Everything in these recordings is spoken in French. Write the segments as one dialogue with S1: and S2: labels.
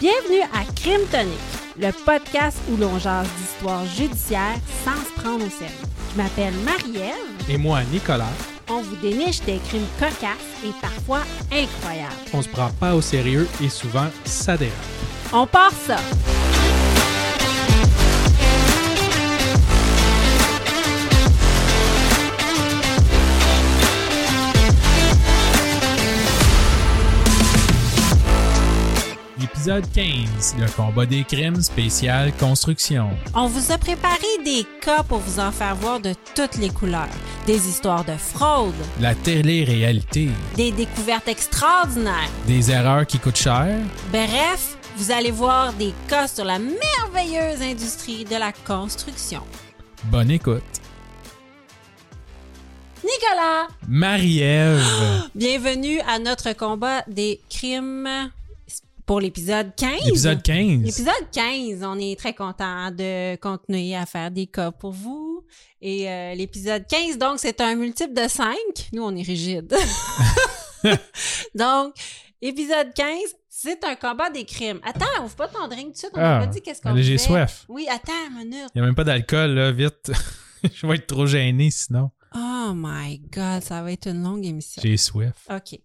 S1: Bienvenue à Crime Tonic, le podcast où l'on jase d'histoires judiciaires sans se prendre au sérieux. Je m'appelle Marie-Ève,
S2: Et moi, Nicolas,
S1: on vous déniche des crimes cocasses et parfois incroyables.
S2: on se prend pas au sérieux et souvent, ça dérape.
S1: On part ça!
S2: Épisode 15, le combat des crimes spécial construction.
S1: On vous a préparé des cas pour vous en faire voir de toutes les couleurs. Des histoires de fraude,
S2: La télé-réalité,
S1: des découvertes extraordinaires.
S2: des erreurs qui coûtent cher,
S1: Bref, vous allez voir des cas sur la merveilleuse industrie de la construction.
S2: bonne écoute.
S1: Nicolas,
S2: Marie-Ève,
S1: bienvenue à notre combat des crimes pour l'épisode 15.
S2: épisode 15.
S1: Épisode 15, on est très content de continuer à faire des cas pour vous. Et euh, l'épisode 15, donc, c'est un multiple de 5. Nous, on est rigide. donc, épisode 15, c'est un combat des crimes. Attends, ouvre pas ton drink tout de suite, on n'a
S2: Ah,
S1: pas dit qu'est-ce qu'on fait.
S2: allez, j'ai soif.
S1: Oui, attends une minute.
S2: Il n'y a même pas d'alcool, là, vite. Je vais être trop gêné sinon.
S1: Oh my God, ça va être une longue émission.
S2: J'ai soif.
S1: OK.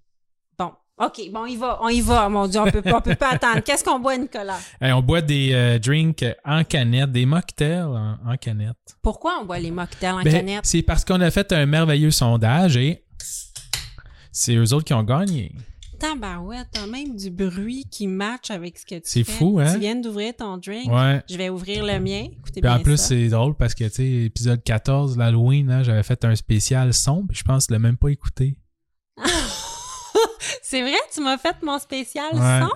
S1: Bon. OK, bon, on y va, on y va, mon Dieu, on peut pas, on peut pas attendre. Qu'est-ce qu'on boit, Nicolas?
S2: Hey, on boit des euh, drinks en canette, des mocktails en, en canette.
S1: Pourquoi on boit les mocktails en
S2: Ben,
S1: canette?
S2: C'est parce qu'on a fait un merveilleux sondage et c'est eux autres qui ont gagné.
S1: Tabarouette, t'as même du bruit qui match avec ce que tu fais.
S2: C'est fou, hein?
S1: Tu viens d'ouvrir ton drink.
S2: Ouais.
S1: Je vais ouvrir le mien. Écoutez
S2: Puis
S1: bien
S2: en plus,
S1: ça.
S2: c'est drôle parce que, tu sais, épisode 14, l'Halloween, hein, j'avais fait un spécial son, puis je pense que je l'ai même pas écouté.
S1: C'est vrai, tu m'as fait mon spécial
S2: Ouais.
S1: son?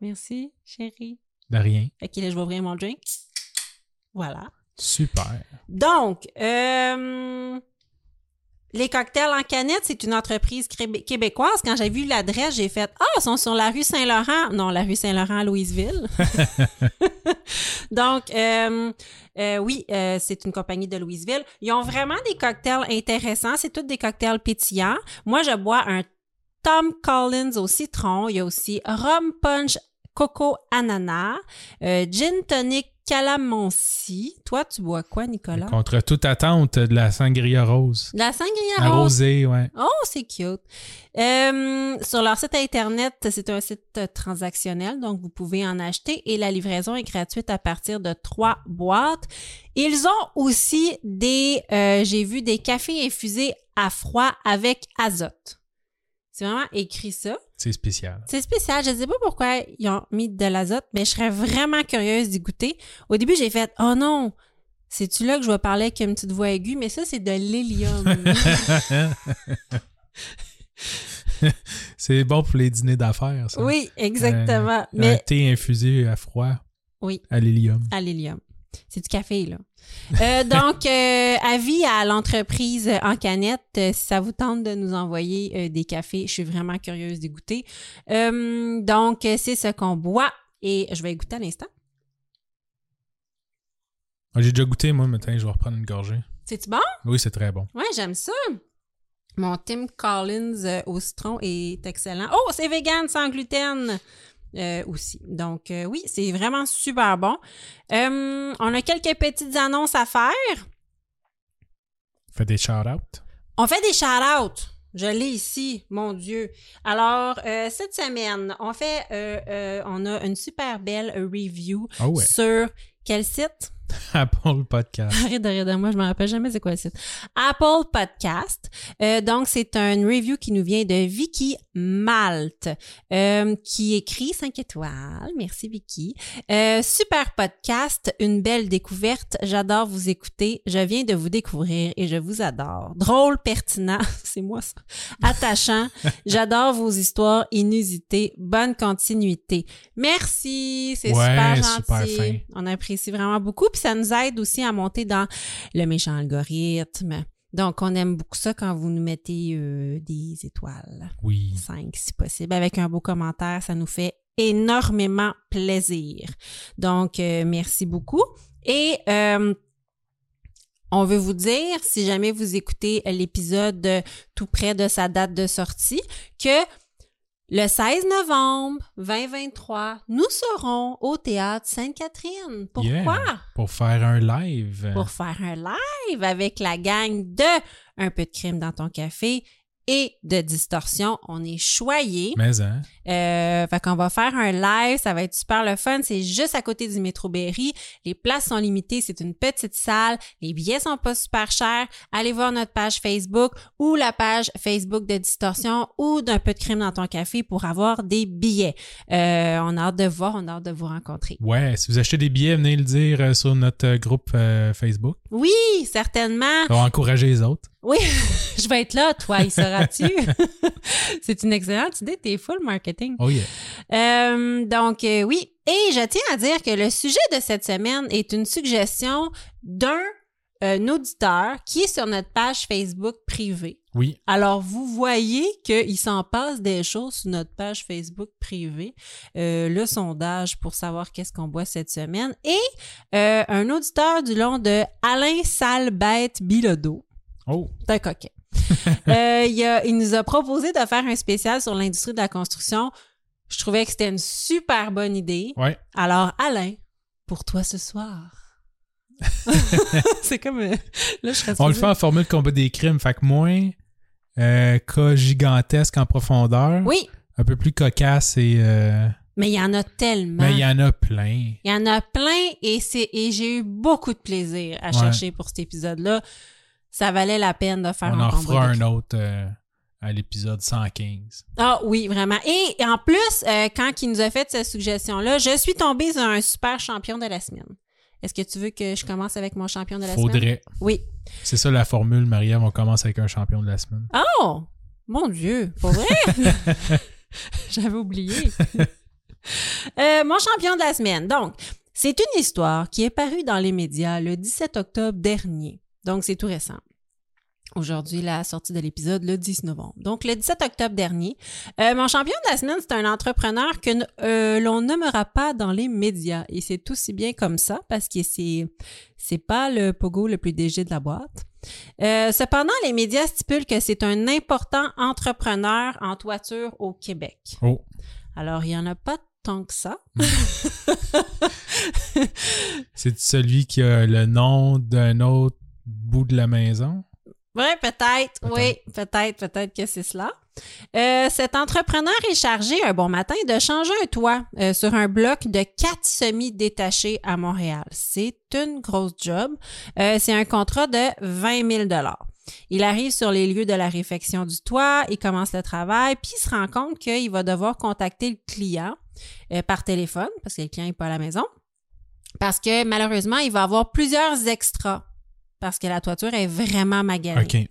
S1: Merci, chérie.
S2: De rien.
S1: OK, là, je vais ouvrir mon drink. Voilà.
S2: Super.
S1: Donc, euh, les cocktails en canette, c'est une entreprise crébé- québécoise. Quand j'ai vu l'adresse, j'ai fait Ah, ils sont sur la rue Saint-Laurent. Non, la rue Saint-Laurent à Louisville. Donc, euh, euh, oui, euh, c'est une compagnie de Louisville. Ils ont vraiment des cocktails intéressants. C'est tous des cocktails pétillants. Moi, je bois un Tom Collins au citron. Il y a aussi Rum Punch Coco Ananas, euh, Gin Tonic Calamansi. Toi, tu bois quoi, Nicolas?
S2: Contre toute attente, de la sangria rose.
S1: De la sangria
S2: La
S1: rose.
S2: rosée, ouais.
S1: Oh, c'est cute. Euh, sur leur site Internet, c'est un site euh, transactionnel, donc vous pouvez en acheter et la livraison est gratuite à partir de trois boîtes. Ils ont aussi des, euh, j'ai vu, des cafés infusés à froid avec azote. C'est vraiment écrit ça.
S2: C'est spécial.
S1: C'est spécial. Je ne sais pas pourquoi ils ont mis de l'azote, mais je serais vraiment curieuse d'y goûter. Au début, j'ai fait Oh non, c'est-tu là que je vais parler avec une petite voix aiguë, mais ça, c'est de l'hélium.
S2: c'est bon pour les dîners d'affaires, ça.
S1: oui, exactement.
S2: Un
S1: mais
S2: thé infusé à froid.
S1: Oui.
S2: À l'hélium.
S1: à l'hélium. C'est du café, là. Euh, donc, euh, avis à l'entreprise en canette, euh, si ça vous tente de nous envoyer euh, des cafés, je suis vraiment curieuse d'y goûter. Euh, donc, euh, c'est ce qu'on boit et je vais y goûter à l'instant.
S2: Ah, J'ai déjà goûté, moi, matin, je vais reprendre une gorgée.
S1: C'est-tu bon?
S2: Oui, c'est très bon.
S1: Ouais, j'aime ça. Mon Tim Collins euh, au citron est excellent. Oh, c'est vegan sans gluten euh, aussi. Donc euh, oui, c'est vraiment super bon. Euh, on a quelques petites annonces à faire.
S2: Fait des shout-outs.
S1: On fait des shout-outs. Je l'ai ici, mon Dieu. Alors, euh, cette semaine, on fait, euh, euh, on a une super belle review
S2: Ah ouais.
S1: sur quel site?
S2: Apple Podcast.
S1: Arrête de rire de moi, je me rappelle jamais c'est quoi le site. Apple Podcast. Euh, donc, c'est une review qui nous vient de Vicky Malte, euh, qui écrit 5 étoiles. Merci, Vicky. Euh, super podcast, une belle découverte. J'adore vous écouter. Je viens de vous découvrir et je vous adore. Drôle, pertinent. c'est moi, ça. Attachant. J'adore vos histoires inusitées. Bonne continuité. Merci. C'est
S2: Ouais,
S1: super gentil.
S2: super fin.
S1: On apprécie vraiment beaucoup. Puis ça nous aide aussi à monter dans le méchant algorithme. Donc, on aime beaucoup ça quand vous nous mettez euh, des étoiles.
S2: Oui.
S1: 5 si possible, avec un beau commentaire. Ça nous fait énormément plaisir. Donc, euh, merci beaucoup. Et euh, on veut vous dire, si jamais vous écoutez l'épisode euh, tout près de sa date de sortie, que Le 16 novembre 2023, nous serons au Théâtre Sainte-Catherine. Pourquoi?
S2: Yeah. Pour faire un live.
S1: Pour faire un live avec la gang de Un peu de crime dans ton café et de distorsion. On est choyés.
S2: Mais hein,
S1: Euh, fait qu'on va faire un live, ça va être super le fun. C'est juste à côté du métro Berry. Les places sont limitées, c'est une petite salle. Les billets sont pas super chers. Allez voir notre page Facebook ou la page Facebook de Distorsion ou d'un peu de crime dans ton café pour avoir des billets. Euh, on a hâte de voir, on a hâte de vous rencontrer.
S2: ouais, si vous achetez des billets, venez le dire euh, sur notre euh, groupe euh, Facebook.
S1: Oui, certainement.
S2: On va encourager les autres.
S1: Oui, je vais être là. Toi, y seras-tu? c'est une excellente idée. T'es full marketing.
S2: Oh yeah.
S1: Euh, donc, euh, oui. Et je tiens à dire que le sujet de cette semaine est une suggestion d'un euh, auditeur qui est sur notre page Facebook privée.
S2: Oui.
S1: Alors, vous voyez qu'il s'en passe des choses sur notre page Facebook privée. Euh, le sondage pour savoir qu'est-ce qu'on boit cette semaine. Et euh, un auditeur du long de Alain Salbette Bilodeau.
S2: Oh,
S1: C'est un coquet. Euh, il, a- il nous a proposé de faire un spécial sur l'industrie de la construction. Je trouvais que c'était une super bonne idée.
S2: ouais.
S1: Alors, Alain, pour toi ce soir. c'est comme. euh, là, je serais
S2: On le
S1: supposée-
S2: fait en formule combat des crimes, fait que moins euh, cas gigantesque en profondeur.
S1: Oui,
S2: Un peu plus cocasse et. euh,
S1: mais il y en a tellement.
S2: Mais il y en a plein.
S1: Il y en a plein et c'est et j'ai eu beaucoup de plaisir à
S2: Ouais.
S1: chercher pour cet épisode-là. Ça valait la peine de faire
S2: On en
S1: combat
S2: fera
S1: d'équipe.
S2: un autre euh, à l'épisode 115.
S1: Ah oui, vraiment. Et en plus, euh, quand il nous a fait cette suggestion-là, je suis tombée sur un super champion de la semaine. Est-ce que tu veux que je commence avec mon champion de la semaine?
S2: Faudrait.
S1: Oui.
S2: C'est ça la formule, Maria. On commence avec un champion de la semaine.
S1: Oh! Mon Dieu! Pour vrai? J'avais oublié. Euh, mon champion de la semaine. Donc, c'est une histoire qui est parue dans les médias le 17 octobre dernier. Donc, c'est tout récent. Aujourd'hui, la sortie de l'épisode le 10 novembre. Donc, le 17 octobre dernier, euh, mon champion de la semaine, c'est un entrepreneur que n- euh, l'on nommera pas dans les médias. Et c'est aussi bien comme ça parce que c'est, c'est pas le pogo le plus dégé de la boîte. Euh, cependant, les médias stipulent que c'est un important entrepreneur en toiture au Québec.
S2: Oh,
S1: Alors, il n'y en a pas tant que ça.
S2: c'est celui qui a le nom d'un autre bout de la maison.
S1: Ouais, peut-être, oui, peut-être, peut-être que c'est cela. Euh, cet entrepreneur est chargé un bon matin de changer un toit euh, sur un bloc de quatre semi-détachés à Montréal. C'est une grosse job. Euh, c'est un contrat de 20 000 Il arrive sur les lieux de la réfection du toit, il commence le travail, puis il se rend compte qu'il va devoir contacter le client euh, par téléphone, parce que le client n'est pas à la maison, parce que malheureusement, il va avoir plusieurs extras, parce que la toiture est vraiment maganée.
S2: OK.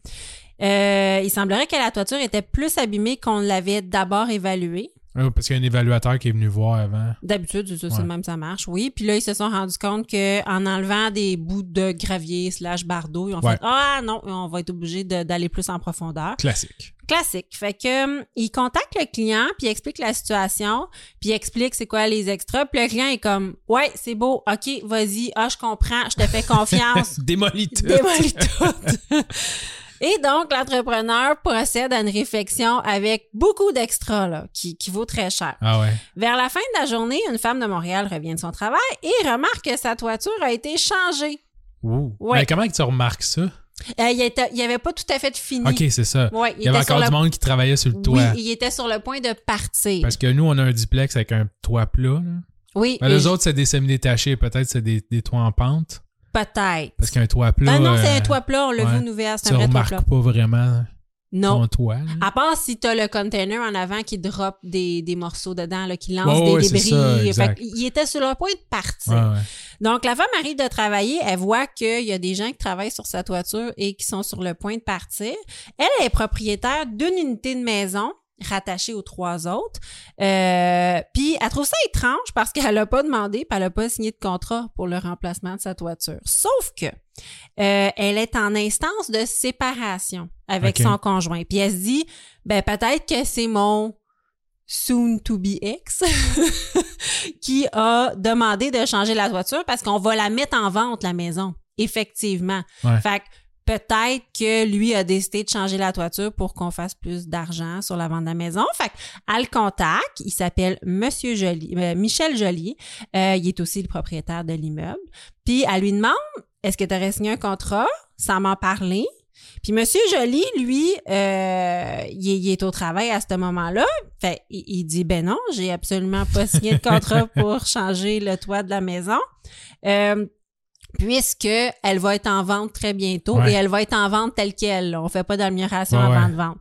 S1: Euh, il semblerait que la toiture était plus abîmée qu'on l'avait d'abord évaluée.
S2: Ah, parce qu'il y a un évaluateur qui est venu voir avant.
S1: D'habitude, c'est ça, c'est
S2: Ouais.
S1: le même, ça marche, oui. Puis là, ils se sont rendus compte qu'en enlevant des bouts de gravier slash bardeau, ils ont
S2: Ouais.
S1: fait « Ah non, on va être obligé de- d'aller plus en profondeur. »
S2: Classique.
S1: classique. Fait que euh, il contacte le client, puis il explique la situation, puis il explique c'est quoi les extras, puis le client est comme "Ouais, c'est beau. OK, vas-y. Ah, je comprends, je te fais confiance."
S2: Démolit tout.
S1: Démolis tout. Et donc, l'entrepreneur procède à une réflexion avec beaucoup d'extras, là, qui, qui vaut très cher.
S2: Ah ouais.
S1: Vers la fin de la journée, une femme de Montréal revient de son travail et remarque que sa toiture a été changée.
S2: Ouh.
S1: Ouais.
S2: Mais comment que tu remarques ça?
S1: Euh, il était- il avait pas tout à fait fini.
S2: OK, c'est ça.
S1: Ouais,
S2: Il y avait
S1: était sur
S2: encore
S1: le
S2: du monde qui travaillait sur le
S1: Oui,
S2: toit.
S1: il était sur le point de partir.
S2: Parce que nous, on a un duplex avec un toit plat. là.
S1: oui,
S2: Ben,
S1: et
S2: les
S1: je-
S2: autres, c'est des semi-détachés. Peut-être c'est des, des toits en pente.
S1: peut-être.
S2: Parce qu'un toit plat.
S1: Ah non, c'est un
S2: euh,
S1: toit plat, on l'a vu
S2: ouais.
S1: au Nouvel, c'est
S2: Tu
S1: un vrai toit
S2: remarques
S1: plat.
S2: pas vraiment
S1: Non. Ah,
S2: ton toit. là.
S1: À part si t'as le container en avant qui drop des, des morceaux dedans, là, qui lance
S2: Ouais,
S1: des
S2: ouais, c'est
S1: débris.
S2: ça,
S1: Fait
S2: exact.
S1: que il était sur le point de partir.
S2: Ouais, ouais.
S1: Donc, la femme arrive de travailler, elle voit qu'il y a des gens qui travaillent sur sa toiture et qui sont sur le point de partir. Elle est propriétaire d'une unité de maison rattachée aux trois autres. Euh, puis, elle trouve ça étrange parce qu'elle n'a pas demandé, puis elle n'a pas signé de contrat pour le remplacement de sa toiture. Sauf que euh, elle est en instance de séparation avec
S2: Ok.
S1: son conjoint. Puis, elle se dit, ben peut-être que c'est mon soon to be ex qui a demandé de changer la toiture parce qu'on va la mettre en vente la maison effectivement
S2: Ouais.
S1: fait que peut-être que lui a décidé de changer la toiture pour qu'on fasse plus d'argent sur la vente de la maison. Fait que, à le contact, il s'appelle Monsieur Joly, euh, Michel Joly. Euh, il est aussi le propriétaire de l'immeuble. Puis elle lui demande Est-ce que tu aurais signé un contrat sans m'en parler? Puis Monsieur Joly, lui, euh, il, est- il est au travail à ce moment-là. Fait, il, il dit ben non, j'ai absolument pas signé de contrat pour changer le toit de la maison. Euh, puisque elle va être en vente très bientôt
S2: Ouais.
S1: et elle va être en vente telle quelle. là. On fait pas d'amélioration
S2: Ouais,
S1: avant
S2: ouais.
S1: de vendre.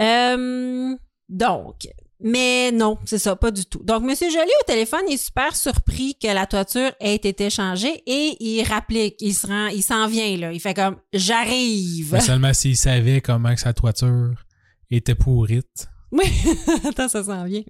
S1: Euh, donc, mais non, c'est ça, pas du tout. Donc, Monsieur Joly, au téléphone, est super surpris que la toiture ait été changée et il rapplique. Il se rend, il s'en vient, là. Il fait comme, j'arrive.
S2: Mais seulement s'il savait comment que sa toiture était pourrite.
S1: Oui, attends, ça s'en vient.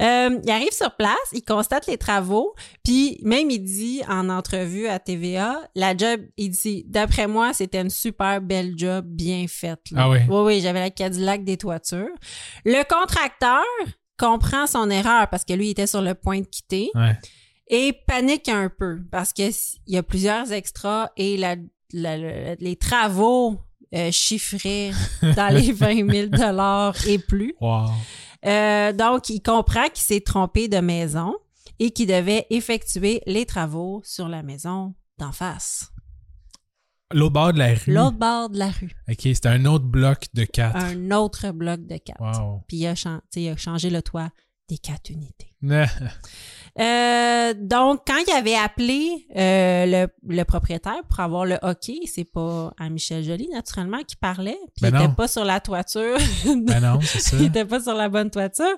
S1: Euh, il arrive sur place, il constate les travaux, puis même il dit en entrevue à TVA, la job, il dit, d'après moi, c'était une super belle job, bien faite. là.
S2: Ah ouais.
S1: Oui, oui, j'avais la Cadillac des toitures. Le contracteur comprend son erreur parce que lui, il était sur le point de quitter
S2: Ouais.
S1: et panique un peu parce que s- il y a plusieurs extras et la- la- la- les travaux euh, chiffrés dans les 20 000 dollars et plus.
S2: Wow.
S1: Euh, donc, il comprend qu'il s'est trompé de maison et qu'il devait effectuer les travaux sur la maison d'en face,
S2: L'autre bord de la rue.
S1: l'autre bord de la rue,
S2: OK, c'était un autre bloc de quatre.
S1: un autre bloc de quatre.
S2: Wow.
S1: Puis il a, chan- tu sais, il a changé le toit des quatre unités.
S2: Ne-
S1: Euh, donc, quand il avait appelé euh, le, le propriétaire pour avoir le hockey, c'est pas à Michel Joly, naturellement, qui parlait. Puis
S2: Ben
S1: il
S2: non.
S1: était pas sur la toiture.
S2: Ben non, c'est ça.
S1: il était pas sur la bonne toiture.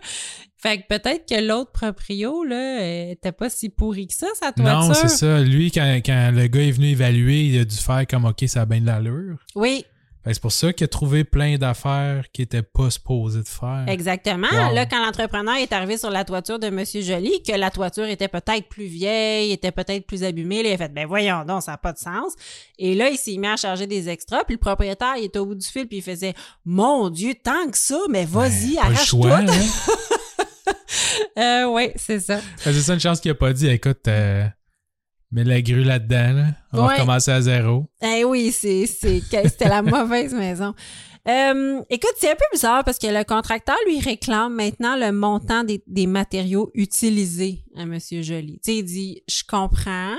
S1: Fait que peut-être que l'autre proprio, là, euh, était pas si pourri que ça, sa toiture.
S2: Non, c'est ça. Lui, quand, quand le gars est venu évaluer, il a dû faire comme OK, ça a bien de l'allure.
S1: Oui,
S2: Fait que c'est pour ça qu'il a trouvé plein d'affaires qu'il n'était pas supposé de faire.
S1: exactement.
S2: Wow.
S1: Là, quand l'entrepreneur est arrivé sur la toiture de M. Joly, que la toiture était peut-être plus vieille, était peut-être plus abîmée, là, il a fait, ben voyons donc, ça n'a pas de sens. Et là, il s'est mis à charger des extras, puis le propriétaire, il était au bout du fil, puis il faisait, mon Dieu, tant que ça, mais vas-y,
S2: Ben, Pas le
S1: arrache tout.
S2: choix, hein.
S1: Euh, oui, c'est ça.
S2: Fait que C'est ça une chance qu'il a pas dit écoute, euh, mets la grue là-dedans. là. On
S1: Ouais.
S2: va recommencer à zéro.
S1: Eh oui, c'est, c'est, que- c'était la mauvaise maison. Euh, écoute, c'est un peu bizarre parce que le contracteur lui réclame maintenant le montant des, des matériaux utilisés à M. Joly. Tu sais, il dit Je comprends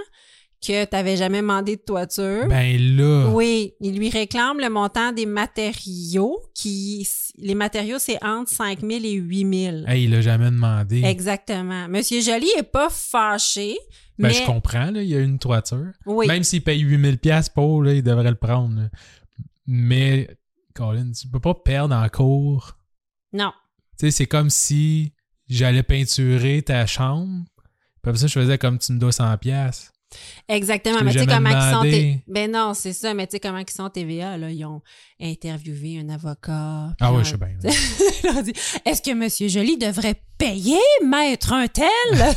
S1: que tu n'avais jamais demandé de toiture.
S2: Ben là.
S1: oui, il lui réclame le montant des matériaux qui. Les matériaux, c'est entre 5 000 et 8 000.
S2: Hey, il l'a jamais demandé.
S1: Exactement. Monsieur Joly est pas fâché,
S2: Ben,
S1: mais.
S2: je comprends, Ben, là, il y a une toiture.
S1: Oui.
S2: Même s'il paye 8000$ pour, là, il devrait le prendre. là. Mais, Colin, tu peux pas perdre en cours.
S1: Non.
S2: Tu sais, c'est comme si j'allais peinturer ta chambre. Puis après ça, je faisais comme tu me dois 100$.
S1: Exactement,
S2: Je
S1: mais
S2: t'ai
S1: tu sais
S2: jamais
S1: comment ils sont.
S2: demandé.
S1: T- Ben non, c'est ça, mais tu sais comment ils sont TVA, là, ils ont interviewé un avocat.
S2: Ah
S1: puis
S2: ouais,
S1: ils
S2: je sais bien. là.
S1: ont- ils ont dit, Est-ce que Monsieur Joly devrait payer Maître un tel?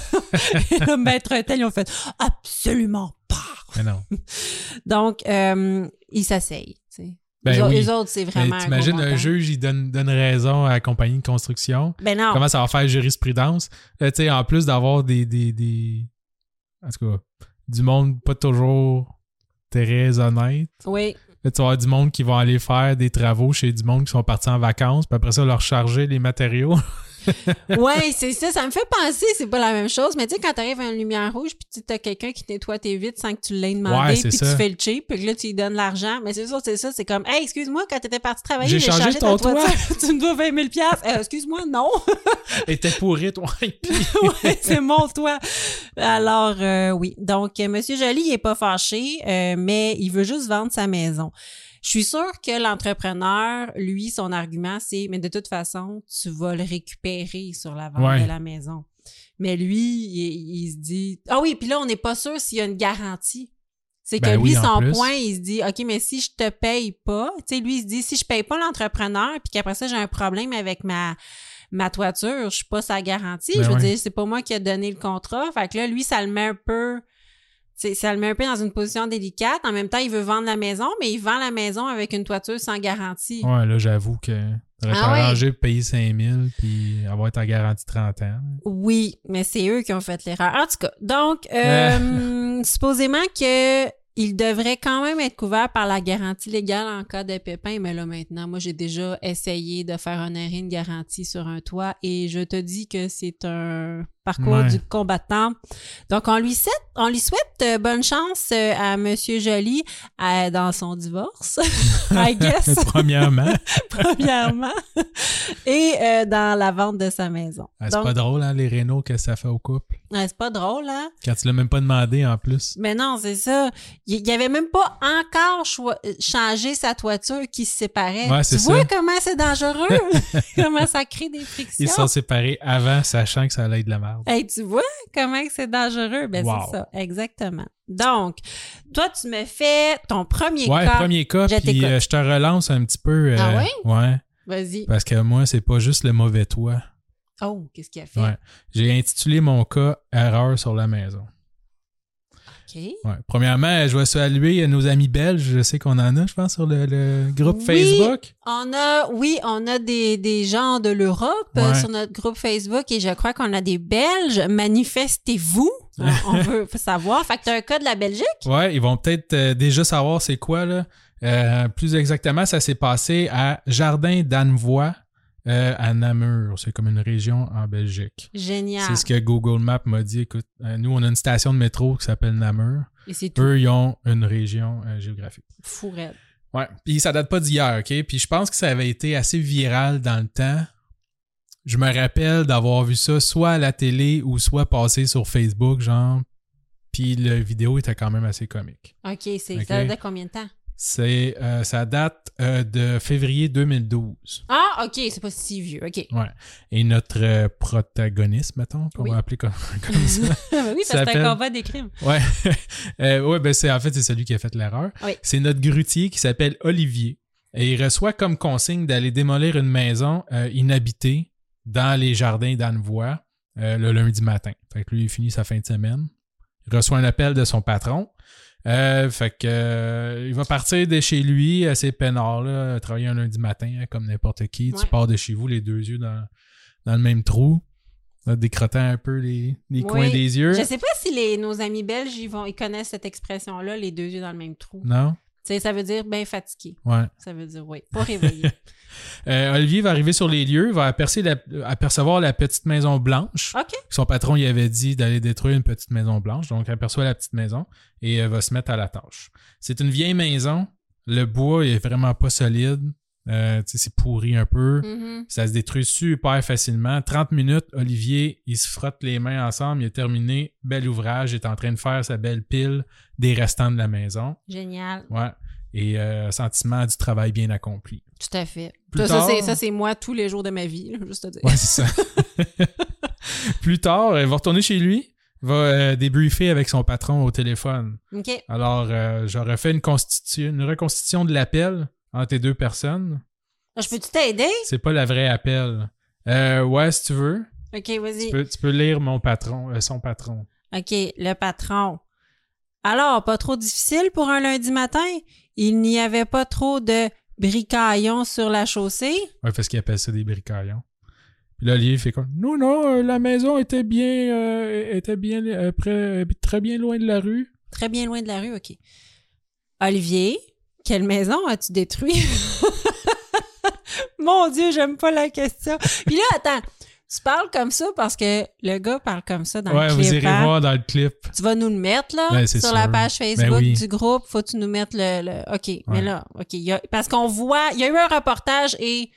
S1: Maître un tel, ils ont fait absolument pas.
S2: Mais non.
S1: Donc, euh, ils s'asseyent. tu sais.
S2: Ben
S1: eux, au-
S2: oui.
S1: eux autres, c'est
S2: Mais
S1: vraiment. un
S2: t'imagines,
S1: gros
S2: un
S1: montant.
S2: juge, il donne, donne raison à la compagnie de construction.
S1: Ben non.
S2: Comment ça va faire jurisprudence? Là, tu sais, en plus d'avoir des, des, des- En tout cas, du monde pas toujours très honnête.
S1: Oui.
S2: Là, tu vas avoir du monde qui vont aller faire des travaux chez du monde qui sont partis en vacances, puis après ça, leur charger les matériaux.
S1: Ouais, c'est ça. Ça me fait penser, c'est pas la même chose. Mais tu sais, quand t'arrives à une lumière rouge, puis tu t'as quelqu'un qui nettoie tes vitres sans que tu l'aies demandé,
S2: Ouais, c'est
S1: puis
S2: ça.
S1: tu fais le cheap, puis que là, tu lui donnes l'argent. Mais c'est sûr, c'est ça. C'est comme, hey, excuse-moi, quand t'étais parti travailler,
S2: J'ai
S1: j'ai
S2: changé
S1: changé,
S2: ton
S1: ta toiture. tu me dois 20 000 piastres. Euh, excuse-moi, non.
S2: Et t'es pourri, toi. Puis-
S1: Ouais, c'est mon toit. Alors, euh, oui. Donc, euh, Monsieur Joly, il est pas fâché, euh, mais il veut juste vendre sa maison. Je suis sûre que l'entrepreneur, lui, son argument, c'est Mais de toute façon, tu vas le récupérer sur la vente
S2: Ouais.
S1: de la maison. Mais lui, il, il se dit Ah oui, puis là, on n'est pas sûr s'il y a une garantie. C'est que
S2: Ben
S1: lui,
S2: oui, en
S1: son
S2: plus.
S1: point, il se dit OK, mais si je te paye pas, tu sais, lui, il se dit si je paye pas l'entrepreneur, puis qu'après ça, j'ai un problème avec ma, ma toiture, je suis pas sa garantie.
S2: Ben
S1: je veux
S2: ouais.
S1: dire, c'est pas moi qui a donné le contrat. Fait que là, lui, ça le met un peu. tu sais, Ça le met un peu dans une position délicate. En même temps, il veut vendre la maison, mais il vend la maison avec une toiture sans garantie.
S2: Ouais, là, j'avoue que t'aurais
S1: Ah
S2: pas
S1: ouais.
S2: arrangé pour payer 5000 puis avoir ta garantie 30 ans.
S1: Oui, mais c'est eux qui ont fait l'erreur. En tout cas, donc, euh, supposément que Il devrait quand même être couvert par la garantie légale en cas de pépin, mais là maintenant, moi j'ai déjà essayé de faire honorer une garantie sur un toit et je te dis que c'est un parcours
S2: Ouais.
S1: du combattant. Donc on lui souhaite, on lui souhaite euh, bonne chance euh, à Monsieur Joly euh, dans son divorce, I guess,
S2: Premièrement.
S1: premièrement, et euh, dans la vente de sa maison.
S2: Ah, c'est
S1: Donc,
S2: pas drôle, hein, les rénaux que ça fait au couple.
S1: ouais, c'est pas drôle, hein?
S2: Quand tu l'as même pas demandé en plus.
S1: Mais non, c'est ça. Il il avait même pas encore choi- euh, changé sa toiture qui se séparait.
S2: Ouais,
S1: tu
S2: c'est
S1: vois
S2: ça.
S1: comment c'est dangereux? comment ça crée des
S2: Ils se
S1: frictions?
S2: sont séparés avant, sachant que ça allait être de la merde.
S1: Hey, tu vois comment que c'est dangereux? Ben,
S2: Wow.
S1: c'est ça. Exactement. Donc, toi, tu me fais ton premier
S2: Ouais,
S1: cas.
S2: premier cas,
S1: Je
S2: puis
S1: t'écoute.
S2: euh, je te relance un petit peu. euh,
S1: Ah ouais?
S2: Ouais,
S1: Vas-y.
S2: parce que moi, c'est pas juste le mauvais toit.
S1: Oh, qu'est-ce qu'il a fait?
S2: Ouais. J'ai intitulé mon cas Erreur sur la maison.
S1: OK.
S2: Ouais. Premièrement, je vais saluer nos amis belges. Je sais qu'on en a, je pense, sur le, le groupe
S1: Oui.
S2: Facebook.
S1: On a, oui, on a des, des gens de l'Europe euh,
S2: Ouais.
S1: sur notre groupe Facebook et je crois qu'on a des Belges. Manifestez-vous. On, on veut savoir. Fait que t'as un cas de la Belgique?
S2: Ouais, ils vont peut-être euh, déjà savoir c'est quoi, là. Euh, plus exactement, ça s'est passé à Jardin d'Annevoie, euh, à Namur. C'est comme une région en Belgique.
S1: Génial.
S2: C'est ce que Google Maps m'a dit. Écoute, euh, nous, on a une station de métro qui s'appelle Namur.
S1: Et c'est tout
S2: Eux, ils ont une région euh, géographique.
S1: fou raide.
S2: Ouais. Puis ça date pas d'hier, OK? Puis je pense que ça avait été assez viral dans le temps. Je me rappelle d'avoir vu ça soit à la télé ou soit passer sur Facebook, genre. Puis la vidéo était quand même assez comique.
S1: OK, c'est
S2: Ok.
S1: ça de combien de temps?
S2: C'est euh, ça date euh, de février 2012.
S1: Ah, OK, c'est pas si vieux. OK.
S2: Ouais. Et notre euh, protagoniste, mettons, qu'on
S1: Oui.
S2: va appeler comme, comme ça.
S1: oui, parce
S2: Ça
S1: que c'est
S2: s'appelle-
S1: un combat des crimes.
S2: Ouais. Euh, ouais, ben c'est en fait c'est celui qui a fait l'erreur.
S1: Oui.
S2: C'est notre grutier qui s'appelle Olivier et il reçoit comme consigne d'aller démolir une maison euh, inhabitée dans les jardins d'Annevoie euh, le lundi matin. Fait que lui il finit sa fin de semaine. Il reçoit un appel de son patron. Euh, fait que euh, il va partir de chez lui assez peinard là, travailler un lundi matin hein, comme n'importe qui.
S1: Ouais.
S2: Tu pars de chez vous les deux yeux dans, dans le même trou, en décrotant un peu les, les
S1: Oui.
S2: coins des yeux.
S1: Je sais pas si les, nos amis belges, ils, vont, ils connaissent cette expression-là, les deux yeux dans le même trou. Tu
S2: Non,
S1: sais, ça veut dire bien fatigué.
S2: ouais.
S1: Ça veut dire, oui, pas réveillé.
S2: Euh, Olivier va arriver sur les lieux, va apercer la- apercevoir la petite maison blanche.
S1: OK.
S2: Son patron lui avait dit d'aller détruire une petite maison blanche, donc il aperçoit la petite maison et euh, va se mettre à la tâche. C'est une vieille maison, le bois il est vraiment pas solide, Euh, tu sais, c'est pourri un peu,
S1: Mhm.
S2: ça se détruit super facilement. 30 minutes, Olivier, il se frotte les mains ensemble, il a terminé, bel ouvrage, il est en train de faire sa belle pile des restants de la maison.
S1: Génial.
S2: Ouais. Et euh, sentiment du travail bien accompli.
S1: Tout à fait.
S2: Plus
S1: ça, ça,
S2: tard-
S1: c'est- ça, c'est moi tous les jours de ma vie, là, juste te dire.
S2: Ouais, c'est ça. Plus tard, euh, il va retourner chez lui, va euh, débriefer avec son patron au téléphone.
S1: OK.
S2: Alors, euh, j'aurais fait une, constitu- une reconstitution de l'appel entre tes deux personnes.
S1: Ah, Je peux-tu t'aider?
S2: C'est pas la vraie appel. Euh, ouais, si tu veux,
S1: OK,
S2: tu
S1: vas-y.
S2: peux, tu peux lire mon patron, euh, son patron.
S1: OK, le patron. Alors, pas trop difficile pour un lundi matin? Il n'y avait pas trop de bricaillons sur la chaussée?
S2: Ouais, parce qu'il appelle ça des bricaillons. Puis là, Olivier fait quoi? Non, non, euh, la maison était bien, euh, était bien, euh, près- très bien loin de la rue.
S1: Très bien loin de la rue, OK. Olivier, quelle maison as-tu détruit? Mon Dieu, j'aime pas la question. Puis là, attends, tu parles comme ça parce que le gars parle comme ça dans
S2: ouais,
S1: le
S2: vous
S1: clip.
S2: irez
S1: hein?
S2: voir dans le clip.
S1: Tu vas nous le mettre, là,
S2: Ben,
S1: sur
S2: c'est
S1: la
S2: sûr.
S1: page Facebook
S2: Ben oui.
S1: du groupe. Faut que tu nous mettes le... le- OK, mais là, OK. il y a- parce qu'on voit... Il y a eu un reportage et...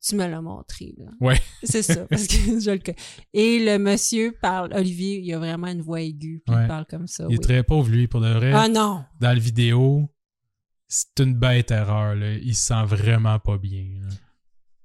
S1: Tu me l'as montré, là.
S2: Ouais.
S1: C'est ça, parce que je le... Et le monsieur parle... Olivier, il a vraiment une voix aiguë, puis il
S2: Ouais.
S1: parle comme ça,
S2: Il est
S1: oui.
S2: très pauvre, lui, pour de vrai.
S1: Ah non!
S2: dans la vidéo, c'est une bête erreur. Là. Il se sent vraiment pas bien. là.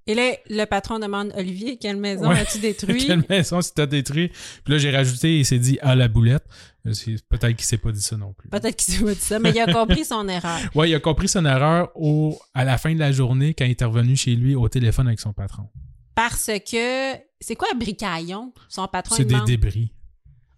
S1: Et là, le patron demande, Olivier, quelle maison
S2: Ouais.
S1: as-tu détruite?
S2: Quelle maison si t'as détruit? Puis là, j'ai rajouté, il s'est dit à la boulette. Euh, c'est- Peut-être qu'il s'est pas dit ça non plus.
S1: Peut-être qu'il s'est pas dit ça, mais il a compris son erreur.
S2: Ouais, il a compris son erreur au, à la fin de la journée quand il est revenu chez lui au téléphone avec son patron.
S1: Parce que... C'est quoi un bricaillon? Son patron,
S2: C'est
S1: il
S2: des
S1: demande.
S2: débris.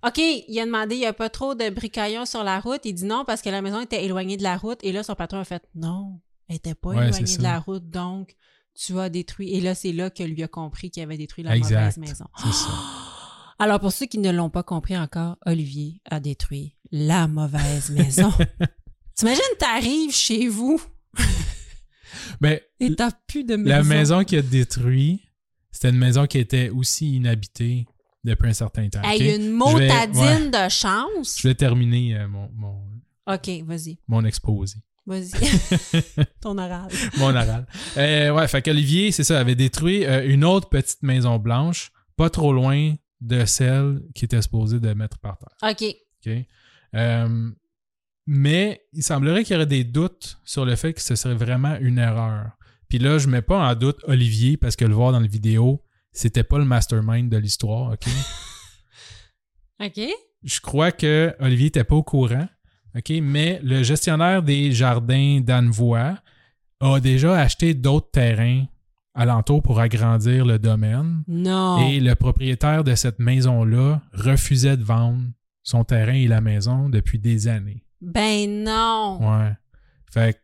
S1: OK, il a demandé, il n'y a pas trop de bricaillons sur la route. Il dit non parce que la maison était éloignée de la route. Et là, son patron a fait non, elle n'était pas
S2: Ouais,
S1: éloignée
S2: c'est
S1: de
S2: ça.
S1: la route, donc tu as détruit. Et là, c'est là que lui a compris qu'il avait détruit la
S2: Exact.
S1: mauvaise maison.
S2: C'est ça.
S1: Alors, pour ceux qui ne l'ont pas compris encore, Olivier a détruit la mauvaise maison. T'imagines, t'arrives chez vous
S2: Ben,
S1: et t'as plus de maison.
S2: la maison qui a détruit, c'était une maison qui était aussi inhabitée depuis un certain temps.
S1: Hey,
S2: ok?
S1: une
S2: Je vais-
S1: motadine
S2: ouais.
S1: de chance.
S2: Je vais terminer euh, mon, mon,
S1: OK, vas-y,
S2: mon exposé.
S1: vas-y. Ton oral.
S2: Mon oral. Euh, ouais, fait qu'Olivier, c'est ça, avait détruit euh, une autre petite maison blanche, pas trop loin de celle qui était supposée de mettre par terre.
S1: OK.
S2: OK? Euh, mais il semblerait qu'il y aurait des doutes sur le fait que ce serait vraiment une erreur. Puis là, je mets pas en doute Olivier parce que le voir dans la vidéo, c'était pas le mastermind de l'histoire, OK?
S1: OK.
S2: je crois que Olivier n'était pas au courant, OK, mais le gestionnaire des jardins d'Annevoie a déjà acheté d'autres terrains alentour pour agrandir le domaine.
S1: Non.
S2: Et le propriétaire de cette maison-là refusait de vendre son terrain et la maison depuis des années.
S1: Ben non.
S2: Ouais. Fait que,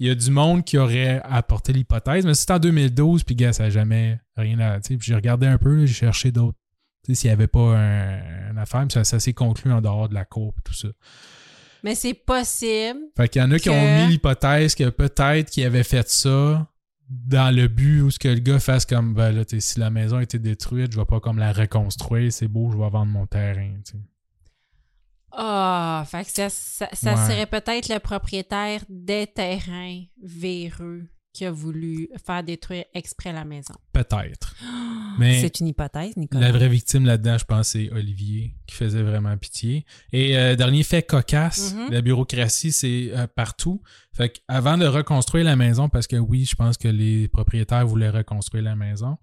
S2: il y a du monde qui aurait apporté l'hypothèse, mais c'est en 2012, puis gars, ça n'a jamais rien à. tu sais, puis J'ai regardé un peu, j'ai cherché d'autres. tu sais, S'il n'y avait pas un, une affaire, puis ça, ça s'est conclu en dehors de la cour, puis tout ça.
S1: Mais c'est possible.
S2: Fait qu'il y en a qui ont
S1: Que-
S2: mis l'hypothèse que peut-être qu'il avait fait ça dans le but où ce que le gars fasse comme ben là, tu sais, si la maison a été détruite, je vais pas comme la reconstruire, c'est beau, je vais vendre mon terrain. tu sais.
S1: Ah, fait que ça, ça, ça
S2: Ouais.
S1: serait peut-être le propriétaire des terrains véreux qui a voulu faire détruire exprès la maison.
S2: Peut-être. Mais-
S1: C'est une hypothèse, Nicolas.
S2: La vraie victime là-dedans, je pense, c'est Olivier, qui faisait vraiment pitié. Et euh, dernier fait cocasse,
S1: Mhm.
S2: la bureaucratie, c'est euh, partout. Fait que avant de reconstruire la maison, parce que oui, je pense que les propriétaires voulaient reconstruire la maison,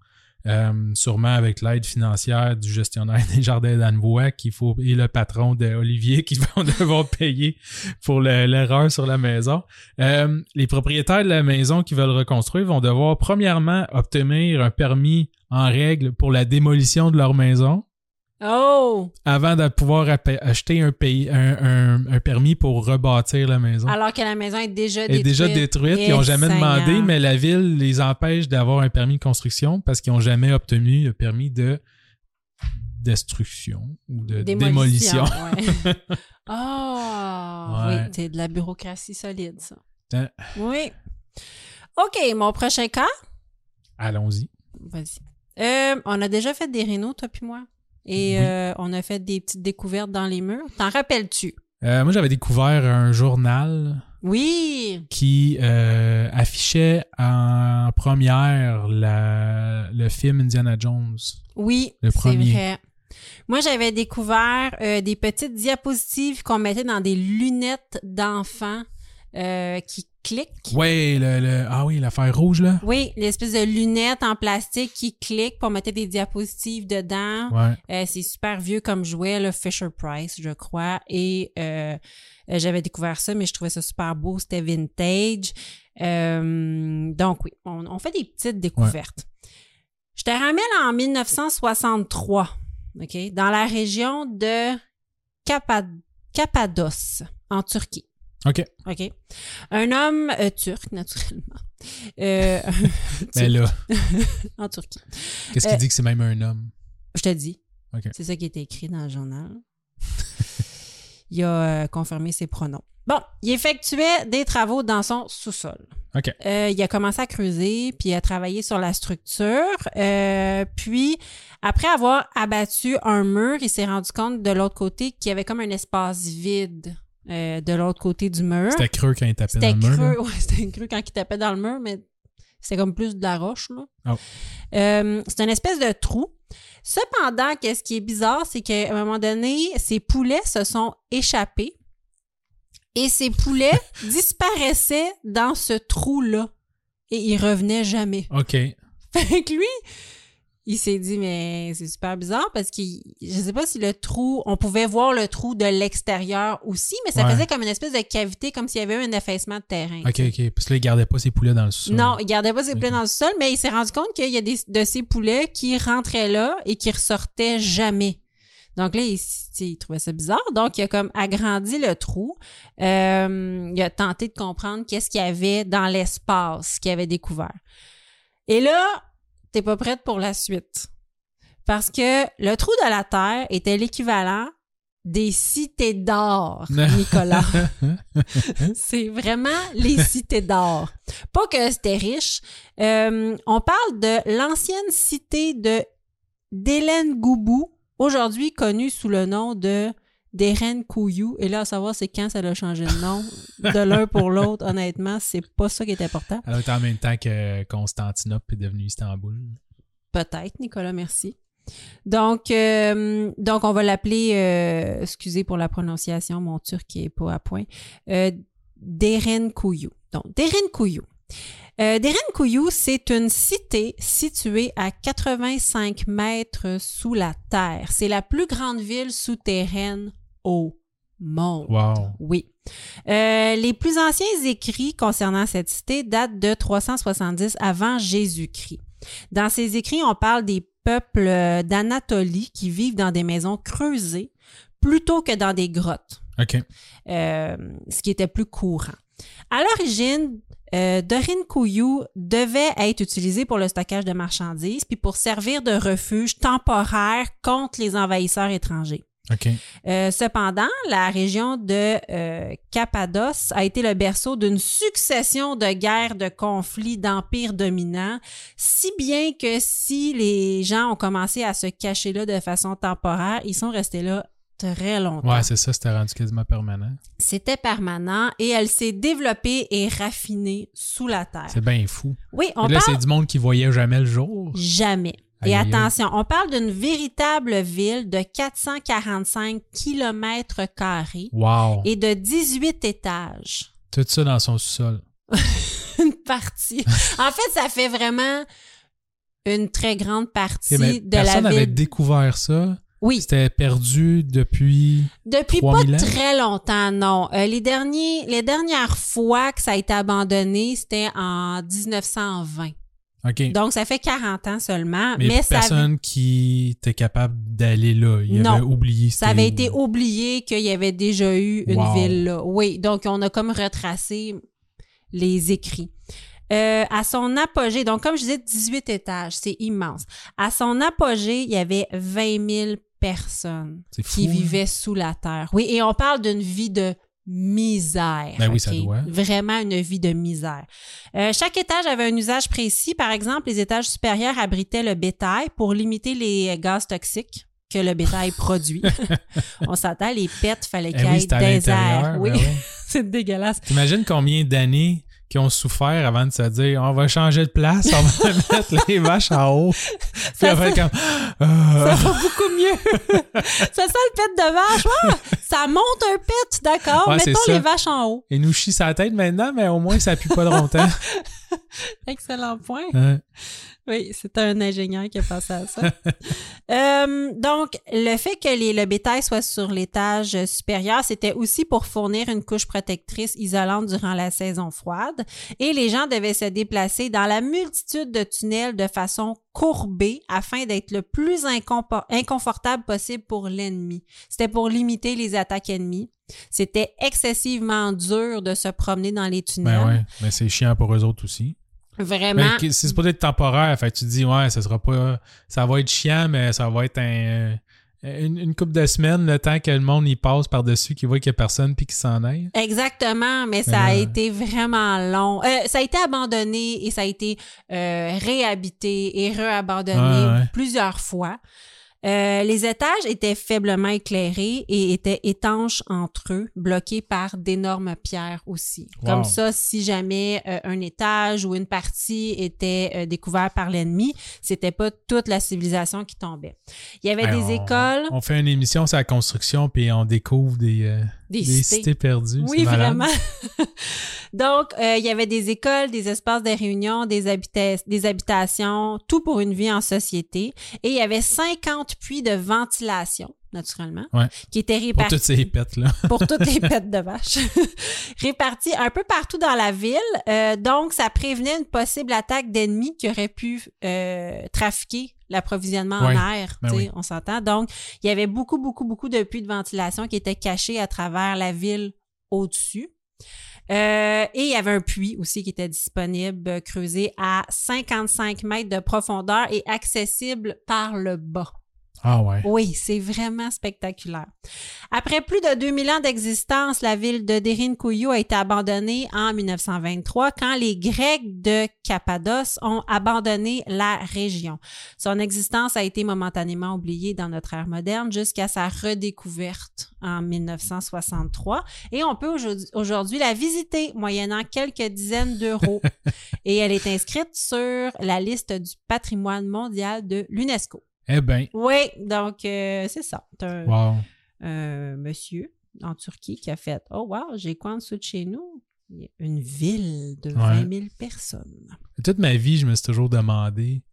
S2: euh, sûrement avec l'aide financière du gestionnaire des jardins d'Annevoie qu'il faut et le patron d'Olivier qui vont devoir payer pour le- l'erreur sur la maison. Euh, les propriétaires de la maison qui veulent reconstruire vont devoir premièrement obtenir un permis en règle pour la démolition de leur maison
S1: Oh!
S2: avant de pouvoir appe- acheter un, pays, un, un- un permis pour rebâtir la maison.
S1: Alors que la maison est déjà
S2: Elle Oh. est
S1: détruite.
S2: déjà détruite, ils n'ont
S1: Eh,
S2: jamais demandé,
S1: Seigneur.
S2: mais la ville les empêche d'avoir un permis de construction parce qu'ils n'ont jamais obtenu le permis de destruction ou de euh, démolition.
S1: ouais. Ah,
S2: Ouais.
S1: oui, c'est de la bureaucratie solide, ça.
S2: Hein.
S1: Oui. OK, mon prochain cas.
S2: Allons-y.
S1: Vas-y. Euh, on a déjà fait des rénaux, toi puis moi. Et
S2: Oui.
S1: euh, on a fait des petites découvertes dans les murs. T'en rappelles-tu?
S2: Euh, moi, j'avais découvert un journal
S1: Oui!
S2: qui euh, affichait en première la- le film Indiana Jones.
S1: Oui,
S2: Le
S1: c'est
S2: premier.
S1: vrai. Moi, j'avais découvert euh, des petites diapositives qu'on mettait dans des lunettes d'enfants euh, qui cliquent.
S2: Ouais, le, le- ah oui, l'affaire rouge, là.
S1: Oui, l'espèce de lunettes en plastique qui cliquent pour mettre des diapositives dedans.
S2: Ouais.
S1: Euh, c'est super vieux comme jouet, le Fisher Price, je crois. Et euh, euh, j'avais découvert ça, mais je trouvais ça super beau. C'était vintage. Euh, donc oui, on, on fait des petites découvertes. Je te ramène en 1963, OK, dans la région de Cappa- Cappadoce, en Turquie.
S2: OK.
S1: OK. Un homme euh, turc, naturellement. Euh,
S2: Mais Ben là,
S1: en Turquie.
S2: qu'est-ce qui
S1: Euh,
S2: dit que c'est même un homme?
S1: Je te dis.
S2: OK.
S1: C'est ça qui était écrit dans le journal. il a euh, confirmé ses pronoms. Bon, il effectuait des travaux dans son sous-sol.
S2: OK.
S1: Euh, il a commencé à creuser, puis à travailler sur la structure. Euh, puis, après avoir abattu un mur, il s'est rendu compte de l'autre côté qu'il y avait comme un espace vide euh, de l'autre côté du mur.
S2: C'était creux quand il tapait dans
S1: C'était
S2: le mur. là.
S1: creux, ouais, c'était creux quand il tapait dans le mur, mais c'était comme plus de la roche, là.
S2: Ah.
S1: Euh, c'est une espèce de trou. Cependant, qu'est-ce qui est bizarre, c'est qu'à un moment donné, ces poulets se sont échappés et ces poulets disparaissaient dans ce trou-là et ils revenaient jamais.
S2: OK.
S1: Fait que lui, il s'est dit, mais c'est super bizarre parce que je sais pas si le trou, on pouvait voir le trou de l'extérieur aussi, mais ça
S2: Ouais.
S1: faisait comme une espèce de cavité, comme s'il y avait eu un effacement de terrain.
S2: OK, OK. Parce que là, il gardait pas ses poulets dans le sous-sol.
S1: Non, il gardait pas ses poulets
S2: Ok.
S1: dans le sol, mais il s'est rendu compte qu'il y a des, de ses poulets qui rentraient là et qui ressortaient jamais. Donc là, il, s- tu sais, il trouvait ça bizarre. Donc, il a comme agrandi le trou. Euh, il a tenté de comprendre qu'est-ce qu'il y avait dans l'espace qu'il avait découvert. Et là, t'es pas prête pour la suite. Parce que le trou de la Terre était l'équivalent des cités d'or, Nicolas. c'est vraiment les cités d'or. Pas que c'était riche. Euh, on parle de l'ancienne cité de d'Hélène Goubou, aujourd'hui connue sous le nom de d'Eren Kouyou. Et là, à savoir c'est quand ça a changé de nom de l'un pour l'autre, honnêtement, c'est pas ça qui est important.
S2: Elle doit être en même temps que Constantinople est devenue Istanbul.
S1: Peut-être, Nicolas, merci. Donc, euh, donc on va l'appeler, euh, excusez pour la prononciation, mon turc est pas à point, euh, Deren Kouyou. Donc, Deren Kouyou. Euh, Deren Kouyou, c'est une cité située à 85 mètres sous la terre. C'est la plus grande ville souterraine au monde.
S2: Wow.
S1: Oui. Euh, les plus anciens écrits concernant cette cité datent de 370 avant Jésus-Christ. Dans ces écrits, on parle des peuples euh, d'Anatolie qui vivent dans des maisons creusées plutôt que dans des grottes,
S2: OK.
S1: euh, ce qui était plus courant. À l'origine, euh, Dorin Kouyou devait être utilisé pour le stockage de marchandises puis pour servir de refuge temporaire contre les envahisseurs étrangers.
S2: OK.
S1: Euh, cependant, la région de euh, Cappadoce a été le berceau d'une succession de guerres, de conflits, d'empires dominants, si bien que si les gens ont commencé à se cacher là de façon temporaire, ils sont restés là très longtemps.
S2: Ouais, c'est ça, c'était rendu quasiment permanent.
S1: C'était permanent et elle s'est développée et raffinée sous la terre.
S2: C'est bien fou.
S1: Oui, on
S2: Et là,
S1: parle
S2: c'est du monde qui voyait jamais le jour.
S1: jamais.
S2: Aïe,
S1: Et
S2: aïe, aïe.
S1: attention, on parle d'une véritable ville de 445 kilomètres carrés
S2: Wow.
S1: et de 18 étages.
S2: Tout ça dans son sous-sol.
S1: Une partie. En fait, ça fait vraiment une très grande partie
S2: Ok, mais
S1: de la
S2: personne n'avait
S1: ville.
S2: découvert ça.
S1: Oui,
S2: C'était perdu depuis.
S1: depuis pas
S2: 3000 ans?
S1: très longtemps, non. Euh, les, derniers, les dernières fois que ça a été abandonné, c'était en 1920.
S2: OK.
S1: Donc, ça fait 40 ans seulement,
S2: mais
S1: mais ça, avait-
S2: personne qui était capable d'aller là. Il
S1: Non.
S2: avait oublié.
S1: ça avait
S2: c'était
S1: été
S2: où.
S1: oublié qu'il y avait déjà eu une
S2: Wow.
S1: ville là. Oui, donc on a comme retracé les écrits. Euh, à son apogée, donc comme je disais, 18 étages, c'est immense. À son apogée, il y avait 20 000 personnes
S2: C'est fou.
S1: qui
S2: hein.
S1: vivaient sous la terre. Oui, et on parle d'une vie de misère.
S2: Ben oui, ça
S1: ok?
S2: doit.
S1: Vraiment une vie de misère. Euh, chaque étage avait un usage précis. Par exemple, les étages supérieurs abritaient le bétail pour limiter les gaz toxiques que le bétail produit. on s'entend, les pets, fallait
S2: Eh
S1: qu'il y
S2: oui,
S1: ait
S2: c'était à
S1: des airs.
S2: l'intérieur.
S1: Oui,
S2: ben ouais.
S1: c'est dégueulasse.
S2: T'imagines combien d'années qui ont souffert avant de se dire on va changer de place, on va mettre les vaches en haut. Puis
S1: Ça,
S2: après,
S1: ça-
S2: comme.
S1: Ça
S2: Ah.
S1: va beaucoup mieux. ça sent le pet de vache. Ah, ça monte un pet, d'accord.
S2: Ouais, c'est
S1: Mettons
S2: ça.
S1: les vaches en haut.
S2: Et nous chie sa tête maintenant, mais au moins, ça pue pas de longtemps.
S1: Excellent point.
S2: Hein?
S1: Oui, c'est un ingénieur qui a pensé à ça. Euh, donc, le fait que les, le bétail soit sur l'étage euh, supérieur, c'était aussi pour fournir une couche protectrice isolante durant la saison froide. Et les gens devaient se déplacer dans la multitude de tunnels de façon courbée afin d'être le plus incompo- inconfortable possible pour l'ennemi. C'était pour limiter les attaques ennemies. C'était excessivement dur de se promener dans les tunnels.
S2: Ben ouais, Ben, mais c'est chiant pour eux autres aussi. Mais
S1: Vraiment.
S2: que- c'est supposé être temporaire, fait que tu te dis ouais, ça sera pas. Ça va être chiant, mais ça va être un- euh, une, une couple de semaines le temps que le monde y passe par-dessus, qu'il voit qu'il y a personne puis qu'il s'en aille.
S1: Exactement, mais ça
S2: Mais
S1: a
S2: là-
S1: été vraiment long. Euh, ça a été abandonné et ça a été euh, réhabité et reabandonné
S2: Ouais, ouais.
S1: plusieurs fois. Euh, les étages étaient faiblement éclairés et étaient étanches entre eux, bloqués par d'énormes pierres aussi.
S2: Wow.
S1: Comme ça, si jamais euh, un étage ou une partie était euh, découvert par l'ennemi, c'était pas toute la civilisation qui tombait. Il y avait
S2: Ben,
S1: des
S2: on-
S1: écoles,
S2: On fait une émission sur la construction puis on découvre des, euh,
S1: des,
S2: des
S1: cités.
S2: cités. perdues.
S1: Oui,
S2: c'est malade.
S1: vraiment. Donc, euh, il y avait des écoles, des espaces de réunion, des, habita- des habitations, tout pour une vie en société. Et il y avait 50 puits de ventilation, naturellement,
S2: Ouais.
S1: qui étaient
S2: Pour toutes
S1: répartis
S2: ces pètes là.
S1: pour toutes les pètes de vache, répartis un peu partout dans la ville. Euh, donc, ça prévenait une possible attaque d'ennemis qui aurait pu euh, trafiquer l'approvisionnement
S2: Ouais,
S1: en air.
S2: ben
S1: tu sais,
S2: oui.
S1: On s'entend. Donc, il y avait beaucoup, beaucoup, beaucoup de puits de ventilation qui étaient cachés à travers la ville au-dessus. Euh, et il y avait un puits aussi qui était disponible, euh, creusé à 55 mètres de profondeur et accessible par le bas.
S2: Ah ouais.
S1: Oui, c'est vraiment spectaculaire. Après plus de 2000 ans d'existence, la ville de Derinkuyu a été abandonnée en 1923 quand les Grecs de Cappadoce ont abandonné la région. Son existence a été momentanément oubliée dans notre ère moderne jusqu'à sa redécouverte en 1963 et on peut aujourd'hui- aujourd'hui la visiter moyennant quelques dizaines d'euros et elle est inscrite sur la liste du patrimoine mondial de l'UNESCO.
S2: Eh ben,
S1: Oui, donc euh, c'est ça. C'est un
S2: wow.
S1: un monsieur en Turquie qui a fait Oh, wow, j'ai quoi en dessous de chez nous? Il y a Une ville de 20 000 personnes.
S2: Toute ma vie, je me suis toujours demandé.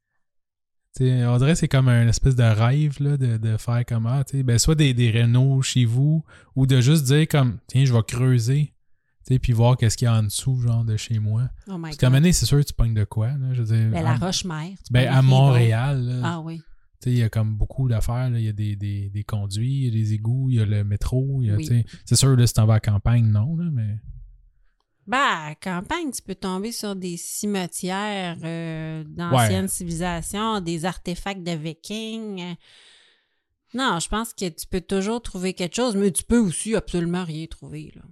S2: tu sais, on dirait que c'est comme un espèce de rêve là, de, de faire comme ah, tu sais, ben, soit des, des rénaux chez vous ou de juste dire comme tiens, je vais creuser tu sais, puis voir qu'est-ce qu'il y a en dessous genre de chez moi.
S1: Oh my
S2: Parce qu'à un
S1: God.
S2: moment donné, c'est sûr que tu pognes de quoi. Là, je veux dire,
S1: Ben, la
S2: à,
S1: Roche-Mère. tu
S2: ben,
S1: peux
S2: à
S1: aller
S2: Montréal,
S1: dans-
S2: là,
S1: Ah oui.
S2: tu sais, il y a comme beaucoup d'affaires. là. Il y a des, des, des conduits, il y a des égouts, il y a le métro. il y a,
S1: Oui.
S2: tu sais, C'est sûr, là, si t'en vas à la campagne, non, là, mais
S1: Ben, à la campagne, tu peux tomber sur des cimetières euh, d'anciennes civilisations, des artefacts de vikings. Non, je pense que tu peux toujours trouver quelque chose, mais tu peux aussi absolument rien trouver. Là.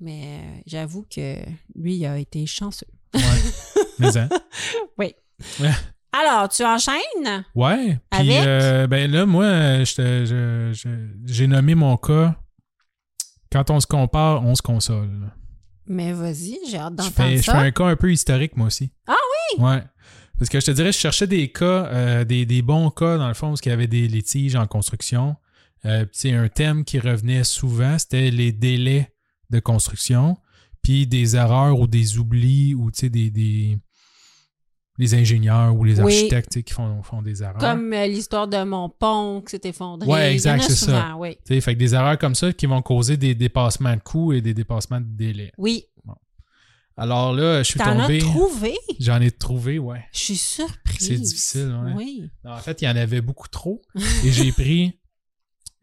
S1: Mais euh, j'avoue que lui, il a été chanceux.
S2: ouais. mais hein.
S1: Alors, tu enchaînes?
S2: Ouais. Puis
S1: Avec?
S2: euh, ben là, moi, euh, je te- je- je- j'ai nommé mon cas. Quand on se compare, on se console.
S1: Mais vas-y, j'ai hâte
S2: Je fais,
S1: d'entendre
S2: je fais
S1: ça.
S2: un cas un peu historique, moi aussi.
S1: Ah
S2: oui? Ouais. Parce que je te dirais, je cherchais des cas, euh, des, des bons cas, dans le fond, parce qu'il y avait des litiges en construction. Euh, puis c'est un thème qui revenait souvent, c'était les délais de construction, puis des erreurs ou des oublis, ou tu sais, des, des, les ingénieurs ou les
S1: Oui.
S2: architectes tu sais, qui font, font des erreurs.
S1: Comme euh, l'histoire de mon pont qui s'est effondré.
S2: Ouais, exact,
S1: Il y en a
S2: c'est
S1: souvent,
S2: ça.
S1: Oui.
S2: Tu sais, fait que des erreurs comme ça qui vont causer des dépassements de coûts et des dépassements de délais.
S1: Oui.
S2: Alors là, je suis
S1: T'en as
S2: tombé.
S1: trouvé?
S2: J'en ai trouvé, ouais.
S1: Je suis surprise.
S2: C'est difficile, ouais.
S1: Oui.
S2: Non, en fait, il y en avait beaucoup trop. Et j'ai pris.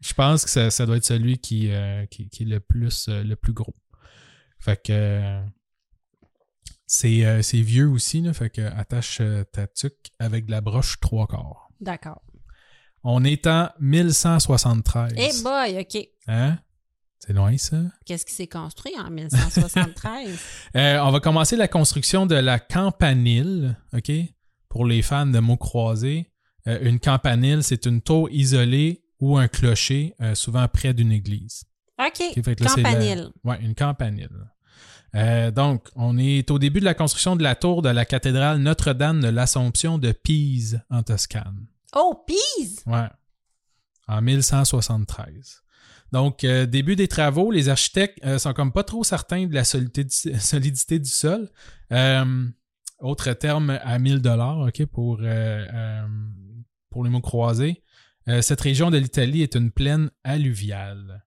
S2: Je pense que ça, ça doit être celui qui, euh, qui, qui est le plus, euh, le plus gros. Fait que. euh, c'est euh, c'est vieux aussi, là. Fait que attache euh, ta tuque avec de la broche trois quarts.
S1: D'accord.
S2: On est en 1173.
S1: Eh boy, OK.
S2: Hein? C'est loin, ça?
S1: Qu'est-ce qui s'est construit en 1973?
S2: Euh, on va commencer la construction de la campanile, OK? Pour les fans de mots croisés. Euh, une campanile, c'est une tour isolée ou un clocher, euh, souvent près d'une église.
S1: OK.
S2: OK, fait que là, c'est la-
S1: Campanile.
S2: Ouais, une campanile. Euh, donc, on est au début de la construction de la tour de la cathédrale Notre-Dame de l'Assomption de Pise, en Toscane.
S1: Oh, Pise!
S2: Ouais. En 1173. Donc, euh, début des travaux, les architectes euh, sont comme pas trop certains de la solidité du, solidité du sol. Euh, autre terme à 1000 dollars, OK, pour, euh, euh, pour les mots croisés. Euh, cette région de l'Italie est une plaine alluviale.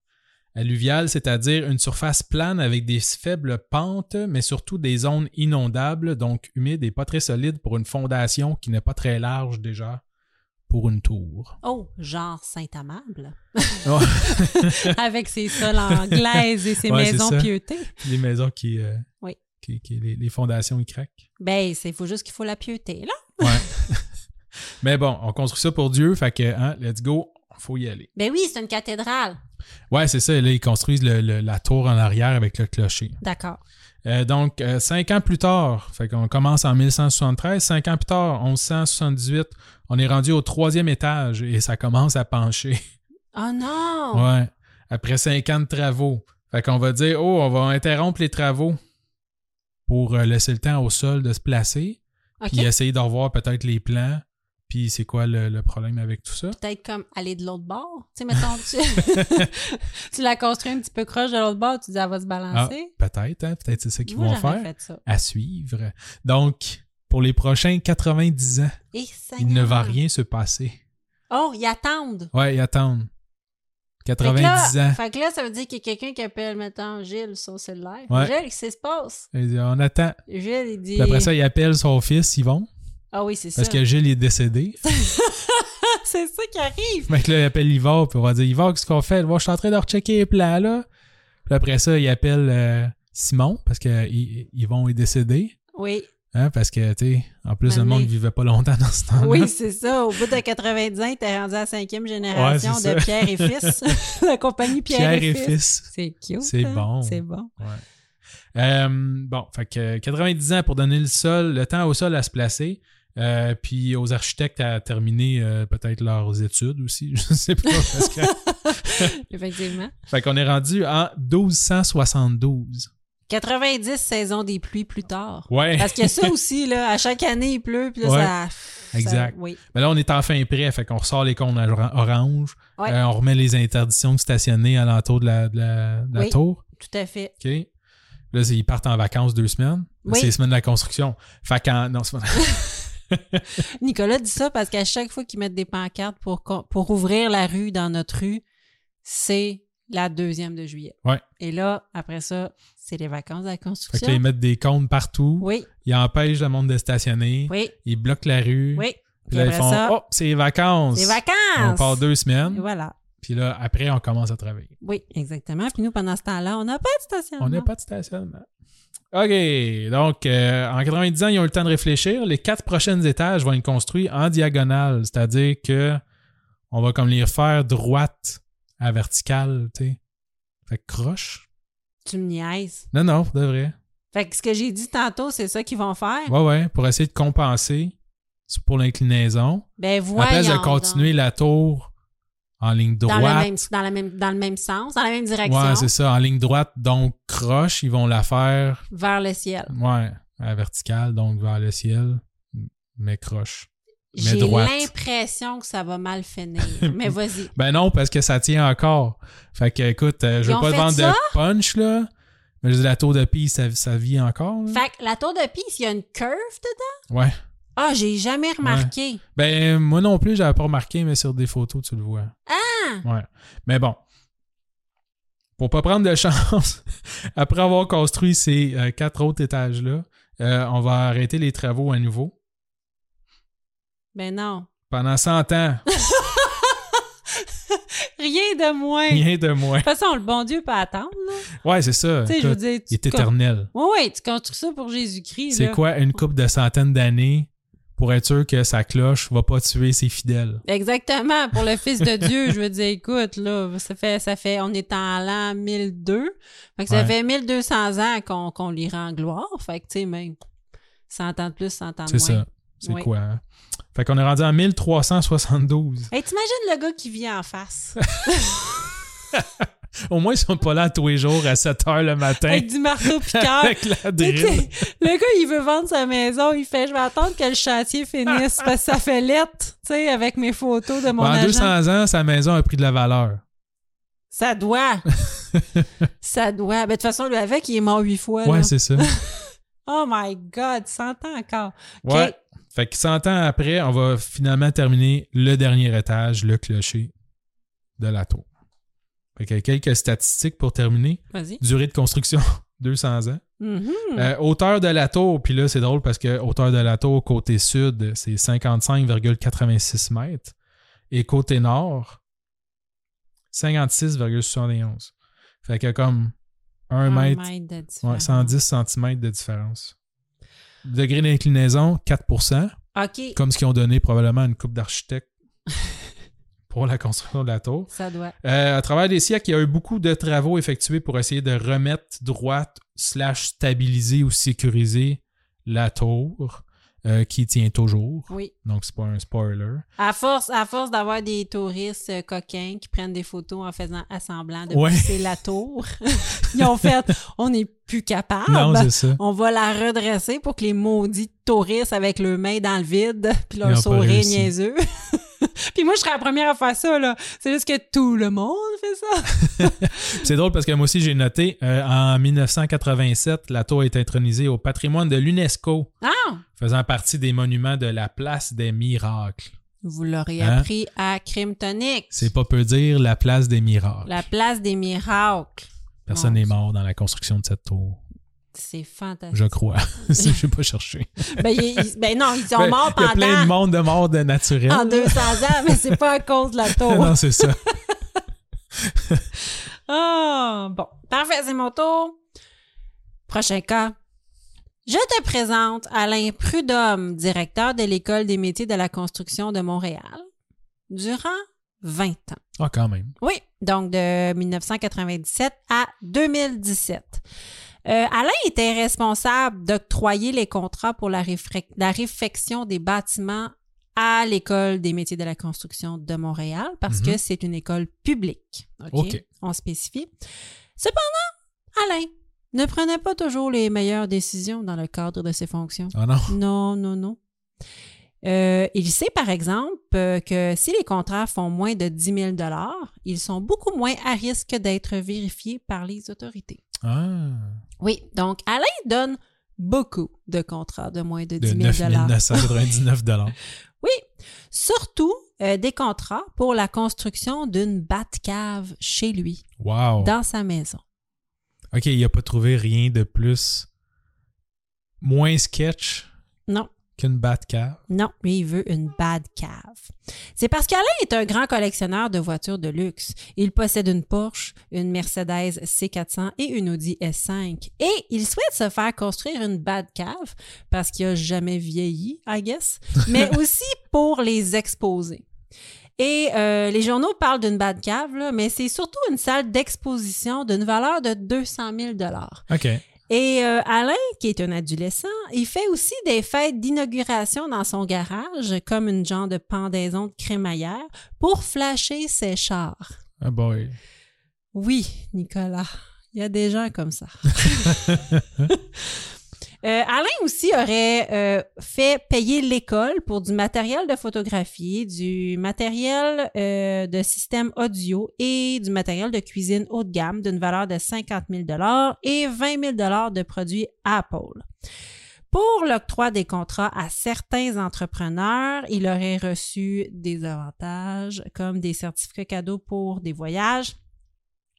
S2: Alluviale, c'est-à-dire une surface plane avec des faibles pentes, mais surtout des zones inondables, donc humides et pas très solides pour une fondation qui n'est pas très large déjà pour une tour.
S1: Oh, genre Saint-Amable.
S2: Oh,
S1: Avec ses sols anglaises et ses
S2: Ouais, c'est
S1: maisons
S2: ça.
S1: pieutés.
S2: les maisons qui. euh,
S1: Oui.
S2: qui, qui- les, les fondations, ils craquent.
S1: Ben, il faut juste qu'il faut la pieuté, là.
S2: Ouais. Mais bon, on construit ça pour Dieu, fait que, hein, let's go, faut y aller.
S1: Ben oui, c'est une cathédrale.
S2: Ouais, c'est ça, là, ils construisent le- le- la tour en arrière avec le clocher.
S1: D'accord.
S2: Euh, donc, euh, cinq ans plus tard, fait qu'on commence en 1173, cinq ans plus tard, 1178, on est rendu au troisième étage et ça commence à pencher.
S1: Oh non!
S2: Ouais. Après 50 travaux. Fait qu'on va dire, oh, on va interrompre les travaux pour euh, laisser le temps au sol de se placer,
S1: OK.
S2: puis essayer de revoir peut-être les plans, puis c'est quoi le, le problème avec tout ça.
S1: peut-être comme aller de l'autre bord. Tu sais, mettons, tu, tu la construis un petit peu croche de l'autre bord, tu dis, elle va se balancer.
S2: Peut-être, hein? peut-être c'est ça Ah, qu'ils
S1: Moi,
S2: vont
S1: j'aurais
S2: faire.
S1: fait ça.
S2: À suivre. Donc, pour les prochains 90 ans,
S1: Et
S2: il ne va rien se passer.
S1: Oh, ils attendent.
S2: Ouais, ils attendent.
S1: Fait que,
S2: 90
S1: là,
S2: ans.
S1: fait que là, ça veut dire qu'il y a quelqu'un qui appelle, mettons, Gilles sur le cellulaire.
S2: Ouais.
S1: Gilles, qu'est-ce qui se passe?
S2: Il dit, On attend.
S1: Gilles, il dit.
S2: Puis après ça, il appelle son fils, Yvon,
S1: ah oui, c'est ça.
S2: parce que Gilles est décédé.
S1: c'est ça qui arrive.
S2: Fait que là, il appelle Ivar, puis on va dire Ivar, qu'est-ce qu'on fait? Il va, je suis en train de rechecker les plans, là. Puis après ça, il appelle euh, Simon, parce qu'Yvon est décédé.
S1: Oui,
S2: Hein, parce que, tu sais, en plus, le
S1: Mané.
S2: monde ne vivait pas longtemps dans ce temps-là.
S1: oui, c'est ça. Au bout de 90 ans, t'es rendu à la cinquième génération
S2: Ouais, c'est
S1: de
S2: ça.
S1: Pierre et Fils. la compagnie Pierre, et, Fils. C'est cute.
S2: C'est
S1: hein?
S2: bon.
S1: C'est bon.
S2: Ouais. Euh, bon, fait que 90 ans pour donner le sol, le temps au sol à se placer. euh, puis aux architectes à terminer euh, peut-être leurs études aussi, je sais pas. Parce que...
S1: Effectivement.
S2: fait qu'on est rendu en 1272.
S1: 90 saisons des pluies plus tard.
S2: Ouais.
S1: Parce que ça aussi, là, à chaque année, il pleut, puis là,
S2: Ouais.
S1: ça- ça.
S2: Exact.
S1: Oui.
S2: Mais là, on est enfin prêt, fait qu'on ressort les cônes or- orange.
S1: Ouais.
S2: Euh, on remet les interdictions de stationner à l'entour de la, de la- de la
S1: Oui.
S2: tour.
S1: Tout à fait.
S2: OK. Là, c'est- ils partent en vacances deux semaines. Là,
S1: Oui.
S2: C'est les semaines de la construction. Fait qu'en. Non, c'est pas-
S1: Nicolas dit ça parce qu'à chaque fois qu'ils mettent des pancartes pour, qu'on- pour ouvrir la rue dans notre rue, c'est la deuxième de juillet.
S2: Ouais.
S1: Et là, après ça, c'est les vacances de la
S2: Fait que
S1: construction.
S2: là, ils mettent des cônes partout.
S1: Oui,
S2: Ils empêchent le monde de stationner.
S1: oui,
S2: Ils bloquent la rue.
S1: oui.
S2: Puis
S1: Et
S2: là, ils
S1: après
S2: font
S1: ça,
S2: Oh, c'est les vacances.
S1: les
S2: On
S1: vacances!
S2: part deux
S1: Et
S2: semaines.
S1: Voilà.
S2: Puis là, après, on commence à travailler.
S1: Oui, exactement. Puis nous, pendant ce temps-là, on n'a pas de stationnement.
S2: On n'a pas de stationnement. OK. Donc, euh, en 90 ans, ils ont eu le temps de réfléchir. Les quatre prochaines étages vont être construits en diagonale, c'est-à-dire que on va comme les refaire droite à verticale, tu sais. Fait que croche.
S1: Tu me niaises.
S2: Non, non, pour de vrai.
S1: Fait que ce que j'ai dit tantôt, c'est ça qu'ils vont faire.
S2: Ouais, ouais, pour essayer de compenser sur- pour l'inclinaison.
S1: Ben
S2: À la
S1: voyons.
S2: place de
S1: donc.
S2: continuer la tour en ligne
S1: dans
S2: droite.
S1: le, même, dans, la même, dans le même sens, dans la même direction,
S2: Ouais, c'est ça, en ligne droite, donc croche, ils vont la faire,
S1: vers le ciel.
S2: ouais, à la verticale, donc vers le ciel, mais croche. Mais
S1: J'ai
S2: droite.
S1: l'impression que ça va mal finir. Mais vas-y.
S2: Ben non, parce que ça tient encore. Fait que, écoute, euh, je
S1: Ils
S2: veux
S1: ont
S2: pas te
S1: fait
S2: vendre
S1: ça?
S2: de punch, là, mais je dis, la tour de pie, ça, ça vit encore. là.
S1: Fait que la tour de piste, il y a une curve dedans?
S2: Ouais.
S1: Ah, j'ai jamais remarqué.
S2: Ben, moi non plus, j'avais pas remarqué, mais sur des photos, tu le vois.
S1: Ah!
S2: Ouais. Mais bon. Pour pas prendre de chance, après avoir construit ces euh, quatre autres étages-là, euh, on va arrêter les travaux à nouveau.
S1: Ben non.
S2: Pendant 100 ans,
S1: Rien de moins. De
S2: rien de moins.
S1: toute façon, le bon Dieu peut attendre. là.
S2: Ouais, c'est ça.
S1: Tu sais, je veux
S2: Ben, Écoute,
S1: dire...
S2: il est
S1: tu con-
S2: éternel.
S1: Ouais, ouais, tu construis ça pour Jésus-Christ.
S2: C'est
S1: là.
S2: quoi une coupe de centaines d'années pour être sûr que sa cloche va pas tuer ses fidèles?
S1: Exactement, pour le Fils de Dieu, je veux dire, écoute, là, ça fait, ça fait, on est en l'an 1002, fait que ça
S2: Ouais.
S1: fait 1200 ans qu'on qu'on l'y rend gloire, fait que, tu sais, même, 100 ans de plus, 100 ans de
S2: C'est
S1: moins.
S2: ça. C'est
S1: Oui.
S2: quoi? hein? Fait qu'on est rendu en 1372.
S1: Hey, t'imagines le gars qui vit en face,
S2: Au moins, ils sont pas là tous les jours à 7 heures le matin
S1: avec du marteau piqueur.
S2: avec la
S1: Tu sais que
S2: drill.
S1: le gars, il veut vendre sa maison, il fait, je vais attendre que le chantier finisse, parce que ça fait lettre, tu sais, avec mes photos de mon
S2: Pendant
S1: agent.
S2: 200 ans, sa maison a pris de la valeur.
S1: Ça doit, ça doit. Ben, de toute façon, lui, avec, il est mort huit fois, là.
S2: Ouais, c'est ça.
S1: Oh my God, 100 ans encore. OK.
S2: Ouais. Fait que 100 ans après, on va finalement terminer le dernier étage, le clocher de la tour. Fait que quelques statistiques pour terminer.
S1: Vas-y.
S2: Durée de construction, 200 ans.
S1: Mhm.
S2: Euh, hauteur de la tour, puis là, c'est drôle parce que hauteur de la tour, côté sud, c'est 55,86 mètres. Et côté nord, 56,71. Fait que comme 1
S1: Un
S2: mètre
S1: de
S2: Ouais,
S1: différence.
S2: 110 cm de différence. Degré d'inclinaison, 4
S1: OK,
S2: comme ce qu'ils ont donné probablement à une coupe d'architectes pour la construction de la tour.
S1: ça doit.
S2: Euh, à travers les siècles, il y a eu beaucoup de travaux effectués pour essayer de remettre droite, slash stabiliser ou sécuriser la tour euh, qui tient toujours.
S1: Oui.
S2: Donc, c'est pas un spoiler.
S1: À force, à force d'avoir des touristes euh, coquins qui prennent des photos en faisant assemblant de
S2: Ouais.
S1: pousser la tour, ils ont fait on n'est plus capable.
S2: non, c'est ça.
S1: on va la redresser pour que les maudits touristes avec leurs mains dans le vide puis
S2: Ils
S1: leur
S2: ont pas
S1: sourire
S2: réussi.
S1: niaiseux. puis moi, je serais la première à faire ça, là. C'est juste que tout le monde fait ça.
S2: C'est drôle parce que moi aussi, j'ai noté, euh, en 1987, la tour est intronisée au patrimoine de l'UNESCO.
S1: Ah!
S2: faisant partie des monuments de la place des miracles.
S1: Vous l'aurez
S2: Hein?
S1: appris à Crime Tonic.
S2: C'est pas peu dire la place des miracles.
S1: La place des miracles.
S2: Personne
S1: Mon
S2: n'est
S1: Dieu.
S2: mort dans la construction de cette tour,
S1: C'est fantastique.
S2: je crois. Je sais pas chercher.
S1: Ben, ils- ils- ben non, ils sont
S2: Ben,
S1: morts
S2: Il y a plein de
S1: pendant Ah,
S2: monde de morts de naturel.
S1: en 200 ans, mais c'est pas à cause de la tour.
S2: non, c'est ça.
S1: Ah, bon. Parfait, c'est mon tour. Prochain cas. Je te présente Alain Prudhomme, directeur de l'École des métiers de la construction de Montréal, durant 20 ans.
S2: Ah, quand même.
S1: Oui, donc de 1997 à 2017. Euh, Alain était responsable d'octroyer les contrats pour la, réfrec- la réfection des bâtiments à l'École des métiers de la construction de Montréal parce que
S2: Mhm.
S1: c'est une école publique.
S2: OK.
S1: On spécifie. Cependant, Alain ne prenait pas toujours les meilleures décisions dans le cadre de ses fonctions.
S2: Ah non.
S1: Non, non, non. Euh, il sait, par exemple, euh, que si les contrats font moins de 10 000 ils sont beaucoup moins à risque d'être vérifiés par les autorités.
S2: Ah.
S1: Oui, donc Alain donne beaucoup de contrats de moins de 10
S2: De
S1: 000
S2: 9 999
S1: Oui, surtout euh, des contrats pour la construction d'une cave chez lui,
S2: Wow.
S1: dans sa maison.
S2: OK, il a pas trouvé rien de plus moins sketch
S1: Non,
S2: qu'une Batcave.
S1: Non, lui, il veut une bad cave. C'est parce qu'Alain est un grand collectionneur de voitures de luxe. Il possède une Porsche, une Mercedes C400 et une Audi S5. Et il souhaite se faire construire une bad cave parce qu'il a jamais vieilli, I guess, mais aussi pour les exposer. Et euh, les journaux parlent d'une bad cave, là, mais c'est surtout une salle d'exposition d'une valeur de 200 000
S2: OK.
S1: et euh, Alain, qui est un adolescent, il fait aussi des fêtes d'inauguration dans son garage, comme une genre de pendaison de crémaillère, pour flasher ses chars.
S2: Ah boy.
S1: Oui, Nicolas, il y a des gens comme ça. Euh, Alain aussi aurait euh, fait payer l'école pour du matériel de photographie, du matériel euh, de système audio et du matériel de cuisine haut de gamme d'une valeur de 50 000 et 20 000 de produits Apple. Pour l'octroi des contrats à certains entrepreneurs, il aurait reçu des avantages comme des certificats cadeaux pour des voyages,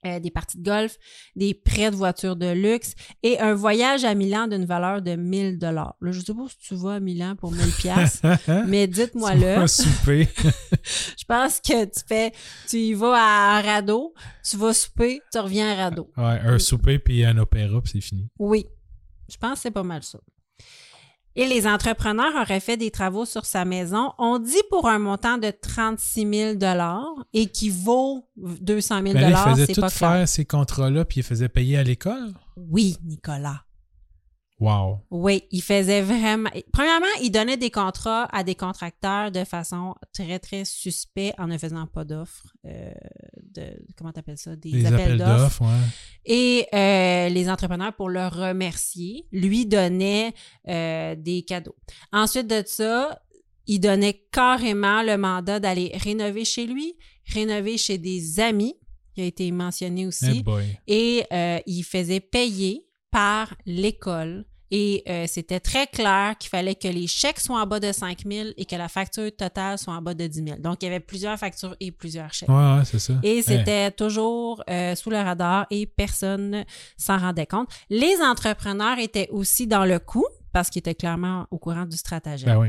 S1: euh, des parties de golf, des prêts de voitures de luxe et un voyage à Milan d'une valeur de 1000 dollars. Là, je sais pas si tu vas à Milan pour 1000 pièces, mais dites-moi
S2: C'est pas
S1: le.
S2: Un souper.
S1: Je pense que tu fais tu y vas à Radeau, tu vas souper, tu reviens à Radeau.
S2: Ouais, un souper puis un opéra, puis c'est fini.
S1: Oui, je pense que c'est pas mal ça. Et les entrepreneurs auraient fait des travaux sur sa maison, on dit pour un montant de 36 000 et qui vaut 200 000
S2: Mais Ben là, il faisait
S1: c'est
S2: tout
S1: pas
S2: faire
S1: clair.
S2: ces contrats-là, puis il faisait payer à l'école?
S1: Oui, Nicolas.
S2: Wow.
S1: Oui, il faisait vraiment. Premièrement, il donnait des contrats à des contracteurs de façon très, très suspecte en ne faisant pas d'offres. euh, de, comment t'appelles ça? Des,
S2: Des appels d'offres, ouais.
S1: Et euh, les entrepreneurs, pour le remercier, lui donnaient euh, des cadeaux. Ensuite de ça, il donnait carrément le mandat d'aller rénover chez lui, rénover chez des amis, qui a été mentionné
S2: Eh
S1: aussi,
S2: boy.
S1: et euh, il faisait payer par l'école. Et euh, c'était très clair qu'il fallait que les chèques soient en bas de 5 000 et que la facture totale soit en bas de 10 000. Donc, il y avait plusieurs factures et plusieurs chèques.
S2: Ouais, ouais, c'est ça.
S1: Et c'était toujours euh, sous le radar et personne s'en rendait compte. Les entrepreneurs étaient aussi dans le coup parce qu'ils étaient clairement au courant du
S2: Eh,
S1: stratagème.
S2: Ben oui.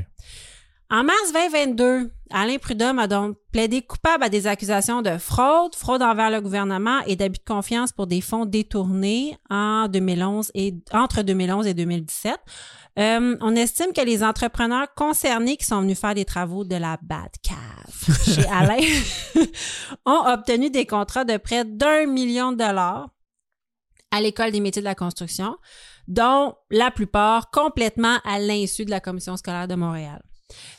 S1: En mars 2022, Alain Prudhomme a donc plaidé coupable à des accusations de fraude, fraude envers le gouvernement et d'abus de confiance pour des fonds détournés en 2011 et entre 2011 et 2017. Euh, on estime que les entrepreneurs concernés qui sont venus faire des travaux de la bad cave chez Alain ont obtenu des contrats de près d'un million de dollars à l'École des métiers de la construction, dont la plupart complètement à l'insu de la Commission scolaire de Montréal.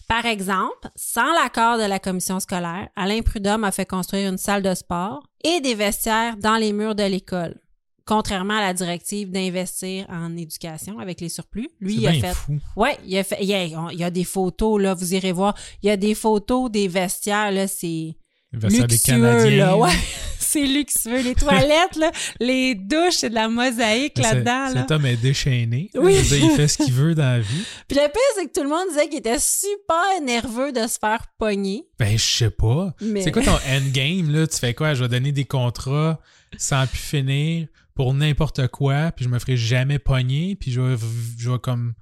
S1: Par exemple, sans l'accord de la commission scolaire, Alain Prudhomme a fait construire une salle de sport et des vestiaires dans les murs de l'école. Contrairement à la directive d'investir en éducation avec les surplus, lui,
S2: C'est
S1: il a
S2: bien
S1: fait
S2: fou.
S1: Ouais, il y a, fait- il y a- on- il y a des photos, là, vous irez voir. Il y a des photos des vestiaires, là, c'est
S2: Il va faire des
S1: luxueux,
S2: Canadiens.
S1: là. Ouais, c'est luxueux. Les toilettes, là, les douches, c'est de la mosaïque
S2: Mais c'est-
S1: là-dedans, là.
S2: Cet homme est déchaîné.
S1: Oui.
S2: Je veux dire, il fait ce qu'il veut dans la vie.
S1: Puis le pire, c'est que tout le monde disait qu'il était super nerveux de se faire pogner.
S2: Ben, je sais pas.
S1: Mais...
S2: C'est quoi ton endgame, là? Tu fais quoi? Je vais donner des contrats sans plus finir pour n'importe quoi, puis je me ferai jamais pogner, puis je vais, je vais comme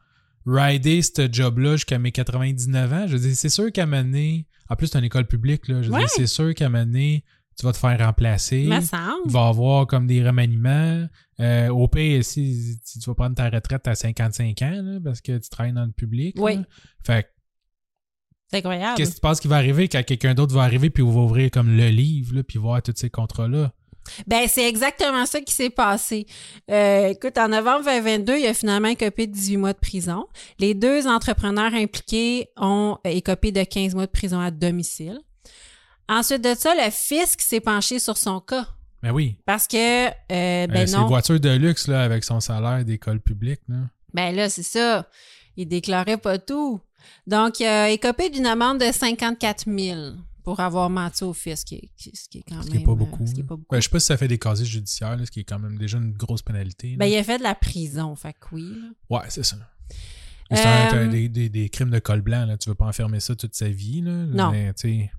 S2: rider ce job-là jusqu'à mes 99 ans. Je veux dire, c'est sûr qu'à mener... En plus, c'est une école publique, là. Je veux
S1: Ouais.
S2: dire, c'est sûr qu'à mener... tu vas te faire remplacer.
S1: me semble.
S2: Il va y avoir comme des remaniements. Euh, au pire, si, si tu vas prendre ta retraite à 55 ans, là, parce que tu travailles dans le public.
S1: Oui.
S2: là. Fait que
S1: C'est incroyable.
S2: qu'est-ce que tu penses qui va arriver quand quelqu'un d'autre va arriver puis va ouvrir comme le livre, là, puis voir tous ces contrats-là?
S1: Ben, c'est exactement ça qui s'est passé. Euh, écoute, en novembre 2022, il a finalement écopé de 18 mois de prison. Les deux entrepreneurs impliqués ont euh, écopé de 15 mois de prison à domicile. Ensuite de ça, le fisc s'est penché sur son cas.
S2: Ben oui.
S1: Parce que, euh,
S2: Euh,
S1: ben
S2: c'est
S1: non,
S2: une voiture de luxe là, avec son salaire d'école publique. Là.
S1: ben là, c'est ça. Il déclarait pas tout. Donc, il a écopé d'une amende de 54 000 pour avoir menti au fisc, ce qui est, ce qui est quand
S2: Ce qui
S1: même...
S2: n'est pas
S1: euh,
S2: beaucoup.
S1: Ce qui est pas
S2: là.
S1: beaucoup.
S2: Ben, je sais pas si ça fait des casiers judiciaires, là, ce qui est quand même déjà une grosse pénalité. là.
S1: Ben, il a fait de la prison, fait que oui. là.
S2: Ouais, c'est ça. Mais C'est un-
S1: Euh,
S2: t'as des, des- des crimes de col blanc, là. tu veux pas enfermer ça toute sa vie. Là.
S1: Non.
S2: Mais, tu sais,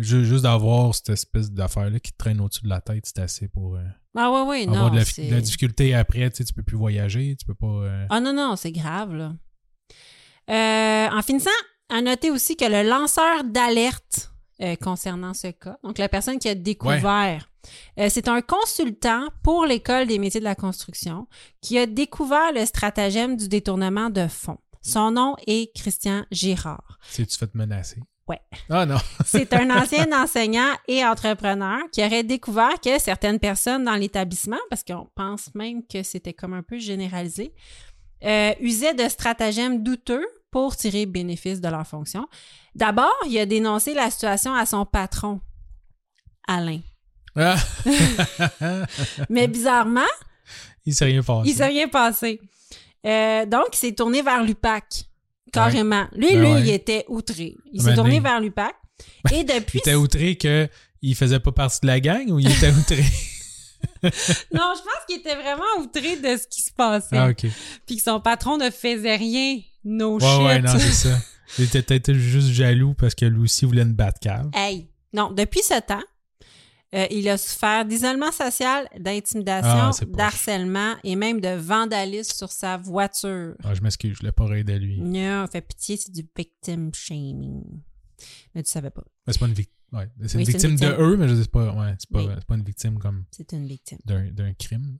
S2: ju- juste d'avoir cette espèce d'affaire-là qui te traîne au-dessus de la tête, c'est assez pour euh,
S1: Ah ouais, oui, non,
S2: avoir de la,
S1: c'est-
S2: de la difficulté après. Tu sais, tu peux plus voyager, tu peux pas. euh,
S1: Ah non, non, c'est grave, là. Euh, en finissant, à noter aussi que le lanceur d'alerte euh, concernant ce cas, donc la personne qui a découvert, euh, c'est un consultant pour l'École des métiers de la construction qui a découvert le stratagème du détournement de fonds. Son nom est Christian Girard.
S2: tu tu fais te menacer.
S1: Ouais.
S2: Ah non.
S1: C'est un ancien enseignant et entrepreneur qui aurait découvert que certaines personnes dans l'établissement, parce qu'on pense même que c'était comme un peu généralisé, euh, usaient de stratagèmes douteux pour tirer bénéfice de leur fonction. D'abord, il a dénoncé la situation à son patron, Alain.
S2: Ah.
S1: Mais bizarrement,
S2: Il s'est rien passé.
S1: il s'est rien passé. Euh, donc, il s'est tourné vers l'UPAC, carrément. Lui,
S2: Ben
S1: lui,
S2: ouais.
S1: il était outré. Il
S2: Un
S1: s'est
S2: moment
S1: tourné
S2: donné.
S1: vers l'UPAC. Et depuis
S2: Il était outré que il faisait pas partie de la gang ou il était outré?
S1: Non, je pense qu'il était vraiment outré de ce qui se passait.
S2: ah, ok.
S1: Puis que son patron ne faisait rien. No
S2: Ouais,
S1: Oh, shit.
S2: ouais, non, c'est ça. Il était peut-être juste jaloux parce que lui aussi voulait une Batcave.
S1: hey, non, depuis ce temps, euh, il a souffert d'isolement social, d'intimidation,
S2: Ah, c'est poche.
S1: d'harcèlement et même de vandalisme sur sa voiture.
S2: Ah, je m'excuse, je voulais pas raider à lui.
S1: Non, fait pitié, c'est du victim shaming. Mais tu savais pas,
S2: Mais c'est pas une victime. Ouais, c'est une,
S1: Oui, c'est une
S2: victime de
S1: victime.
S2: eux, mais je dis c'est pas, ouais, c'est pas,
S1: Oui.
S2: c'est pas une victime comme
S1: c'est une victime.
S2: d'un d'un crime.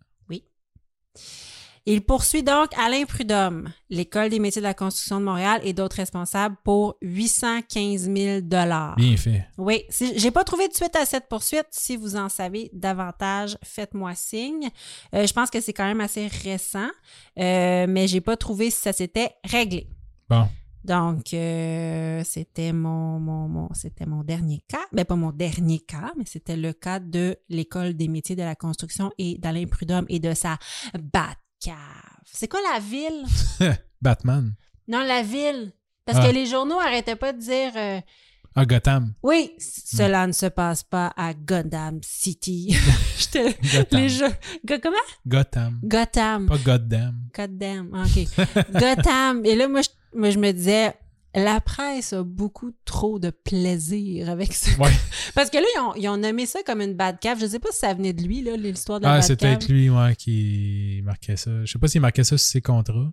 S1: Il poursuit donc Alain Prudhomme, l'École des métiers de la construction de Montréal et d'autres responsables pour 815 000
S2: Bien fait.
S1: Oui, si- j'ai pas trouvé de suite à cette poursuite. Si vous en savez davantage, faites-moi signe. Euh, je pense que c'est quand même assez récent, euh, mais j'ai pas trouvé si ça s'était réglé.
S2: Bon.
S1: Donc, euh, c'était mon, mon, mon- c'était mon dernier cas. Ben, pas mon dernier cas, mais c'était le cas de l'École des métiers de la construction et d'Alain Prudhomme et de sa Batcave. C'est quoi la ville?
S2: Batman.
S1: Non, la ville. Parce
S2: Ah.
S1: que les journaux arrêtaient pas de dire... euh,
S2: Ah, Gotham.
S1: oui, c- cela ne se passe pas à Gotham City. J'étais-
S2: Gotham.
S1: les Mm. jeux. Go- comment?
S2: Gotham.
S1: Gotham.
S2: Pas Goddam.
S1: Gotham. Ah, OK. Gotham. Et là, moi je, moi, je me disais, la presse a beaucoup trop de plaisir avec ça.
S2: Ouais.
S1: Parce que là, ils ont, ils ont nommé ça comme une bad cave. Je sais pas si ça venait de lui, là, l'histoire de la
S2: Ah,
S1: bad
S2: c'est
S1: cave.
S2: peut-être lui, ouais, qui marquait ça. Je sais pas s'il marquait ça sur ses contrats.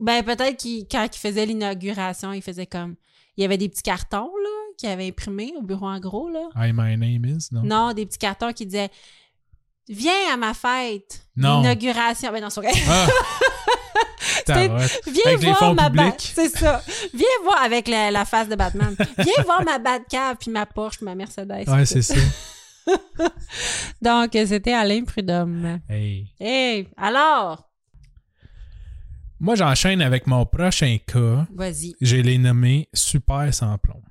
S1: Ben, peut-être qu'il, quand il faisait l'inauguration, il faisait comme. Il y avait des petits cartons, là, qu'il avait imprimés au bureau en gros, là.
S2: I, my name is, non?
S1: Non, des petits cartons qui disaient Viens à ma fête.
S2: Non.
S1: Inauguration. Ben non, c'est vrai.
S2: Ah! Tabarouette.
S1: Viens
S2: Avec des
S1: voir
S2: fonds
S1: ma bat.
S2: publics.
S1: C'est ça. Viens voir avec la, la face de Batman. Viens voir ma Batcave puis ma Porsche, puis ma Mercedes.
S2: Ouais, c'est ça.
S1: Donc, c'était Alain Prudhomme.
S2: Hey.
S1: Hey, alors,
S2: Moi, j'enchaîne avec mon prochain cas.
S1: vas-y.
S2: Je l'ai nommé Super sans plomb.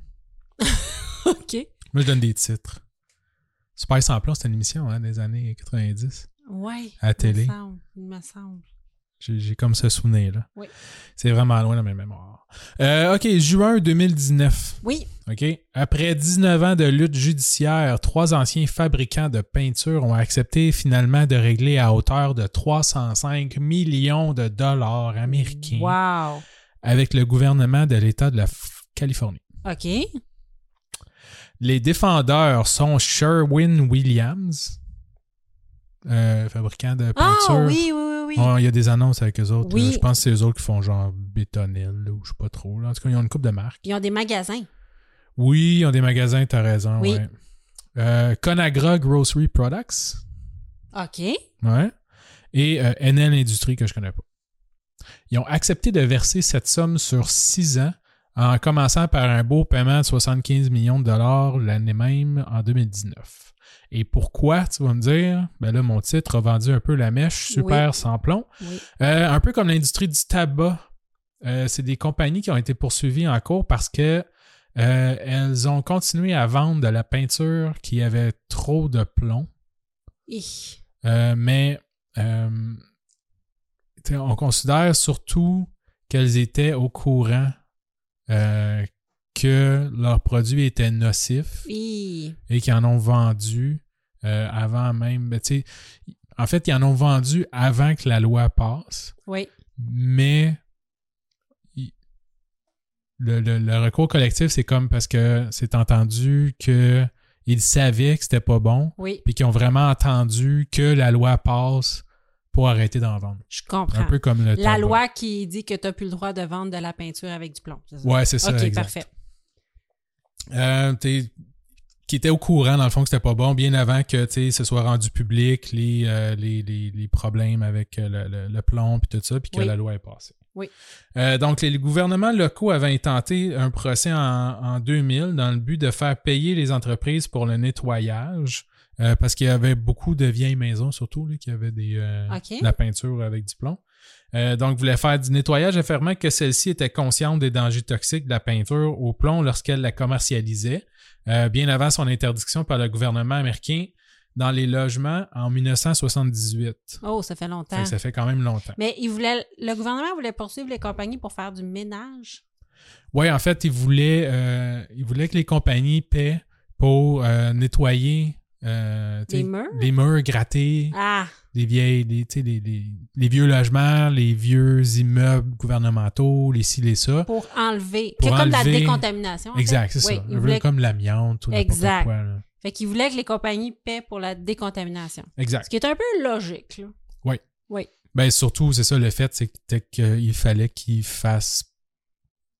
S1: OK.
S2: Moi, je donne des titres. Super sans plomb, c'était une émission hein, des années 90
S1: Ouais.
S2: à la
S1: Il
S2: télé.
S1: me semble. Il me semble.
S2: J'ai j'ai comme ce souvenir-là.
S1: Oui.
S2: C'est vraiment loin dans mes mémoires. Euh, OK, juin 2019.
S1: Oui.
S2: OK. Après 19 ans de lutte judiciaire, trois anciens fabricants de peinture ont accepté finalement de régler à hauteur de 305 millions de dollars américains
S1: Wow.
S2: avec le gouvernement de l'État de la F- Californie.
S1: OK.
S2: Les défendeurs sont Sherwin Williams, euh, fabricant de peinture.
S1: Ah, oui, oui, oui. oui.
S2: Ouais, Il y a des annonces avec eux autres.
S1: Oui.
S2: là. Je pense que c'est eux autres qui font genre Bétonel là, ou je sais pas trop. là. En tout cas, ils ont une coupe de marque.
S1: Puis ils ont des magasins.
S2: Oui, ils ont des magasins, t'as raison.
S1: Oui.
S2: ouais. euh, Conagra Grocery Products.
S1: OK.
S2: Ouais. Et euh, NL Industries que je connais pas. Ils ont accepté de verser cette somme sur six ans en commençant par un beau paiement de 75 millions de dollars l'année même en 2019. Et pourquoi, tu vas me dire? Ben là, mon titre a vendu un peu la mèche, super sans plomb.
S1: Oui.
S2: Euh, un peu comme l'industrie du tabac. Euh, c'est des compagnies qui ont été poursuivies en cours parce que euh, elles ont continué à vendre de la peinture qui avait trop de plomb.
S1: Hi.
S2: Euh, mais euh, tu sais, on considère surtout qu'elles étaient au courant euh, que leurs produits étaient nocifs
S1: Hi.
S2: et qu'ils en ont vendu euh, avant même. ben, tu sais, en fait, ils en ont vendu avant que la loi passe
S1: Oui.
S2: mais il- le, le- le recours collectif, c'est comme parce que c'est entendu que ils savaient que c'était pas bon,
S1: Oui.
S2: puis qu'ils ont vraiment entendu que la loi passe pour arrêter d'en vendre.
S1: Je
S2: Un
S1: comprends.
S2: peu comme le
S1: La
S2: tabac.
S1: loi qui dit que tu n'as plus le droit de vendre de la peinture avec du plomb. c'est ça?
S2: Ouais, c'est ça.
S1: OK,
S2: exact.
S1: parfait.
S2: Euh, t'es- qui était au courant, dans le fond, que c'était pas bon, bien avant que tu sais, ce soit rendu public les, euh, les, les- les problèmes avec euh, le, le- le plomb puis tout ça, puis que
S1: Oui.
S2: la loi est passée.
S1: Oui.
S2: Euh, donc, les gouvernements locaux avaient intenté un procès en, en 2000 dans le but de faire payer les entreprises pour le nettoyage, euh, parce qu'il y avait beaucoup de vieilles maisons, surtout, là, qui avaient des, euh,
S1: OK.
S2: de la peinture avec du plomb. Euh, donc, voulait faire du nettoyage affirmant que celle-ci était consciente des dangers toxiques de la peinture au plomb lorsqu'elle la commercialisait, euh, bien avant son interdiction par le gouvernement américain dans les logements en 1978.
S1: Oh, ça fait longtemps.
S2: Fait que ça fait quand même longtemps.
S1: Mais il voulait, le gouvernement voulait poursuivre les compagnies pour faire du ménage.
S2: Oui, en fait, ils voulaient, euh, ils voulaient que les compagnies paient pour euh, nettoyer euh, tu
S1: Les
S2: sais,
S1: murs?
S2: les murs grattés,
S1: Ah,
S2: les vieilles, les, tu sais, les- les- les vieux logements, les vieux immeubles gouvernementaux, les ci, les ça.
S1: pour enlever.
S2: Pour
S1: c'est comme de la
S2: enlever-
S1: décontamination. en fait.
S2: Exact, c'est
S1: Oui,
S2: ça.
S1: il
S2: Un peu
S1: voulait-
S2: comme l'amiante ou n'importe
S1: Exact.
S2: quoi. là.
S1: Fait qu'il voulait que les compagnies paient pour la décontamination. Ce
S2: Exact.
S1: qui est un peu logique, là.
S2: Ben surtout, c'est ça, le fait, c'est que- c'est qu'il fallait qu'ils fassent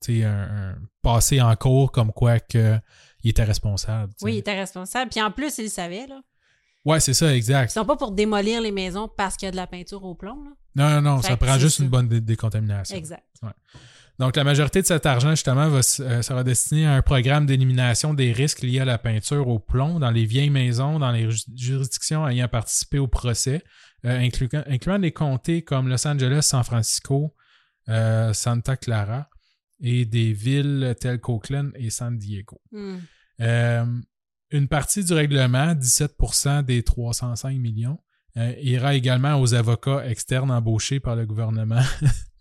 S2: tu sais, un, un passé en cours comme quoi que il était responsable. tu sais.
S1: Oui, il était responsable. Puis en plus, il le savait, là.
S2: Ouais, c'est ça,
S1: Ils
S2: exact.
S1: sont pas pour démolir les maisons parce qu'il y a de la peinture au plomb, là.
S2: Non, non, non,
S1: Fait
S2: ça
S1: que
S2: prend
S1: c'est
S2: juste
S1: ça.
S2: une bonne dé- décontamination.
S1: Exact.
S2: Donc, la majorité de cet argent, justement, va, s- euh, sera destiné à un programme d'élimination des risques liés à la peinture au plomb dans les vieilles maisons, dans les ju- juridictions ayant participé au procès, euh, incluant, incluant des comtés comme Los Angeles, San Francisco, euh, Santa Clara et des villes telles qu'Oakland et San Diego.
S1: Hmm.
S2: Euh, une partie du règlement, 17 des 305 millions, euh, ira également aux avocats externes embauchés par le gouvernement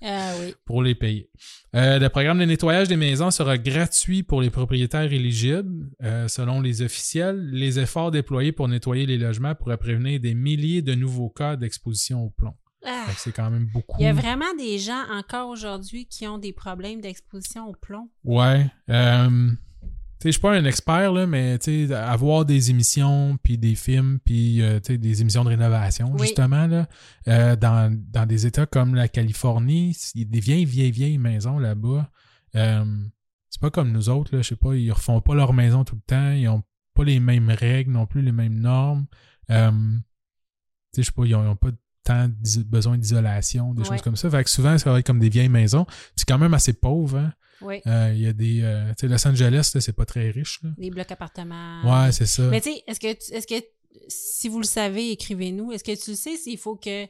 S1: Ah oui.
S2: pour les payer. Euh, le programme de nettoyage des maisons sera gratuit pour les propriétaires éligibles. Euh, selon les officiels, les efforts déployés pour nettoyer les logements pourraient prévenir des milliers de nouveaux cas d'exposition au plomb.
S1: Ah.
S2: Fait que C'est quand même beaucoup.
S1: Il y a vraiment des gens encore aujourd'hui qui ont des problèmes d'exposition au plomb.
S2: Ouais. Euh, tu sais, je suis pas un expert, là, mais tu sais, avoir des émissions, puis des films, puis euh, tu sais, des émissions de rénovation,
S1: Oui.
S2: justement, là, euh, dans, dans des États comme la Californie, il y a des vieilles, vieilles, vieilles maisons là-bas. Euh, c'est pas comme nous autres, là, je sais pas, ils refont pas leur maison tout le temps, ils ont pas les mêmes règles, non plus les mêmes normes. Euh, tu sais, je sais pas, ils ont, ils ont pas tant d'iso- besoin d'isolation, des
S1: Ouais.
S2: choses comme ça. Fait que souvent, ça va être comme des vieilles maisons. C'est quand même assez pauvre, hein?
S1: Oui.
S2: Euh, Il y a des. euh, tu sais, Los Angeles, là, c'est pas très riche. Là.
S1: Des blocs appartements.
S2: Ouais, c'est ça.
S1: Ah. Mais tu sais, est-ce que, tu- est-ce que, si vous le savez, écrivez-nous. Est-ce que tu le sais s'il faut que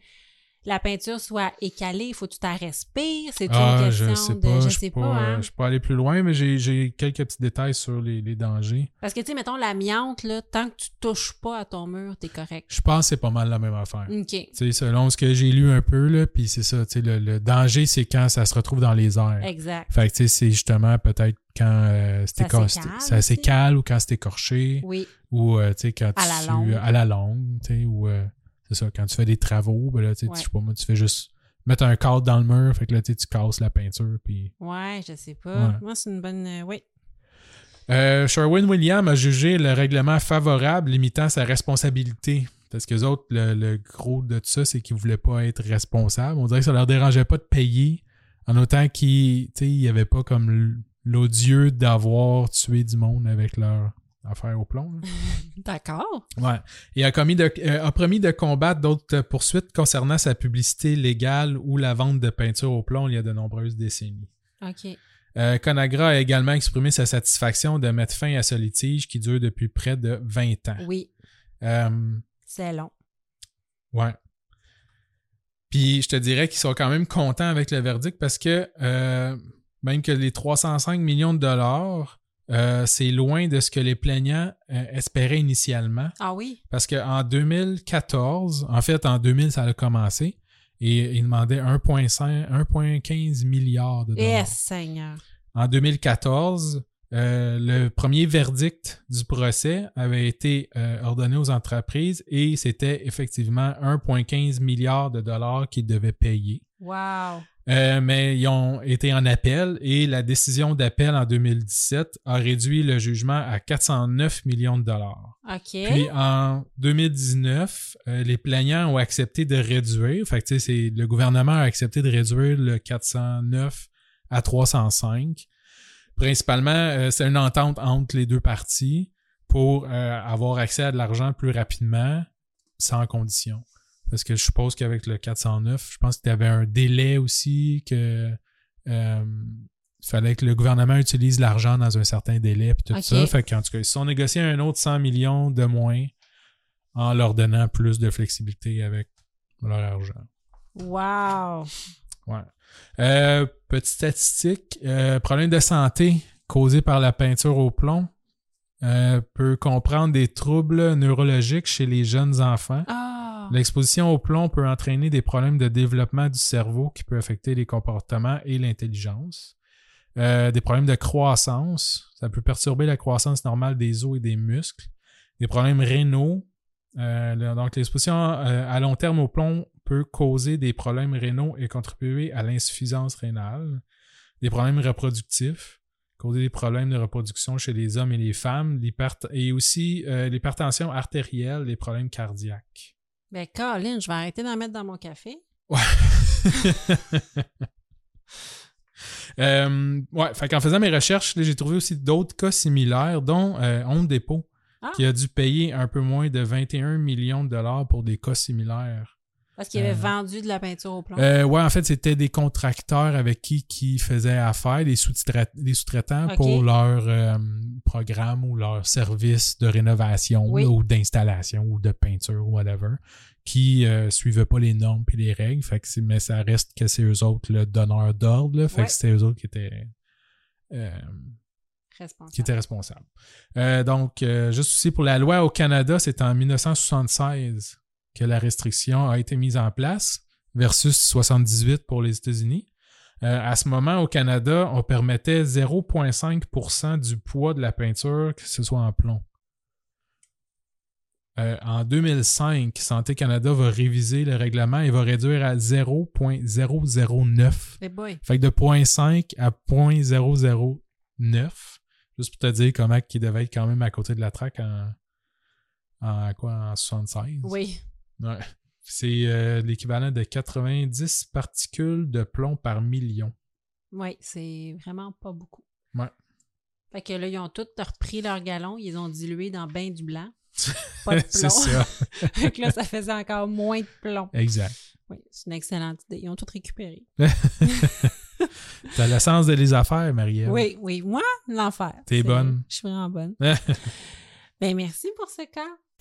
S1: la peinture soit écalée? Il faut que tu t'en respires? C'est
S2: Ah,
S1: une
S2: je
S1: question
S2: sais
S1: de.
S2: pas.
S1: je
S2: suis
S1: sais pas.
S2: euh,
S1: hein?
S2: Je suis pas allé plus loin, mais j'ai- j'ai quelques petits détails sur les, les dangers.
S1: Parce que, tu sais, mettons, l'amiante, là, tant que tu touches pas à ton mur, t'es correct.
S2: Je pense que c'est pas mal la même affaire.
S1: OK.
S2: Tu sais, selon ce que j'ai lu un peu, là, puis c'est ça. tu sais, Le, le danger, c'est quand ça se retrouve dans les airs.
S1: Exact.
S2: Fait que tu sais, c'est justement peut-être quand euh, c'est
S1: Ça
S2: écor-
S1: s'écale
S2: ça
S1: aussi.
S2: s'écale ou quand c'est écorché
S1: Oui.
S2: ou euh, tu sais, quand
S1: À
S2: tu
S1: la longue.
S2: à la longue, tu sais, ou euh, c'est ça, quand tu fais des travaux, ben là, tu sais,
S1: Ouais.
S2: je sais pas moi, tu fais juste mettre un cadre dans le mur, fait que là, tu sais, tu casses la peinture, puis
S1: Ouais, je sais pas.
S2: Ouais.
S1: Moi, c'est une bonne. euh, oui.
S2: Euh, Sherwin Williams a jugé le règlement favorable limitant sa responsabilité. Parce que les autres, le, le gros de ça, c'est qu'ils voulaient pas être responsables. On dirait que ça leur dérangeait pas de payer en autant qu'ils, tu sais, il y avait pas comme l'odieux d'avoir tué du monde avec leur Affaire au plomb. là.
S1: D'accord.
S2: Ouais. Et a, commis de- euh, a promis de combattre d'autres poursuites concernant sa publicité légale ou la vente de peinture au plomb il y a de nombreuses décennies.
S1: OK.
S2: Euh, Conagra a également exprimé sa satisfaction de mettre fin à ce litige qui dure depuis près de 20 ans.
S1: Oui,
S2: Euh,
S1: c'est long.
S2: ouais. Puis je te dirais qu'ils sont quand même contents avec le verdict parce que euh, même que les 305 millions de dollars, euh, c'est loin de ce que les plaignants euh, espéraient initialement.
S1: Ah oui?
S2: Parce qu'en 2014, en fait, en 2000, ça a commencé et ils demandaient 1,5 1,15 milliard de dollars.
S1: Yes, Seigneur.
S2: En 2014, euh, le premier verdict du procès avait été euh, ordonné aux entreprises et c'était effectivement 1,15 milliard de dollars qu'ils devaient payer.
S1: Wow.
S2: Euh, mais ils ont été en appel et la décision d'appel en 2017 a réduit le jugement à 409 millions de dollars.
S1: OK.
S2: Puis en 2019, euh, les plaignants ont accepté de réduire. Fait que, tu sais, c'est- le gouvernement a accepté de réduire le 409 à 305. Principalement, euh, c'est une entente entre les deux parties pour euh, avoir accès à de l'argent plus rapidement, sans condition. Parce que je suppose qu'avec le 409, je pense qu'il y avait un délai aussi que euh, fallait que le gouvernement utilise l'argent dans un certain délai puis tout
S1: Ok.
S2: ça. Fait qu'en tout cas, ils se sont négociés un autre 100 millions de moins en leur donnant plus de flexibilité avec leur argent.
S1: Wow.
S2: Ouais. Euh, petite statistique, euh, problème de santé causé par la peinture au plomb euh, peut comprendre des troubles neurologiques chez les jeunes enfants.
S1: Ah.
S2: L'exposition au plomb peut entraîner des problèmes de développement du cerveau qui peut affecter les comportements et l'intelligence. Euh, des problèmes de croissance, ça peut perturber la croissance normale des os et des muscles. Des problèmes rénaux. Euh, le- donc, l'exposition euh, à long terme au plomb peut causer des problèmes rénaux et contribuer à l'insuffisance rénale. Des problèmes reproductifs, causer des problèmes de reproduction chez les hommes et les femmes, l'hypert- et aussi euh, l'hypertension artérielle, les problèmes cardiaques.
S1: Ben, Colin, je vais arrêter d'en mettre dans mon café.
S2: Ouais. Euh, ouais, fait qu'en faisant mes recherches, là, j'ai trouvé aussi d'autres cas similaires, dont euh, Home Depot,
S1: Ah.
S2: qui a dû payer un peu moins de 21 millions de dollars pour des cas similaires.
S1: Parce qu'il avait
S2: Euh.
S1: vendu de la peinture au plomb.
S2: Euh, ouais, en fait, c'était des contracteurs avec qui qui faisaient affaire, des sous-traitants sous-traitants
S1: Ok.
S2: pour leur euh, programme ou leur service de rénovation
S1: Oui.
S2: là, ou d'installation ou de peinture ou whatever, qui euh, suivaient pas les normes et les règles. Fait que c'est- mais ça reste que c'est eux autres le donneur d'ordre. là. Fait
S1: Ouais.
S2: que c'était eux autres qui étaient euh, qui
S1: Responsable.
S2: était responsable. Euh, donc, euh, juste aussi pour la loi au Canada, c'est en 1976 que la restriction a été mise en place versus 78 pour les États-Unis. Euh, à ce moment, au Canada, on permettait 0,5 du poids de la peinture, que ce soit en plomb. Euh, en 2005, Santé Canada va réviser le règlement et va réduire à 0,009
S1: Eh boy.
S2: fait que de 0.5 à 0.009, juste pour te dire comment qu'il devait être quand même à côté de la track en, en quoi, en 76.
S1: Oui.
S2: Ouais. C'est euh, l'équivalent de 90 particules de plomb par million.
S1: Oui, c'est vraiment pas beaucoup.
S2: Ouais.
S1: Fait que là, ils ont tous repris leur galon, ils les ont dilué dans bain du blanc. Pas de
S2: C'est
S1: plomb.
S2: ça. Eh.
S1: Fait que là, ça faisait encore moins de plomb.
S2: Exact.
S1: Oui, c'est une excellente idée. Ils ont tout récupéré.
S2: T'as le sens de les affaires, Marie-Ève.
S1: Oui, oui. Moi, l'enfer.
S2: Eh T'es
S1: C'est-
S2: bonne.
S1: Je suis vraiment bonne. ben, merci pour ce cas.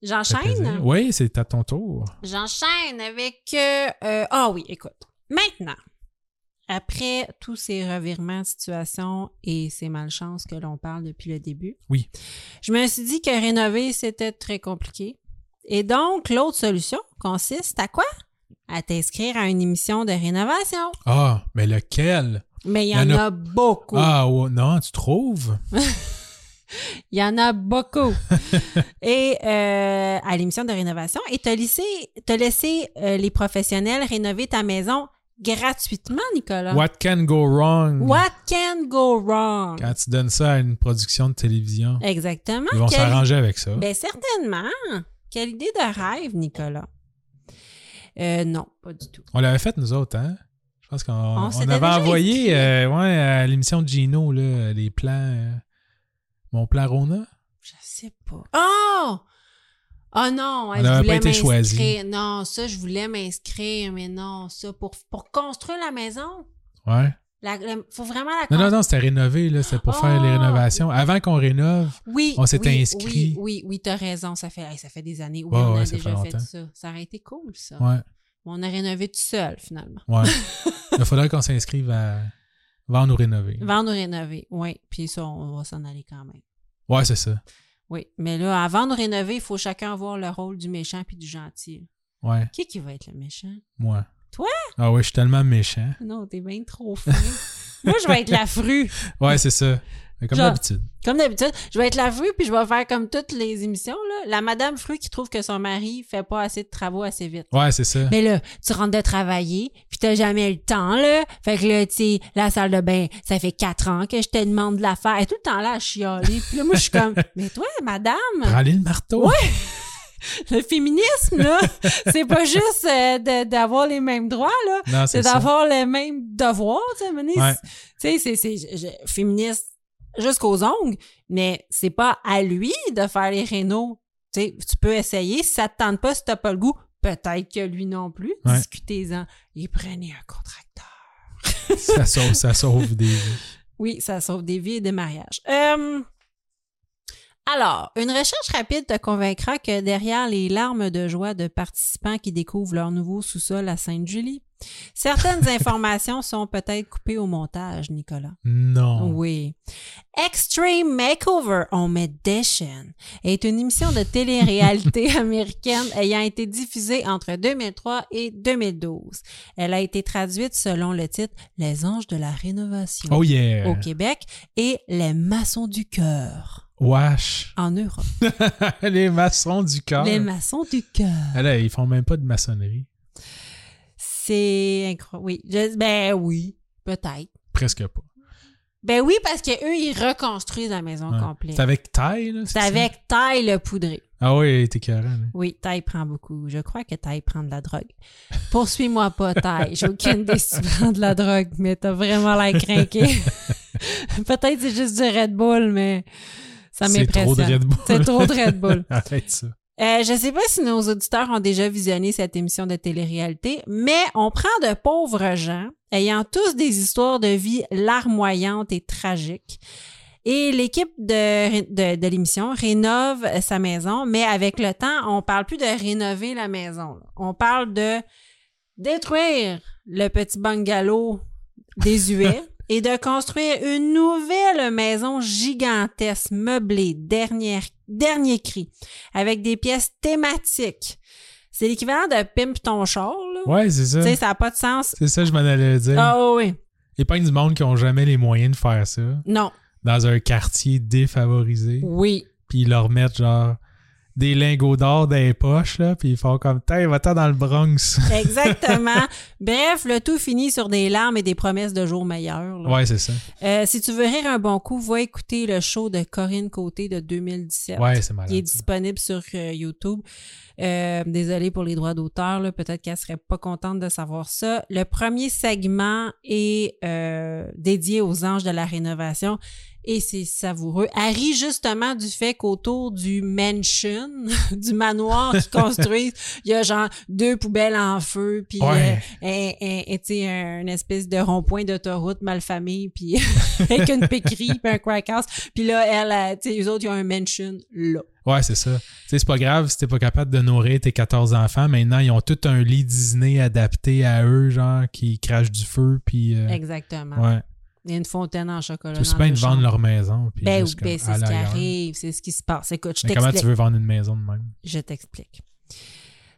S2: Ça fait plaisir.
S1: J'enchaîne.
S2: Oui, c'est à ton tour.
S1: J'enchaîne avec. euh, euh, Ah oui, écoute. Maintenant, après tous ces revirements de situation et ces malchances que l'on parle depuis le début,
S2: Oui.
S1: je me suis dit que rénover, c'était très compliqué. Et donc, l'autre solution consiste à quoi? À t'inscrire à une émission de rénovation.
S2: Ah, mais lequel?
S1: Mais il y en, a... beaucoup.
S2: Ah, ouais, non, tu trouves?
S1: Il y en a beaucoup. et euh, à l'émission de rénovation, et te laisser, te laisser euh, les professionnels rénover ta maison gratuitement, Nicolas.
S2: What can go wrong?
S1: What can go wrong?
S2: Quand tu donnes ça à une production de télévision,
S1: Exactement.
S2: ils vont
S1: Quelle-
S2: s'arranger avec ça.
S1: Ah, Ben certainement. Quelle idée de rêve, Nicolas. Euh, non, pas du tout.
S2: On l'avait fait, nous autres, hein? Je pense qu'on on
S1: s'était
S2: avait
S1: déjà
S2: envoyé
S1: inscrit.
S2: euh, ouais, à l'émission de Gino là, les plans. euh, mon plan Rona.
S1: Je sais pas. Oh! Oh non,
S2: On
S1: je
S2: n'avait
S1: voulais
S2: pas été
S1: m'inscrire.
S2: choisi.
S1: Non, ça, je voulais m'inscrire, mais non, ça, pour, pour construire la maison,
S2: Ouais.
S1: il faut vraiment la
S2: Non,
S1: construire.
S2: non, non, c'était rénové, là. C'était pour faire
S1: Oh!
S2: les rénovations. Avant qu'on rénove,
S1: Oui,
S2: On s'était
S1: oui,
S2: inscrit.
S1: Oui, oui, oui, t'as raison. Ça fait, hey, ça fait des années. Oui,
S2: Ouais,
S1: on a
S2: ouais, ça
S1: déjà
S2: fait
S1: fait,
S2: longtemps.
S1: ça. Ça aurait été cool, ça.
S2: ouais.
S1: On a rénové tout seul, finalement.
S2: Ouais. Il faudrait qu'on s'inscrive à vendre ou rénover.
S1: Vendre ou rénover, oui. Puis ça, on va s'en aller quand même.
S2: Ouais, c'est ça.
S1: Oui, mais là, avant de rénover, il faut chacun avoir le rôle du méchant puis du gentil.
S2: Ouais,
S1: Qui qui va être le méchant?
S2: moi.
S1: Toi?
S2: Ah ouais, je suis tellement méchant.
S1: Non, t'es bien trop fin. Moi, je vais être la frue.
S2: Ouais, c'est ça. Mais Comme
S1: Genre-
S2: d'habitude.
S1: Comme d'habitude, je vais être la frue puis je vais faire comme toutes les émissions. Là. La madame frue qui trouve que son mari fait pas assez de travaux assez vite.
S2: Ouais, c'est ça.
S1: Mais là, tu rentres de travailler, puis t'as jamais le temps, là. Fait que là, tu sais, la salle de bain, ça fait quatre ans que je te demande de la faire. Elle est tout le temps là à chialer. Puis là, moi, je suis comme, mais toi, madame,
S2: Prends-les le marteau. Ouais.
S1: le féminisme, là, c'est pas juste euh, de- d'avoir les mêmes droits, là.
S2: Non, c'est
S1: C'est
S2: ça.
S1: d'avoir les mêmes devoirs, tu sais, à un moment donné,
S2: Ouais.
S1: Tu sais, c'est- c'est je- je- féministe jusqu'aux ongles, mais c'est pas à lui de faire les rénaux. Tu sais, tu peux essayer. Si ça te tente pas, si t'as pas le goût, peut-être que lui non plus.
S2: Ouais.
S1: Discutez-en. Et prenez un contracteur.
S2: Ça sauve, ça sauve des vies.
S1: Oui, ça sauve des vies et des mariages. Euh, alors, une recherche rapide te convaincra que derrière les larmes de joie de participants qui découvrent leur nouveau sous-sol à Sainte-Julie, certaines informations sont peut-être coupées au montage, Nicolas.
S2: Non.
S1: Oui. Extreme Makeover Home Edition est une émission de télé-réalité américaine ayant été diffusée entre 2003 et 2012. Elle a été traduite selon le titre Les anges de la rénovation
S2: Oh yeah.
S1: au Québec et Les maçons du cœur
S2: Wesh.
S1: en Europe.
S2: les maçons du corps.
S1: Les maçons du cœur.
S2: Ah là, ils font même pas de maçonnerie.
S1: C'est incroyable. Oui. Je- ben oui, peut-être.
S2: Presque pas.
S1: Ben oui, parce que eux, ils reconstruisent la maison
S2: Ouais.
S1: complète.
S2: C'est avec taille, là?
S1: C'est
S2: ça?
S1: avec taille le poudré.
S2: Ah oui, t'es carré.
S1: Oui, Taille prend beaucoup. Je crois que Taille prend de la drogue. Poursuis-moi pas, Taille. J'ai aucune idée si tu prends de la drogue, mais t'as vraiment l'air craqué. Peut-être c'est juste du Red Bull, mais ça
S2: C'est
S1: m'impressionne.
S2: trop de Red Bull.
S1: C'est trop de Red Bull.
S2: Arrête ça.
S1: Euh, je sais pas si nos auditeurs ont déjà visionné cette émission de télé-réalité, mais on prend de pauvres gens ayant tous des histoires de vie larmoyantes et tragiques. Et l'équipe de, de, de l'émission rénove euh, sa maison, mais avec le temps, on parle plus de rénover la maison. là. On parle de détruire le petit bungalow désuet et de construire une nouvelle maison gigantesque, meublée, dernière, dernier cri, avec des pièces thématiques. C'est l'équivalent de pimp ton char, là.
S2: Ouais, c'est
S1: Tu sais,
S2: ça.
S1: ça n'a pas de sens.
S2: C'est ça, je m'en allais dire.
S1: Ah oui.
S2: Il y a pas du monde qui ont jamais les moyens de faire ça
S1: Non.
S2: dans un quartier défavorisé.
S1: Oui.
S2: Puis ils leur mettent genre des lingots d'or dans les poches, là. Puis ils font comme, t'es, va-t'en dans le Bronx.
S1: Exactement. Bref, le tout finit sur des larmes et des promesses de jours meilleurs. là.
S2: ouais, c'est ça.
S1: Euh, si tu veux rire un bon coup, va écouter le show de Corinne Côté de 2017.
S2: Ouais, c'est malade.
S1: Il est
S2: ça.
S1: disponible sur euh, YouTube. Euh, désolée pour les droits d'auteur, là, peut-être qu'elle serait pas contente de savoir ça. Le premier segment est euh, dédié aux anges de la rénovation et c'est savoureux. Harry, justement, du fait qu'autour du mansion, du manoir qu'ils construisent, il y a genre deux poubelles en feu, puis
S2: Ouais.
S1: euh, un- un- un- tu sais, un- une espèce de rond-point d'autoroute malfamée, puis avec une pécrie, puis un crack house. Puis là, elle, elle, tu sais, eux autres, ils ont un mansion là.
S2: Ouais, c'est ça. Tu sais, c'est pas grave si t'es pas capable de nourrir tes 14 enfants. Maintenant, ils ont tout un lit Disney adapté à eux, genre, qui crache du feu, puis... euh,
S1: Exactement.
S2: ouais.
S1: Il y a une fontaine en chocolat.
S2: Tout aussi
S1: dans
S2: bien
S1: deux
S2: de vendre
S1: chambres.
S2: leur maison. Puis
S1: Ben, oui,
S2: juste
S1: ben,
S2: comme,
S1: c'est
S2: à
S1: ce qui
S2: l'arrière.
S1: arrive, c'est ce qui se passe. Écoute, je
S2: Mais comment
S1: t'explique.
S2: tu veux vendre une maison de même?
S1: Je t'explique.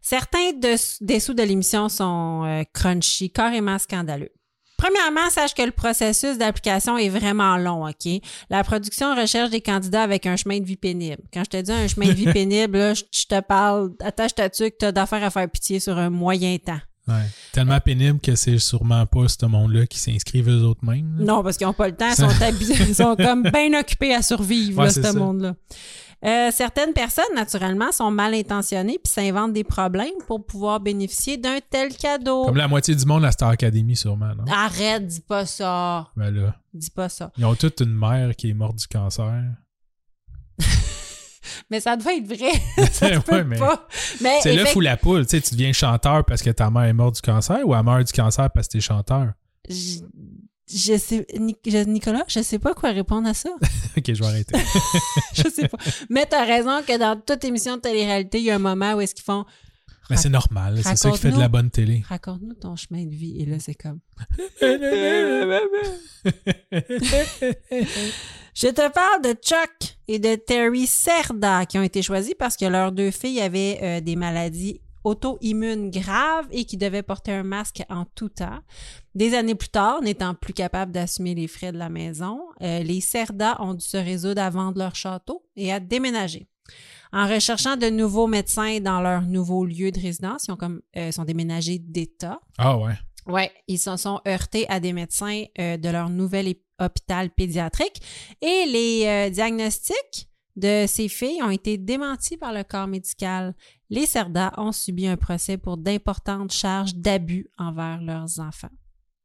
S1: Certains de- des sous de l'émission sont euh, crunchy, carrément scandaleux. Premièrement, sache que le processus d'application est vraiment long, OK? La production recherche des candidats avec un chemin de vie pénible. Quand je te dis un chemin de vie pénible, là, je je te parle, attache ta tuque, t'as d'affaires à faire pitié sur un moyen temps.
S2: Ouais. Tellement pénible que c'est sûrement pas ce monde-là qui s'inscrivent eux autres mêmes. là.
S1: Non, parce qu'ils n'ont pas le temps, ils sont, habillés, ils sont comme bien occupés à survivre,
S2: Ouais,
S1: là,
S2: c'est
S1: ce
S2: ça.
S1: monde-là. Euh, certaines personnes, naturellement, sont mal intentionnées puis s'inventent des problèmes pour pouvoir bénéficier d'un tel cadeau.
S2: Comme la moitié du monde à Star Academy, sûrement,
S1: Ah.
S2: non?
S1: Arrête, dis pas ça.
S2: Ben là,
S1: Dis pas ça.
S2: ils ont toute une mère qui est morte du cancer.
S1: Mais ça devait être vrai. ça se
S2: Ouais,
S1: peut
S2: mais-
S1: pas. Mais
S2: C'est là
S1: effect-
S2: fou la poule. Tu sais, tu deviens chanteur parce que ta mère est morte du cancer ou elle meurt du cancer parce que t'es chanteur?
S1: je, je sais, Ni- je- Nicolas, je sais pas quoi répondre à ça.
S2: ok, je vais arrêter.
S1: je sais pas. Mais t'as raison que dans toute émission de télé-réalité, il y a un moment où est-ce qu'ils font
S2: Mais c'est normal. là. C'est ça qui fait de la
S1: Raconte-nous.
S2: bonne télé.
S1: raconte-nous ton chemin de vie. Et là, c'est comme. Je te parle de Chuck et de Terry Serda qui ont été choisis parce que leurs deux filles avaient euh, des maladies auto-immunes graves et qui devaient porter un masque en tout temps. Des années plus tard, n'étant plus capables d'assumer les frais de la maison, euh, les Serda ont dû se résoudre à vendre leur château et à déménager. En recherchant de nouveaux médecins dans leur nouveau lieu de résidence, ils ont comme, euh, sont déménagés d'État.
S2: Ah ouais.
S1: Ouais, ils se sont heurtés à des médecins euh, de leur nouvel é- hôpital pédiatrique et les euh, diagnostics de ces filles ont été démentis par le corps médical. Les Cerdas ont subi un procès pour d'importantes charges d'abus envers leurs enfants.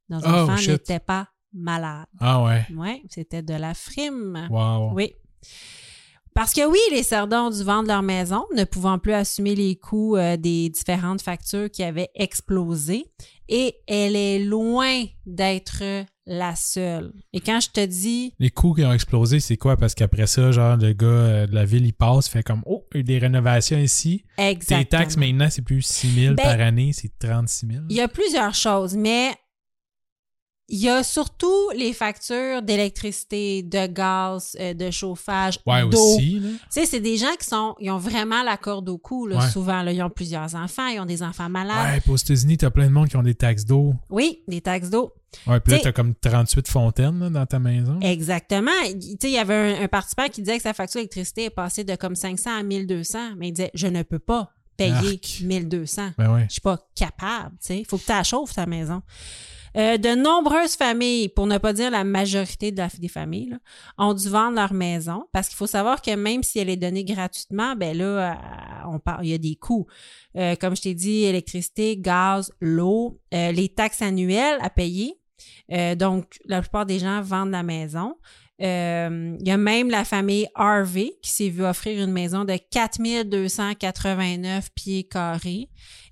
S1: Leurs
S2: Oh,
S1: enfants
S2: shit.
S1: n'étaient pas malades.
S2: Ah ouais.
S1: Ouais, c'était de la frime.
S2: Wow.
S1: Oui. Parce que oui, les Sardins ont dû vendre leur maison, ne pouvant plus assumer les coûts euh, des différentes factures qui avaient explosé. Et elle est loin d'être la seule. Et quand je te dis,
S2: Les coûts qui ont explosé, c'est quoi? Parce qu'après ça, genre, le gars euh, de la ville, il passe, fait comme, oh, il y a eu des rénovations ici.
S1: exactement.
S2: Tes taxes maintenant, c'est plus 6 000
S1: Ben,
S2: par année, c'est 36 000.
S1: Il y a plusieurs choses, mais il y a surtout les factures d'électricité, de gaz, euh, de chauffage,
S2: Ouais,
S1: d'eau.
S2: aussi. Là.
S1: Tu sais, c'est des gens qui sont, ils ont vraiment la corde au cou, là,
S2: Ouais.
S1: souvent. Là, ils ont plusieurs enfants, ils ont des enfants malades.
S2: Ouais, puis aux États-Unis, t'as plein de monde qui ont des taxes d'eau.
S1: Oui, des taxes d'eau.
S2: Ouais, puis
S1: T'sais-
S2: là,
S1: Eh,
S2: t'as comme 38 fontaines là, dans ta maison.
S1: Exactement. Il- Tu sais, il y avait un, un participant qui disait que sa facture d'électricité est passée de comme 500 à 1200, mais il disait je ne peux pas payer
S2: Arc.
S1: 1200.
S2: Ben ouais.
S1: Je suis pas capable, tu sais. Il faut que tu la chauffes ta maison. Euh, de nombreuses familles, pour ne pas dire la majorité de la- des familles, là, ont dû vendre leur maison parce qu'il faut savoir que même si elle est donnée gratuitement, ben là, euh, on parle, il y a des coûts. Euh, comme je t'ai dit, électricité, gaz, l'eau, euh, les taxes annuelles à payer. Euh, donc, la plupart des gens vendent la maison. Euh, il y a même la famille Harvey qui s'est vue offrir une maison de 4289 pieds carrés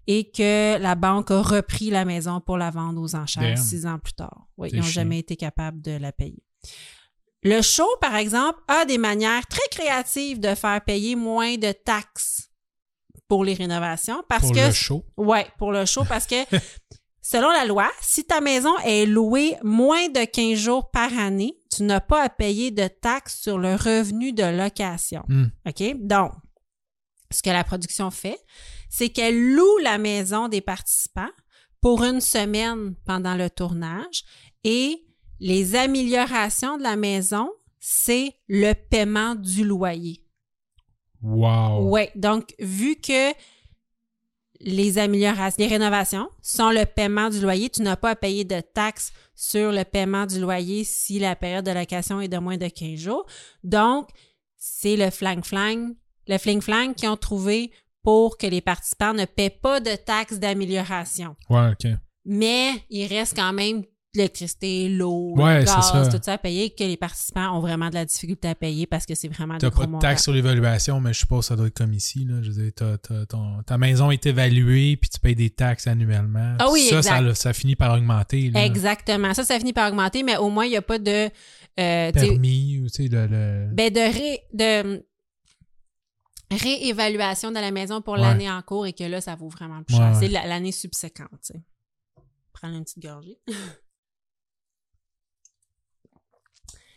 S1: et que la banque a repris la maison pour la vendre aux enchères
S2: Damn.
S1: six ans plus tard. Oui,
S2: C'est
S1: ils n'ont
S2: chiant.
S1: jamais été capables de la payer. Le show, par exemple, a des manières très créatives de faire payer moins de taxes pour les rénovations parce
S2: Pour
S1: que
S2: le show.
S1: Ouais, pour le show, parce que selon la loi, si ta maison est louée moins de 15 jours par année, tu n'as pas à payer de taxes sur le revenu de location.
S2: Hmm.
S1: OK? Donc, ce que la production fait, c'est qu'elle loue la maison des participants pour une semaine pendant le tournage et les améliorations de la maison, c'est le paiement du loyer.
S2: Wow.
S1: Oui, donc vu que les améliorations, les rénovations sont le paiement du loyer, tu n'as pas à payer de taxes sur le paiement du loyer si la période de location est de moins de 15 jours. Donc, c'est le flang-flang, le fling-flang qu'ils ont trouvé pour que les participants ne paient pas de taxes d'amélioration.
S2: Ouais, ok.
S1: Mais il reste quand même l'électricité, l'eau,
S2: Ouais,
S1: le
S2: c'est
S1: gaz,
S2: ça.
S1: tout ça à payer, que les participants ont vraiment de la difficulté à payer parce que c'est vraiment des
S2: T'as
S1: gros
S2: pas de taxe
S1: montants.
S2: sur l'évaluation, mais je suppose que ça doit être comme ici. Là. Je veux dire, t'as- t'as- ton- ta maison est évaluée, puis tu payes des taxes annuellement.
S1: Ah oui,
S2: ça,
S1: exact.
S2: ça, ça finit par augmenter. Là.
S1: Exactement. Ça, ça finit par augmenter, mais au moins, il n'y a pas de... euh, tu sais,
S2: Permis, ou tu sais, le. le-
S1: ben de, ré, de hum, réévaluation de la maison pour
S2: Ouais.
S1: l'année en cours et que là, ça vaut vraiment plus
S2: Ouais,
S1: cher.
S2: ouais.
S1: C'est la- l'année subséquente. tu sais. Prendre une petite gorgée.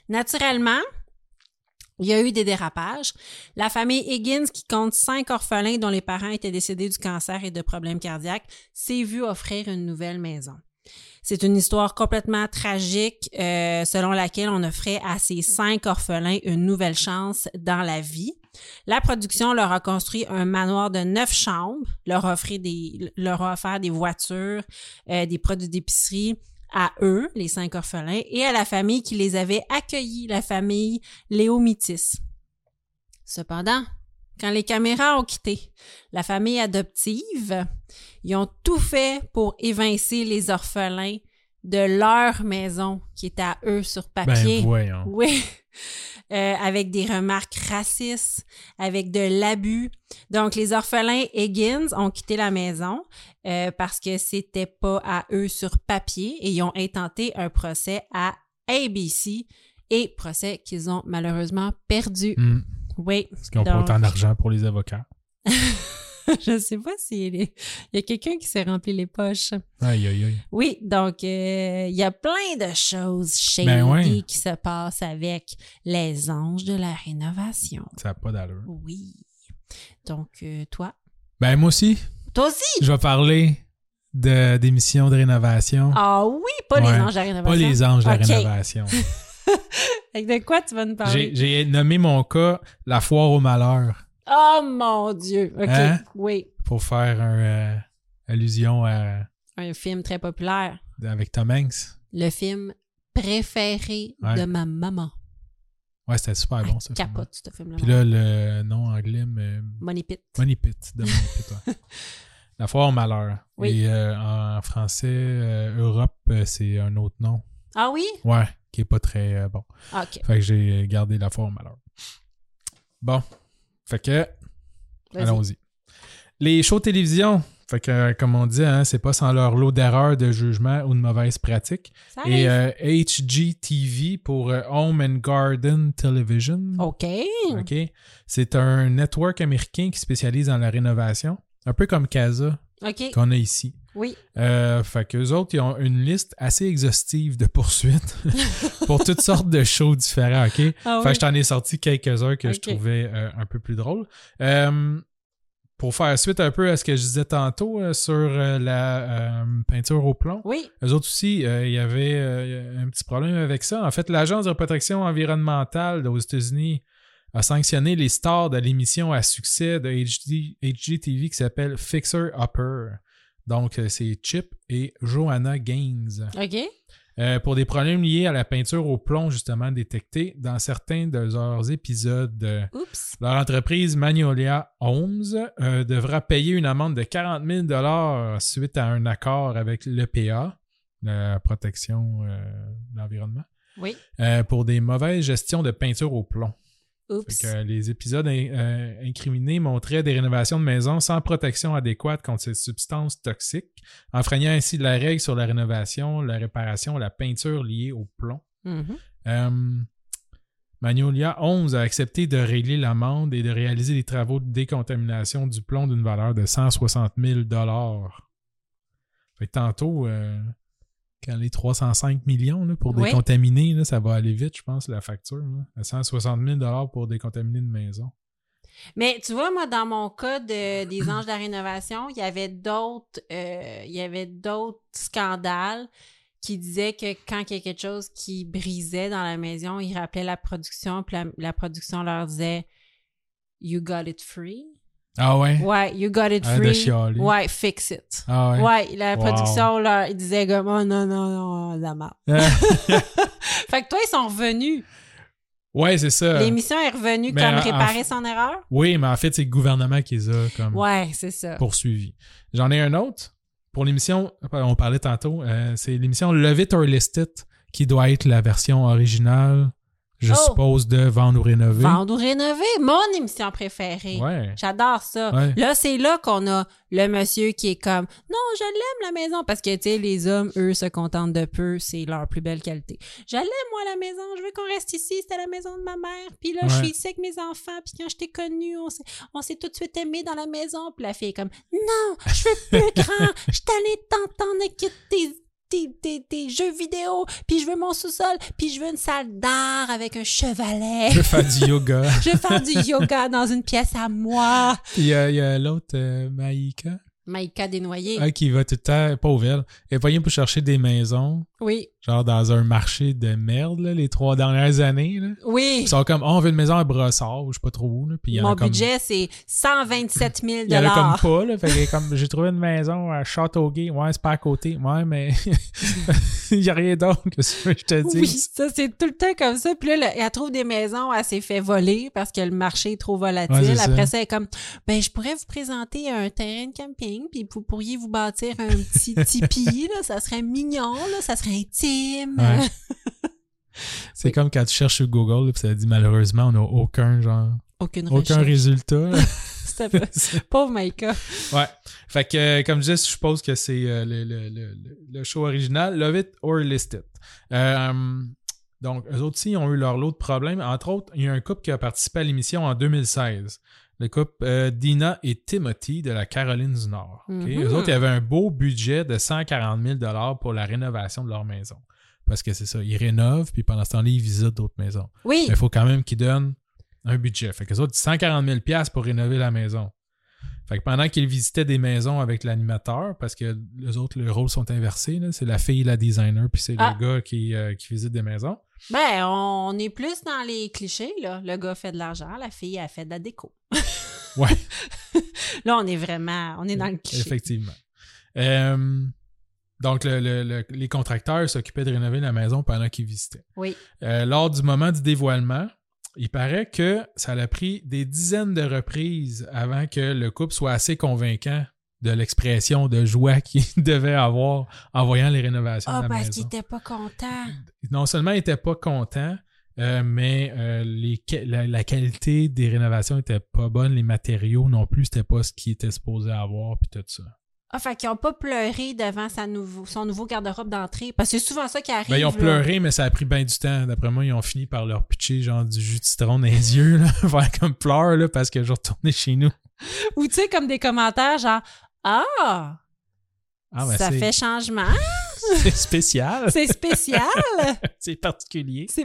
S1: Naturellement, il y a eu des dérapages. La famille Higgins, qui compte cinq orphelins dont les parents étaient décédés du cancer et de problèmes cardiaques, s'est vue offrir une nouvelle maison. C'est une histoire complètement tragique euh, selon laquelle on offrait à ces cinq orphelins une nouvelle chance dans la vie. La production leur a construit un manoir de neuf chambres, leur, offrit des, leur a offert des voitures, euh, des produits d'épicerie à eux, les cinq orphelins, et à la famille qui les avait accueillis, la famille Léomitis. Cependant, quand les caméras ont quitté la famille adoptive, ils ont tout fait pour évincer les orphelins de leur maison qui est à eux sur papier.
S2: ben voyons.
S1: Oui. Euh, avec des remarques racistes, avec de l'abus. Donc, les orphelins Higgins ont quitté la maison euh, parce que c'était pas à eux sur papier et ils ont intenté un procès à ABC et procès qu'ils ont malheureusement perdu.
S2: Hmm.
S1: Oui.
S2: Parce qu'ils n'ont pas
S1: Ben, Donc,
S2: autant d'argent pour les avocats.
S1: je sais pas s'il est- il y a quelqu'un qui s'est rempli les poches.
S2: Aïe, aïe, aïe.
S1: Oui, donc euh, il y a plein de choses shady
S2: Ben ouais.
S1: qui se passent avec les anges de la rénovation.
S2: Ça n'a pas d'allure.
S1: Oui. Donc, euh, toi.
S2: Ben, moi aussi,
S1: Toi aussi!
S2: je vais parler de, d'émissions de rénovation.
S1: Ah oui, pas les
S2: Ouais.
S1: anges de la rénovation.
S2: Pas les anges de
S1: Ok.
S2: la rénovation.
S1: Fait que De quoi tu vas nous parler?
S2: J'ai, j'ai nommé mon cas la foire au malheur
S1: Oh mon Dieu! OK.
S2: Hein?
S1: Oui.
S2: pour faire un, euh, allusion à,
S1: Un film très populaire.
S2: avec Tom Hanks.
S1: Le film préféré
S2: Ouais.
S1: de ma maman.
S2: Ouais, c'était super
S1: Elle
S2: bon, ça.
S1: capote, ce film-là.
S2: Puis là, le nom anglais, mais
S1: Money Pit.
S2: Money Pit, de Money Pit, ouais. La foire au malheur.
S1: Oui.
S2: Et euh, en français, euh, Europe, euh, c'est un autre nom.
S1: Ah oui?
S2: Ouais, qui est pas très euh, bon.
S1: OK.
S2: Fait que j'ai gardé la forme alors. Bon. Fait que,
S1: Vas-y.
S2: allons-y. Les shows télévision. Fait que, euh, comme on dit, hein, c'est pas sans leur lot d'erreurs, de jugements ou de mauvaises pratiques.
S1: Ça arrive.
S2: Et euh, HGTV pour euh, Home and Garden Television.
S1: OK. Mmh.
S2: OK. C'est un network américain qui spécialise dans la rénovation. Un peu comme Casa
S1: OK.
S2: qu'on a ici.
S1: Oui.
S2: Euh, fait qu'eux autres, ils ont une liste assez exhaustive de poursuites pour toutes sortes de shows différents, OK?
S1: Ah
S2: Fait
S1: oui.
S2: que je t'en ai sorti quelques-uns que je
S1: Ok.
S2: trouvais euh, un peu plus drôles. Euh, pour faire suite un peu à ce que je disais tantôt euh, sur euh, la euh, peinture au plomb,
S1: Oui.
S2: eux autres aussi, euh, il y avait euh, un petit problème avec ça. En fait, l'Agence de protection environnementale aux États-Unis a sanctionné les stars de l'émission à succès de HD HGTV qui s'appelle Fixer Upper. Donc, euh, c'est Chip et Joanna Gaines.
S1: OK.
S2: Euh, pour des problèmes liés à la peinture au plomb, justement, détectés dans certains de leurs épisodes. euh,
S1: Oups.
S2: leur entreprise Magnolia Homes euh, devra payer une amende de 40 000 suite à un accord avec l'EPA, la protection euh, de l'environnement,
S1: Oui.
S2: euh, pour des mauvaises gestions de peinture au plomb. Fait
S1: Oups.
S2: que, euh, les épisodes in- euh, incriminés montraient des rénovations de maisons sans protection adéquate contre ces substances toxiques, enfreignant ainsi la règle sur la rénovation, la réparation, la peinture liée au plomb.
S1: Mhm.
S2: Euh, Magnolia 11 a accepté de régler l'amende et de réaliser les travaux de décontamination du plomb d'une valeur de 160 000 Fait que tantôt, euh, quand les 305 millions là, pour
S1: Oui.
S2: décontaminer, là, ça va aller vite, je pense, la facture. là. À 160 000 pour décontaminer une maison.
S1: Mais tu vois, moi, dans mon cas de- des anges de la rénovation, il y avait d'autres, euh, il y avait d'autres scandales qui disaient que quand il y a quelque chose qui brisait dans la maison, ils rappelaient la production, puis la, la production leur disait You got it free.
S2: Ah ouais?
S1: Ouais, you got it
S2: Ah, de
S1: free.
S2: chialer.
S1: Ouais, fix it.
S2: Ah ouais?
S1: Ouais, la
S2: Wow.
S1: production leur ils disaient comme oh non non non la marre. fait que toi ils sont revenus.
S2: Ouais, c'est ça.
S1: L'émission est revenue
S2: Euh, mais
S1: comme
S2: en- en-
S1: réparer son erreur.
S2: Hmm. Oui, mais en fait, c'est le gouvernement qui les a comme
S1: Ah. Ouais, c'est ça.
S2: poursuivis. J'en ai un autre pour l'émission, on parlait tantôt, euh, c'est l'émission Love It or List It qui doit être la version originale, je
S1: Oh!
S2: suppose, de Vendre ou Rénover.
S1: Vendre ou rénover, mon émission préférée.
S2: Ouais.
S1: J'adore ça.
S2: Ouais.
S1: Là, c'est là qu'on a le monsieur qui est comme Non, je l'aime la maison parce que tu sais, les hommes, eux, se contentent de peu, c'est leur plus belle qualité. Je l'aime, moi, la maison, je veux qu'on reste ici, c'était la maison de ma mère. Puis là, je
S2: Ouais.
S1: suis ici avec mes enfants, puis quand je t'ai connu, on s'est, on s'est tout de suite aimé dans la maison. Puis la fille est comme Non, je veux plus grand, je suis allée t'entendre avec tes tes, tes- tes jeux vidéo, puis je veux mon sous-sol, puis je veux une salle d'art avec un chevalet.
S2: Je veux faire du yoga.
S1: Je vais faire du yoga dans une pièce à moi.
S2: Puis il y a, il y a l'autre, euh, Maïka,
S1: Maïka dénoyée.
S2: ah, qui va tout le temps, pauvre elle, elle est pas pour chercher des maisons,
S1: Oui.
S2: genre dans un marché de merde, là, les trois dernières années. Là.
S1: Oui.
S2: Ils sont comme, oh, on veut une maison à brossard, ou je sais pas trop où. Là. Puis il y en a
S1: Mon
S2: comme-
S1: budget, c'est 127 000
S2: Il y en a comme pas, là. Fait que comme, j'ai trouvé une maison à Châteauguay. Ouais, c'est pas à côté. Ouais, mais il n'y a rien d'autre que ce que je te dis.
S1: Oui, ça, c'est tout le temps comme ça. Puis là, le- elle trouve des maisons, elle s'est fait voler parce que le marché est trop volatile.
S2: Ouais, c'est ça.
S1: Après ça, elle est comme, ben, je pourrais vous présenter un terrain de camping, puis vous pourriez vous bâtir un petit tipi, là. Ça serait mignon, là. Ça serait intime.
S2: Ouais. C'est comme quand tu cherches sur Google, là, puis ça dit malheureusement, on n'a aucun genre,
S1: Aucune
S2: aucun
S1: recherche.
S2: résultat. là.
S1: Ça peut- Pauvre Maïka.
S2: ouais. Fait que, euh, comme je disais, je suppose que c'est euh, le, le- le- le- le show original, Love It or List It. Euh, donc, eux autres aussi ont eu leur lot de problèmes. Entre autres, il y a un couple qui a participé à l'émission en 2016. Le couple euh, Dina et Timothy de la Caroline du Nord. ok?
S1: Mhm.
S2: Eux autres, ils avaient un beau budget de 140 000 pour la rénovation de leur maison. Parce que c'est ça, ils rénovent, puis pendant ce temps-là, ils visitent d'autres maisons.
S1: Oui.
S2: Mais il faut quand même qu'ils donnent un budget. Fait que les autres, 140 000 pour rénover la maison. Fait que pendant qu'ils visitaient des maisons avec l'animateur, parce que les autres, les rôles sont inversés, là, c'est la fille, la designer, puis c'est
S1: Ah.
S2: le gars qui, euh, qui visite des maisons.
S1: Ben, on est plus dans les clichés, là. Le gars fait de l'argent, la fille, elle fait de la déco.
S2: Ouais,
S1: Là, on est vraiment, on est dans le cliché.
S2: effectivement. Euh, donc, le- le- le- les contracteurs s'occupaient de rénover la maison pendant qu'ils visitaient.
S1: Oui.
S2: Euh, lors du moment du dévoilement, il paraît que ça a pris des dizaines de reprises avant que le couple soit assez convaincant de l'expression de joie qu'il devait avoir en voyant les rénovations
S1: Ah,
S2: de la
S1: parce qu'il
S2: maison.
S1: était pas content.
S2: Non seulement il n'était pas content, euh, mais euh, les que- la, la qualité des rénovations n'était pas bonne, les matériaux non plus, c'était pas ce qu'il était supposé avoir, puis tout ça.
S1: Ah, fait qu'ils ont pas pleuré devant sa nouveau, son nouveau garde-robe d'entrée. Parce que c'est souvent ça qui arrive.
S2: Ben, ils ont
S1: là.
S2: pleuré, mais ça a pris bien du temps. D'après moi, ils ont fini par leur pitcher genre du jus de citron dans les yeux, là, faire comme pleure, là, parce que je retournais chez nous.
S1: Ou tu sais, comme des commentaires genre Ah,
S2: Ah, ben,
S1: ça
S2: c'est-
S1: fait changement,
S2: c'est spécial,
S1: c'est spécial.
S2: c'est particulier.
S1: C'est-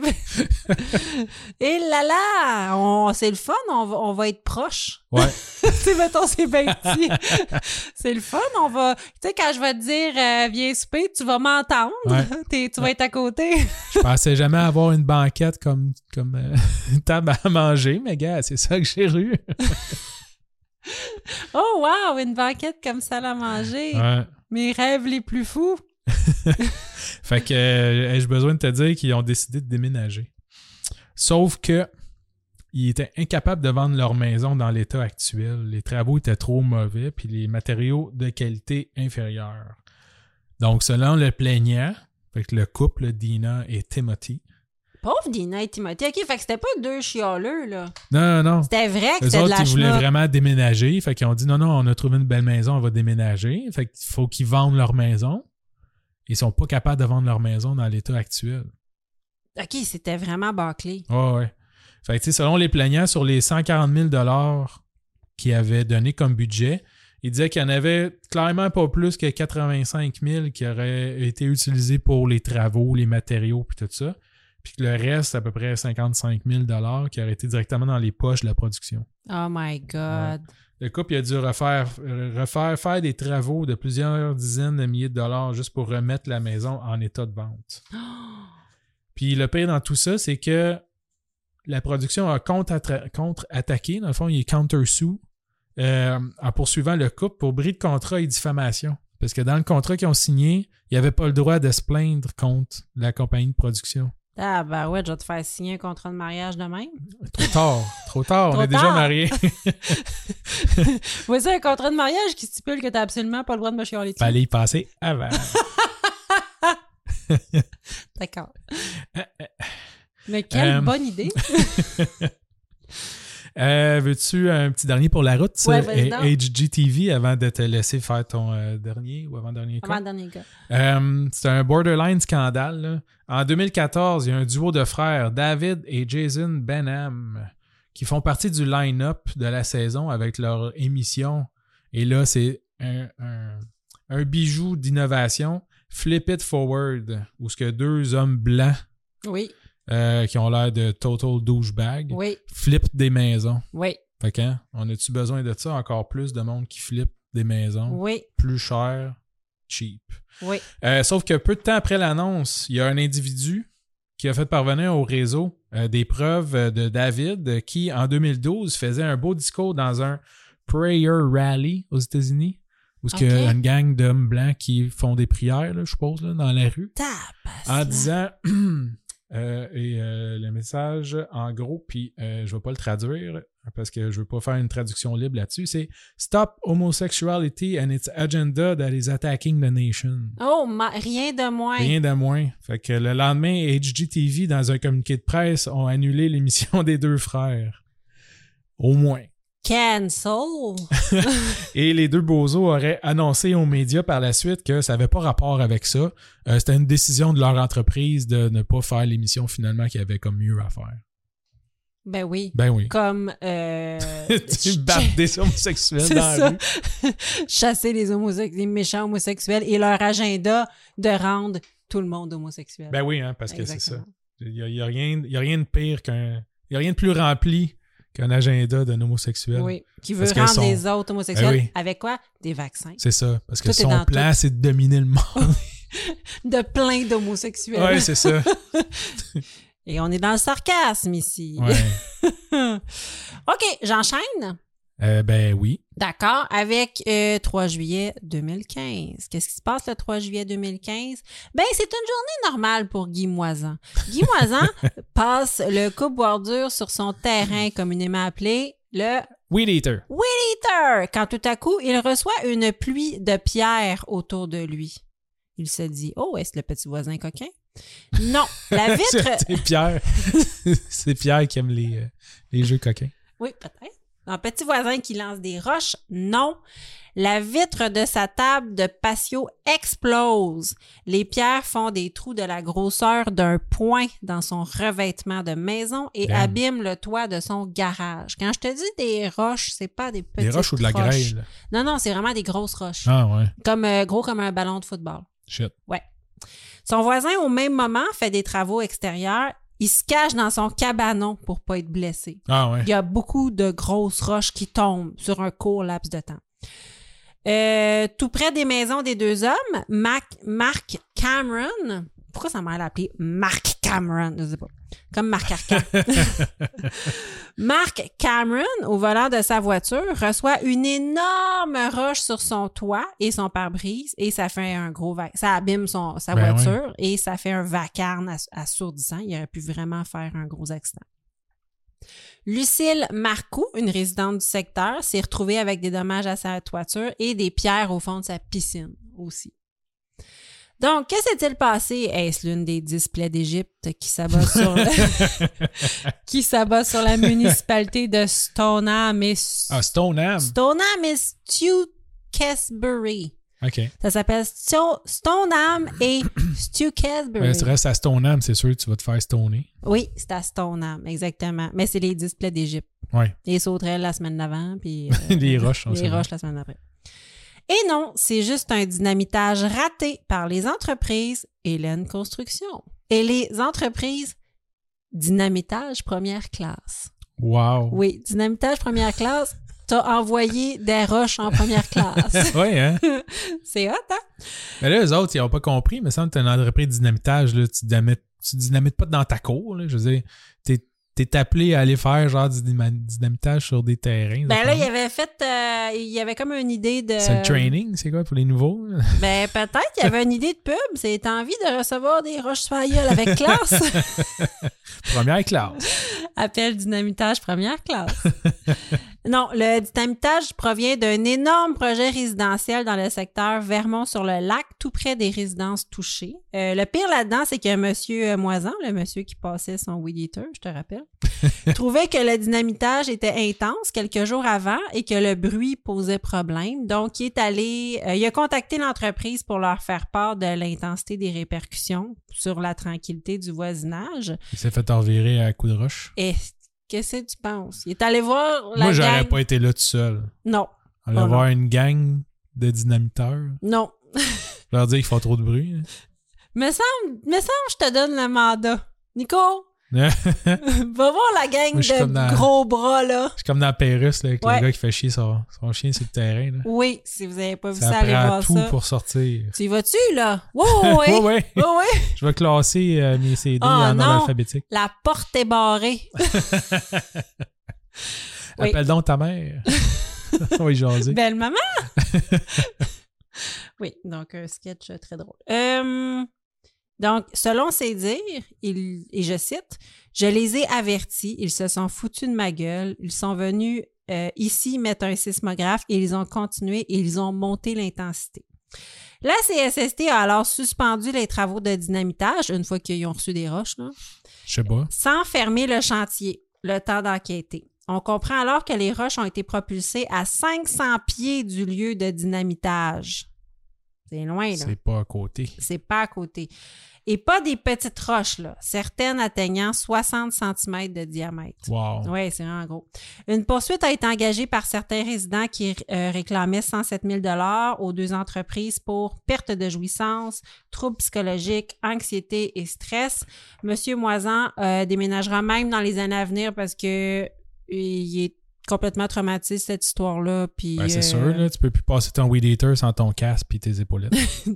S1: Et là là, on- c'est le fun, on va, on va être proche.
S2: Ouais,
S1: tu sais, mettons, c'est bien petit. c'est le fun. On va. Tu sais, quand je vais te dire euh, viens souper, tu vas m'entendre.
S2: Ouais.
S1: T'es- Tu vas être à côté.
S2: je pensais jamais avoir une banquette comme, comme euh, une table à manger, mais gars, c'est ça que j'ai eu.
S1: oh wow, une banquette comme salle à manger.
S2: Ouais.
S1: Mes rêves les plus fous.
S2: Fait que euh, ai-je besoin de te dire qu'ils ont décidé de déménager. Sauf que ils étaient incapables de vendre leur maison dans l'état actuel. Les travaux étaient trop mauvais, puis les matériaux de qualité inférieure. Donc, selon le plaignant, fait que le couple Dina et Timothy.
S1: Pauvre Dina et Timothée. OK, fait que c'était pas deux chialeux, là.
S2: Non, non.
S1: C'était vrai que
S2: Eux
S1: c'était de
S2: autres,
S1: la
S2: ils voulaient
S1: chenoute.
S2: vraiment déménager. Fait qu'ils ont dit non, non, on a trouvé une belle maison, on va déménager. Fait qu'il faut qu'ils vendent leur maison. Ils sont pas capables de vendre leur maison dans l'état actuel.
S1: OK, c'était vraiment bâclé.
S2: Ouais, ouais. Fait que, tu sais, selon les plaignants, sur les 140 000 qu'ils avaient donné comme budget, ils disaient qu'il y en avait clairement pas plus que 85 000 qui auraient été utilisés pour les travaux, les matériaux, puis tout ça. Puis que le reste, à peu près 55 000 qui auraient été directement dans les poches de la production.
S1: Oh my God.
S2: Le couple il a dû refaire, refaire faire des travaux de plusieurs dizaines de milliers de dollars juste pour remettre la maison en état de vente. Puis le pire dans tout ça, c'est que la production a contre-attra- contre-attaqué, dans le fond, il est counter-sue, euh, en poursuivant le couple pour bris de contrat et diffamation. Parce que dans le contrat qu'ils ont signé, il n'y avait pas le droit de se plaindre contre la compagnie de production.
S1: Ah, ben ouais, je vais te faire signer un contrat de mariage de même.
S2: Trop tard. Trop tard.
S1: Trop
S2: on est déjà
S1: tard.
S2: mariés.
S1: Voici un contrat de mariage qui stipule que t'as absolument pas le droit de me chialer dessus.
S2: Fallait y passer avant.
S1: D'accord. Mais quelle
S2: Euh,
S1: bonne idée.
S2: Euh, Veux-tu un petit dernier pour la route?
S1: Ouais,
S2: euh,
S1: vas-y donc.
S2: HGTV avant de te laisser faire ton euh, dernier ou avant-dernier cas?
S1: Avant-dernier gars.
S2: Euh, c'est un borderline scandale. là. En 2014, il y a un duo de frères, David et Jason Benham, qui font partie du line-up de la saison avec leur émission. Et là, c'est un, un- un bijou d'innovation, Flip It Forward, où ce que deux hommes blancs
S1: Oui,
S2: euh, qui ont l'air de total douchebag
S1: oui,
S2: flippent des maisons.
S1: oui,
S2: Fait que, hein, on a-tu besoin de ça encore plus de monde qui flippe des maisons
S1: oui,
S2: plus cher, cheap?
S1: oui.
S2: Euh, sauf que peu de temps après l'annonce, il y a un individu qui a fait parvenir au réseau euh, des preuves euh, de David euh, qui, en 2012, faisait un beau discours dans un prayer rally aux États-Unis. Où ce
S1: Ok.
S2: qu'il y a une gang d'hommes blancs qui font des prières, là, je suppose, là, dans la rue, en
S1: Tapas.
S2: disant euh, et euh, le message en gros, puis euh, je vais pas le traduire parce que je veux pas faire une traduction libre là-dessus, c'est Stop homosexuality and its agenda that is attacking the nation.
S1: Oh, ma- rien de moins.
S2: Rien de moins. Fait que le lendemain, HGTV, dans un communiqué de presse, ont annulé l'émission des deux frères. Au moins.
S1: Cancel.
S2: Et les deux bozos auraient annoncé aux médias par la suite que ça n'avait pas rapport avec ça. Euh, C'était une décision de leur entreprise de ne pas faire l'émission finalement qui avait comme mieux à faire.
S1: Ben oui.
S2: Ben oui.
S1: Comme. Euh,
S2: tu battes des homosexuels
S1: C'est
S2: dans la
S1: ça.
S2: rue.
S1: Chasser les, homose- les méchants homosexuels et leur agenda de rendre tout le monde homosexuel.
S2: Ben oui, hein, parce que c'est ça.
S1: Exactement.
S2: Il n'y a, il y a rien il y a rien de pire qu'un. Il n'y a rien de plus rempli qu'un agenda d'un homosexuel.
S1: Oui. Qui veut
S2: Parce que
S1: rendre
S2: son-
S1: les autres homosexuels
S2: Ben oui.
S1: avec quoi? Des vaccins.
S2: C'est ça. Parce que
S1: Tout est
S2: son
S1: dans
S2: plan, c'est de dominer le monde.
S1: De plein d'homosexuels.
S2: ouais, c'est ça.
S1: Et on est dans le sarcasme ici.
S2: Ouais.
S1: OK, j'enchaîne.
S2: Euh, ben oui.
S1: D'accord, avec euh, 3 juillet 2015. Qu'est-ce qui se passe le 3 juillet 2015? Ben, c'est une journée normale pour Guy Moisan. Guy Moisan passe le coupe boire dur sur son terrain communément appelé le
S2: Weed Eater.
S1: Weed Eater, quand tout à coup, il reçoit une pluie de pierres autour de lui. Il se dit, oh, est-ce le petit voisin coquin? Non, la vitre...
S2: c'est Pierre. c'est Pierre qui aime les, euh, les jeux coquins.
S1: Oui, peut-être. Un petit voisin qui lance des roches, non. La vitre de sa table de patio explose. Les pierres font des trous de la grosseur d'un point dans son revêtement de maison et
S2: Damn.
S1: abîment le toit de son garage. Quand je te dis des roches, c'est pas des petites
S2: Des roches ou de la grêle. là.
S1: Non, non, c'est vraiment des grosses roches.
S2: Ah ouais.
S1: Comme euh, gros comme un ballon de football.
S2: Shit.
S1: Son voisin, au même moment, fait des travaux extérieurs. Il se cache dans son cabanon pour pas être blessé.
S2: Ah ouais.
S1: Il y a beaucoup de grosses roches qui tombent sur un court laps de temps. Euh, tout près des maisons des deux hommes, Mac, Mark Cameron. Pourquoi ça m'a l'air appelé Mark Cameron? Je sais pas. Comme Marc Arcan. Mark Cameron, au volant de sa voiture, reçoit une énorme roche sur son toit et son pare-brise et ça fait un gros vac- ça abîme son, sa
S2: Ben oui.
S1: voiture et ça fait un vacarme ass- assourdissant. Il aurait pu vraiment faire un gros accident. Lucille Marcoux, une résidente du secteur, s'est retrouvée avec des dommages à sa toiture et des pierres au fond de sa piscine aussi. Donc, que s'est-il passé? Est-ce l'une des dix plaies d'Égypte qui s'abat sur, qui s'abat sur la municipalité de Stoneham et
S2: Ah, Stoneham.
S1: Stoneham et Stewkesbury?
S2: OK.
S1: Ça s'appelle Sto- Stoneham et Stewkesbury.
S2: Ben, tu restes à Stoneham, c'est sûr que tu vas te faire stoner.
S1: Oui, c'est à Stoneham, exactement. Mais c'est les dix plaies d'Égypte.
S2: Ouais.
S1: Les sauterelles la semaine d'avant, puis euh,
S2: Les roches, on
S1: les
S2: sait
S1: roches la semaine d'après. Et non, c'est juste un dynamitage raté par les entreprises Hélène Construction et les entreprises dynamitage première classe.
S2: Wow.
S1: Oui, dynamitage première classe, t'as envoyé des roches en première classe.
S2: ouais, hein?
S1: c'est hot, hein?
S2: Mais là, eux autres, ils n'ont pas compris. Mais ça, tu as une entreprise de dynamitage. Là, tu, dynamites, tu dynamites pas dans ta cour. Là, je veux dire, t'es- t'es appelé à aller faire genre du dyma- dynamitage sur des terrains.
S1: Ben là,
S2: apparemment.
S1: il avait fait, euh, il y avait euh, comme une idée de.
S2: C'est le training, c'est quoi, pour les nouveaux? là?
S1: Ben peut-être qu'il y avait une idée de pub. C'est t'as envie de recevoir des roches sur la gueule avec classe.
S2: Première classe.
S1: Appel dynamitage première classe. non, le dynamitage provient d'un énorme projet résidentiel dans le secteur Vermont-sur-le-Lac, tout près des résidences touchées. Euh, le pire là-dedans, c'est que Monsieur euh, Moisan, le monsieur qui passait son weed eater, je te rappelle, trouvait que le dynamitage était intense quelques jours avant et que le bruit posait problème. Donc, il est allé, euh, il a contacté l'entreprise pour leur faire part de l'intensité des répercussions sur la tranquillité du voisinage.
S2: Il s'est fait envirer à coup de roche.
S1: Et Eh, qu'est-ce que tu penses? Il est allé voir la
S2: Moi, j'aurais
S1: gang.
S2: pas été là tout seul.
S1: Non,
S2: On va
S1: Oh
S2: voir une gang de dynamiteurs.
S1: non.
S2: Leur dire qu'ils font trop de bruit. hein.
S1: Me semble, me semble, que je te donne le mandat. Nico,
S2: C'est
S1: va voir la gang
S2: Moi, je suis
S1: de
S2: comme dans-
S1: gros bras, là.
S2: comme dans Pérus, là, avec
S1: Ouais.
S2: le gars qui fait chier son, son chien sur le terrain. Là.
S1: Oui, si vous n'avez pas vu ça,
S2: Ça
S1: allez
S2: prend
S1: voir
S2: tout
S1: ça.
S2: pour sortir.
S1: Tu y vas-tu, là? Wow, oui,
S2: Ouais,
S1: oui.
S2: ouais.
S1: Oui, oui.
S2: Je vais classer euh, mes CD
S1: Oh,
S2: en ordre
S1: non.
S2: alphabétique.
S1: La porte est barrée. Oui. Ben,
S2: Appelle donc ta mère. On va y jaser.
S1: Belle maman! oui, donc un sketch très drôle. Euh, donc, selon ses dires, il- et je cite, Je les ai avertis, ils se sont foutus de ma gueule, ils sont venus euh, ici mettre un sismographe et ils ont continué et ils ont monté l'intensité. La CSST a alors suspendu les travaux de dynamitage, une fois qu'ils ont reçu des roches, là,
S2: Je sais pas.
S1: sans fermer le chantier, le temps d'enquêter. On comprend alors que les roches ont été propulsées à 500 pieds du lieu de dynamitage. C'est loin, là.
S2: C'est pas à côté.
S1: C'est pas à côté. Et pas des petites roches, là. Certaines atteignant 60 cm de diamètre.
S2: Wow.
S1: Oui, c'est vraiment gros. Une poursuite a été engagée par certains résidents qui euh, réclamaient 107 000 aux deux entreprises pour perte de jouissance, troubles psychologiques, anxiété et stress. Monsieur Moisan euh, déménagera même dans les années à venir parce que euh, il est complètement traumatisé cette histoire-là. Puis
S2: Ben, c'est
S1: euh,
S2: sûr, là, tu peux plus passer ton weed eater sans ton casque puis tes épaulettes.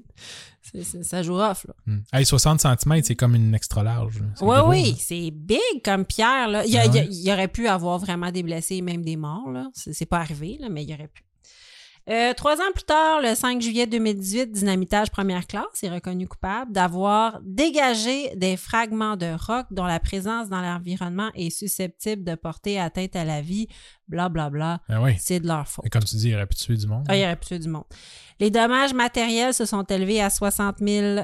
S1: c'est- c'est- ça joue off. Là.
S2: Hmm. Hey, 60 cm, c'est comme une extra large. là. C'est
S1: Oui,
S2: gros,
S1: oui,
S2: là.
S1: c'est big comme pierre. Là. Il, y a-
S2: Ah ouais?
S1: il y a- il y aurait pu avoir vraiment des blessés et même des morts. Là. C'est, c'est pas arrivé, là, mais il y aurait pu. Euh, trois ans plus tard, le 5 juillet 2018, Dynamitage Première Classe est reconnu coupable d'avoir dégagé des fragments de roc dont la présence dans l'environnement est susceptible de porter atteinte à la vie, bla bla bla.
S2: Ben oui.
S1: C'est de leur faute.
S2: Mais comme tu dis, il aurait pu tuer du monde.
S1: Ah, il y aurait plus du monde. Les dommages matériels se sont élevés à 60 000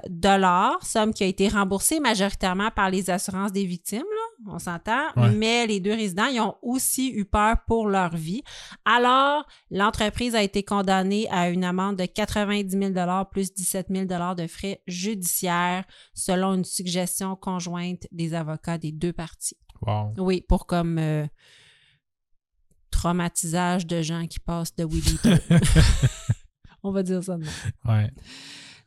S1: somme qui a été remboursée majoritairement par les assurances des victimes, là, on s'entend.
S2: Ouais.
S1: Mais les deux résidents, ils ont aussi eu peur pour leur vie. Alors, l'entreprise a été condamnée à une amende de 90 000 plus 17 000 de frais judiciaires, selon une suggestion conjointe des avocats des deux parties.
S2: Wow.
S1: Oui, pour comme euh, traumatisage de gens qui passent de Willy On va dire ça de même.
S2: Ouais.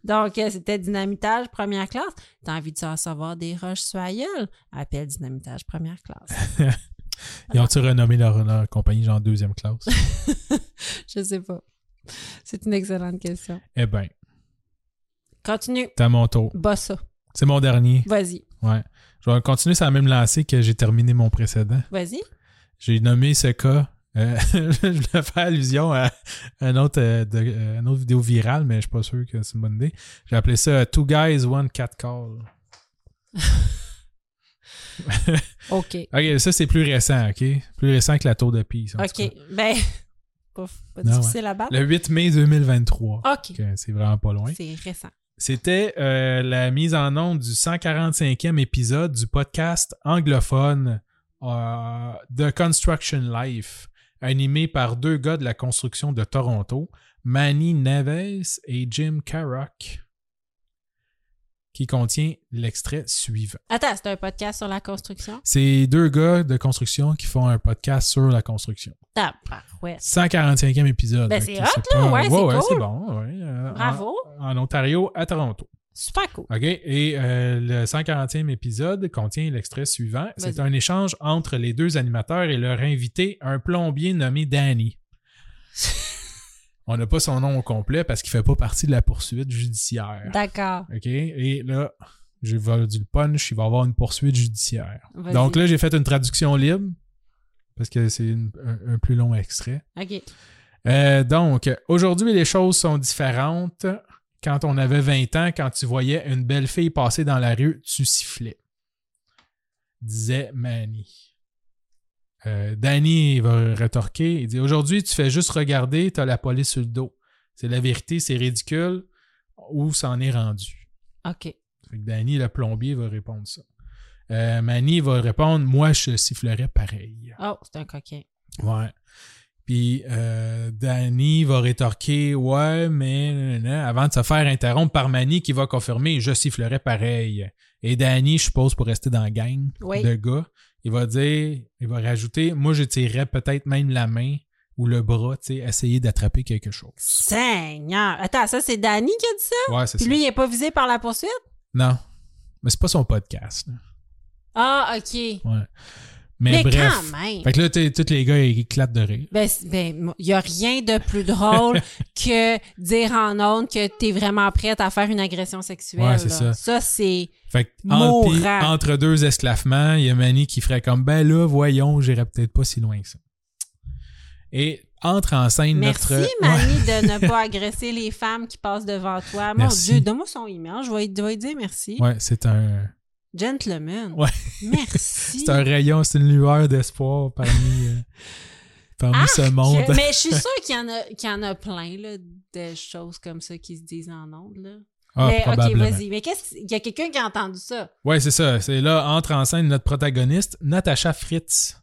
S1: Donc, euh, c'était dynamitage première classe. T'as envie de recevoir des roches sur la gueule? Appelle dynamitage première classe.
S2: Ils ont-tu renommé leur, leur compagnie genre deuxième classe?
S1: Je sais pas. C'est une excellente question.
S2: eh ben,
S1: Continue.
S2: t'as mon tour.
S1: Bas ça.
S2: C'est mon dernier.
S1: Vas-y.
S2: Ouais. Je vais continuer sur la même lancée que j'ai terminé mon précédent.
S1: Vas-y.
S2: J'ai nommé ce cas. euh, je voulais faire allusion à un autre, euh, de- euh, une autre vidéo virale, mais je suis pas sûr que c'est une bonne idée. J'ai appelé ça euh, Two Guys, One Cat Call.
S1: OK.
S2: OK, ça, c'est plus récent, OK? Plus récent que la tour de Pise. en tout
S1: OK.
S2: cas.
S1: Ben, pas, pas
S2: Non,
S1: difficile à battre.
S2: Le 8 mai 2023.
S1: OK.
S2: Ok, c'est vraiment pas loin.
S1: C'est récent.
S2: C'était euh, la mise en onde du 145e épisode du podcast anglophone euh, The Construction Life, animé par deux gars de la construction de Toronto, Manny Neves et Jim Carrock, qui contient l'extrait suivant.
S1: Attends, c'est un podcast sur la construction?
S2: C'est deux gars de construction qui font un podcast sur la construction.
S1: Tabarouette.
S2: 145e épisode.
S1: Ben,
S2: Ok,
S1: c'est hot, là. Ouais, c'est
S2: ouais,
S1: cool.
S2: c'est bon. ouais. Euh,
S1: Bravo.
S2: En, en Ontario, à Toronto.
S1: Super cool.
S2: OK. Et euh, le 140e épisode contient l'extrait suivant. C'est un échange entre les deux animateurs et leur invité, un plombier nommé Danny. On n'a pas son nom au complet parce qu'il ne fait pas partie de la poursuite judiciaire.
S1: D'accord.
S2: OK. Et là, j'ai vendu le punch, il va y avoir une poursuite judiciaire.
S1: Vas-y.
S2: Donc là, j'ai fait une traduction libre parce que c'est une- un- un plus long extrait.
S1: OK.
S2: Euh, donc, aujourd'hui, les choses sont différentes. Quand on avait 20 ans, quand tu voyais une belle fille passer dans la rue, tu sifflais. Disait Manny. Euh, Danny va rétorquer. Il dit Aujourd'hui, tu fais juste regarder, t'as la police sur le dos. C'est la vérité, c'est ridicule. Où s'en est rendu?
S1: OK.
S2: Fait que Danny, le plombier, va répondre ça. Euh, Manny va répondre Moi, je sifflerais pareil.
S1: Oh, c'est un coquin.
S2: Ouais. Puis euh, Danny va rétorquer Ouais, mais nan, nan, nan, avant de se faire interrompre par Manny qui va confirmer Je sifflerais pareil. Et Danny, je suppose, pour rester dans la gang
S1: Oui.
S2: de gars, il va dire Il va rajouter Moi, je tirerais peut-être même la main ou le bras, tu sais, essayer d'attraper quelque chose.
S1: Seigneur! Attends, ça, c'est Danny qui a dit ça?
S2: Ouais, c'est
S1: Puis
S2: ça.
S1: lui, il n'est pas visé par la poursuite?
S2: Non. Mais c'est pas son podcast. là.
S1: Ah, OK.
S2: Ouais. Mais,
S1: Mais
S2: bref.
S1: quand même.
S2: Fait que là, t'es- tous les gars, ils éclatent de rire.
S1: Ben, il y a rien de plus drôle que dire en ondes que t'es vraiment prête à faire une agression sexuelle.
S2: Ouais, c'est
S1: là.
S2: ça.
S1: Ça, c'est...
S2: Fait que, en- puis,
S1: Mourant.
S2: entre deux esclavements, il y a Manny qui ferait comme ben là, voyons, j'irai peut-être pas si loin que ça. Et entre en scène
S1: Merci,
S2: notre.
S1: Manny,
S2: Ouais.
S1: de ne pas agresser les femmes qui passent devant toi. Mon
S2: Merci.
S1: Dieu, donne-moi son email. Je vais, lui- je vais lui dire merci.
S2: Ouais, c'est un,
S1: Gentleman.
S2: Ouais.
S1: Merci.
S2: c'est un rayon, c'est une lueur d'espoir parmi, euh, parmi ce monde.
S1: Que- Mais Ah, je suis sûre qu'il y, en a- qu'il y en a plein, là, de choses comme ça qui se disent en ondes, là.
S2: Ah,
S1: mais, OK,
S2: probablement.
S1: vas-y. Mais qu'est-ce qu'il y a quelqu'un qui a entendu ça?
S2: Ouais, c'est ça. C'est là, entre en scène notre protagoniste, Natacha Fritz.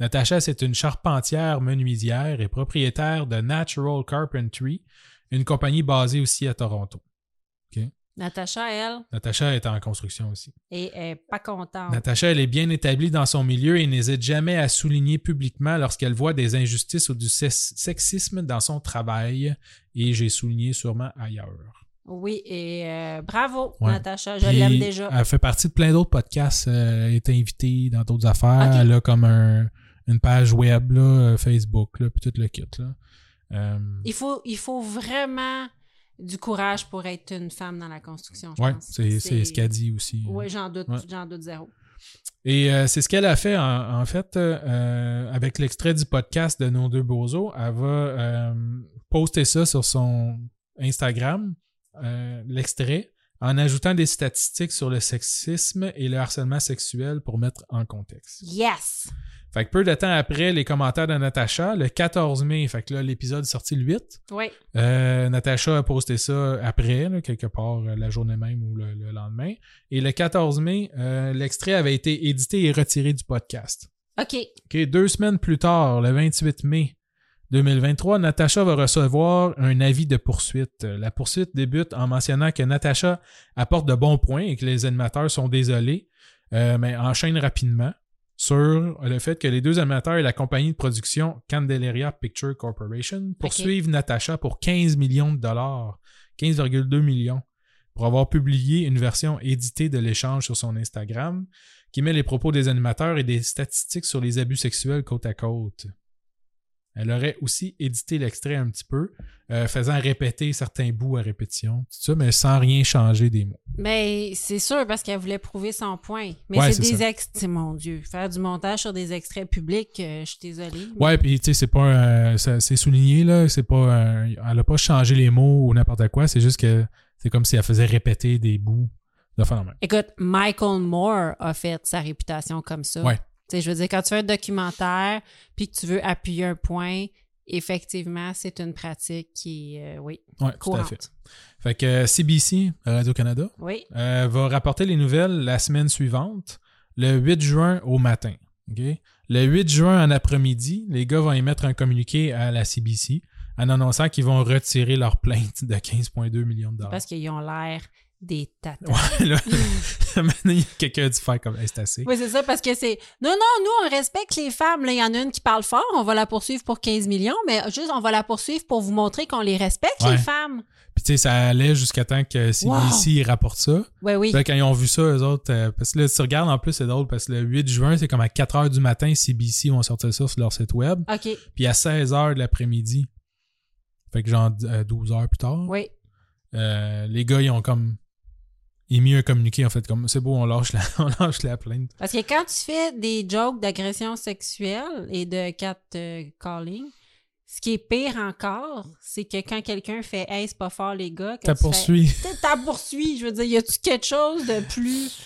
S2: Natacha, c'est une charpentière menuisière et propriétaire de Natural Carpentry, une compagnie basée aussi à Toronto.
S1: Natacha, elle,
S2: Natacha est en construction aussi.
S1: et elle est pas contente.
S2: Natacha, elle est bien établie dans son milieu et n'hésite jamais à souligner publiquement lorsqu'elle voit des injustices ou du sex- sexisme dans son travail. Et j'ai souligné sûrement ailleurs.
S1: Oui, et euh, bravo,
S2: Ouais.
S1: Natacha. Je
S2: Puis, euh,
S1: l'aime déjà.
S2: Elle fait partie de plein d'autres podcasts. euh, Elle est invitée dans d'autres affaires.
S1: Ok.
S2: Elle a comme un- une page web, là, euh, Facebook, là, puis tout le kit. Là. Euh,
S1: Il, faut, il faut vraiment du courage pour être une femme dans la construction, je
S2: ouais,
S1: pense.
S2: c'est c'est ce qu'elle dit aussi.
S1: Ah,
S2: euh.
S1: Oui, j'en doute,
S2: Ouais.
S1: j'en doute zéro.
S2: Et euh, c'est ce qu'elle a fait, en, en fait, euh, euh, avec l'extrait du podcast de Nos Deux Bozos. Elle va euh, poster ça sur son Instagram, euh, l'extrait, en ajoutant des statistiques sur le sexisme et le harcèlement sexuel pour mettre en contexte.
S1: Yes!
S2: Fait que peu de temps après les commentaires de Natacha, le 14 mai, fait que là, l'épisode est sorti le 8,
S1: Oui,
S2: euh, Natacha a posté ça après, là, quelque part euh, la journée même ou le, le lendemain. Et le 14 mai, euh, l'extrait avait été édité et retiré du podcast.
S1: OK.
S2: OK, Deux semaines plus tard, le 28 mai 2023, Natacha va recevoir un avis de poursuite. Euh, La poursuite débute en mentionnant que Natacha apporte de bons points et que les animateurs sont désolés, euh, mais enchaîne rapidement sur le fait que les deux animateurs et la compagnie de production Candelaria Picture Corporation poursuivent Natacha pour 15 millions de dollars, 15,2 millions, pour avoir publié une version éditée de l'échange sur son Instagram qui met les propos des animateurs et des statistiques sur les abus sexuels côte à côte. Elle aurait aussi édité l'extrait un petit peu, euh, faisant répéter certains bouts à répétition, tout ça, mais sans rien changer des mots.
S1: Mais c'est sûr parce qu'elle voulait prouver son point. Mais
S2: Ouais,
S1: c'est
S2: c'est
S1: des
S2: ça.
S1: extraits, mon Dieu. Faire du montage sur des extraits publics, euh, je suis désolée.
S2: Ouais, puis tu sais, c'est pas. euh, ça- c'est souligné, là. C'est pas. euh, elle a pas changé les mots ou n'importe quoi. C'est juste que c'est comme si elle faisait répéter des bouts de phénomène.
S1: Écoute, Michael Moore a fait sa réputation comme ça.
S2: Ouais.
S1: Tu sais, je veux dire, quand tu fais un documentaire puis que tu veux appuyer un point, effectivement, c'est une pratique qui est, euh, oui,
S2: Ouais, tout à
S1: courante.
S2: fait. Fait que euh, CBC, Radio-Canada,
S1: Oui.
S2: euh, va rapporter les nouvelles la semaine suivante, le 8 juin au matin. OK? Le 8 juin en après-midi, les gars vont émettre un communiqué à la CBC en annonçant qu'ils vont retirer leur plainte de 15,2 millions de dollars.
S1: Parce qu'ils ont l'air des tatas.
S2: Ouais, là, maintenant, il y a quelqu'un du faire comme Hey, c'est assez.
S1: Oui, c'est ça, parce que c'est. Non, non, nous, on respecte les femmes. Là, il y en a une qui parle fort, on va la poursuivre pour 15 millions, mais juste, on va la poursuivre pour vous montrer qu'on les respecte,
S2: Ouais.
S1: les femmes.
S2: Puis, tu sais, ça allait jusqu'à temps que CBC rapporte ça.
S1: Ouais, oui,
S2: Puis là, quand ils ont vu ça, eux autres, euh, parce que là, si tu regardes, en plus, c'est drôle, parce que le 8 juin, c'est comme à 4 heures du matin, CBC vont sortir ça sur leur site web.
S1: OK.
S2: puis à 16h de l'après-midi. Fait que genre euh, 12 heures plus tard,
S1: Oui.
S2: euh, les gars, ils ont comme Il a mis un communiqué, en fait, comme c'est beau, on lâche la, on lâche la plainte.
S1: Parce que quand tu fais des jokes d'agression sexuelle et de cat euh, calling, ce qui est pire encore, c'est que quand quelqu'un fait Hey, c'est pas fort, les gars. quand
S2: T'as
S1: tu fais-
S2: poursuivi.
S1: T'as- T'as poursuivi. Je veux dire, y a-tu quelque chose de plus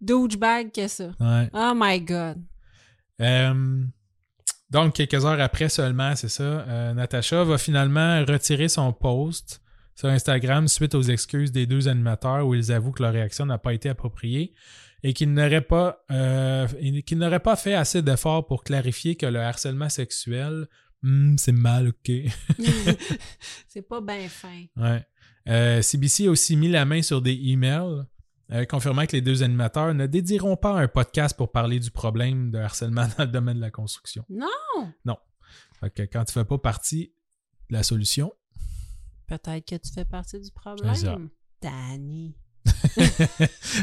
S1: douchebag que ça?
S2: Ouais.
S1: Oh my God.
S2: Euh, donc, quelques heures après seulement, c'est ça, euh, Natacha va finalement retirer son post sur Instagram suite aux excuses des deux animateurs où ils avouent que leur réaction n'a pas été appropriée et qu'ils n'auraient pas, euh, et qu'ils n'auraient pas fait assez d'efforts pour clarifier que le harcèlement sexuel, hmm, c'est mal, ok.
S1: C'est pas bien fin.
S2: Ouais. Euh, CBC a aussi mis la main sur des emails euh, confirmant que les deux animateurs ne dédieront pas un podcast pour parler du problème de harcèlement dans le domaine de la construction.
S1: Non!
S2: Non. Fait que quand tu fais pas partie de la solution,
S1: Peut-être que tu fais partie du
S2: C'est ça.
S1: problème. Danny.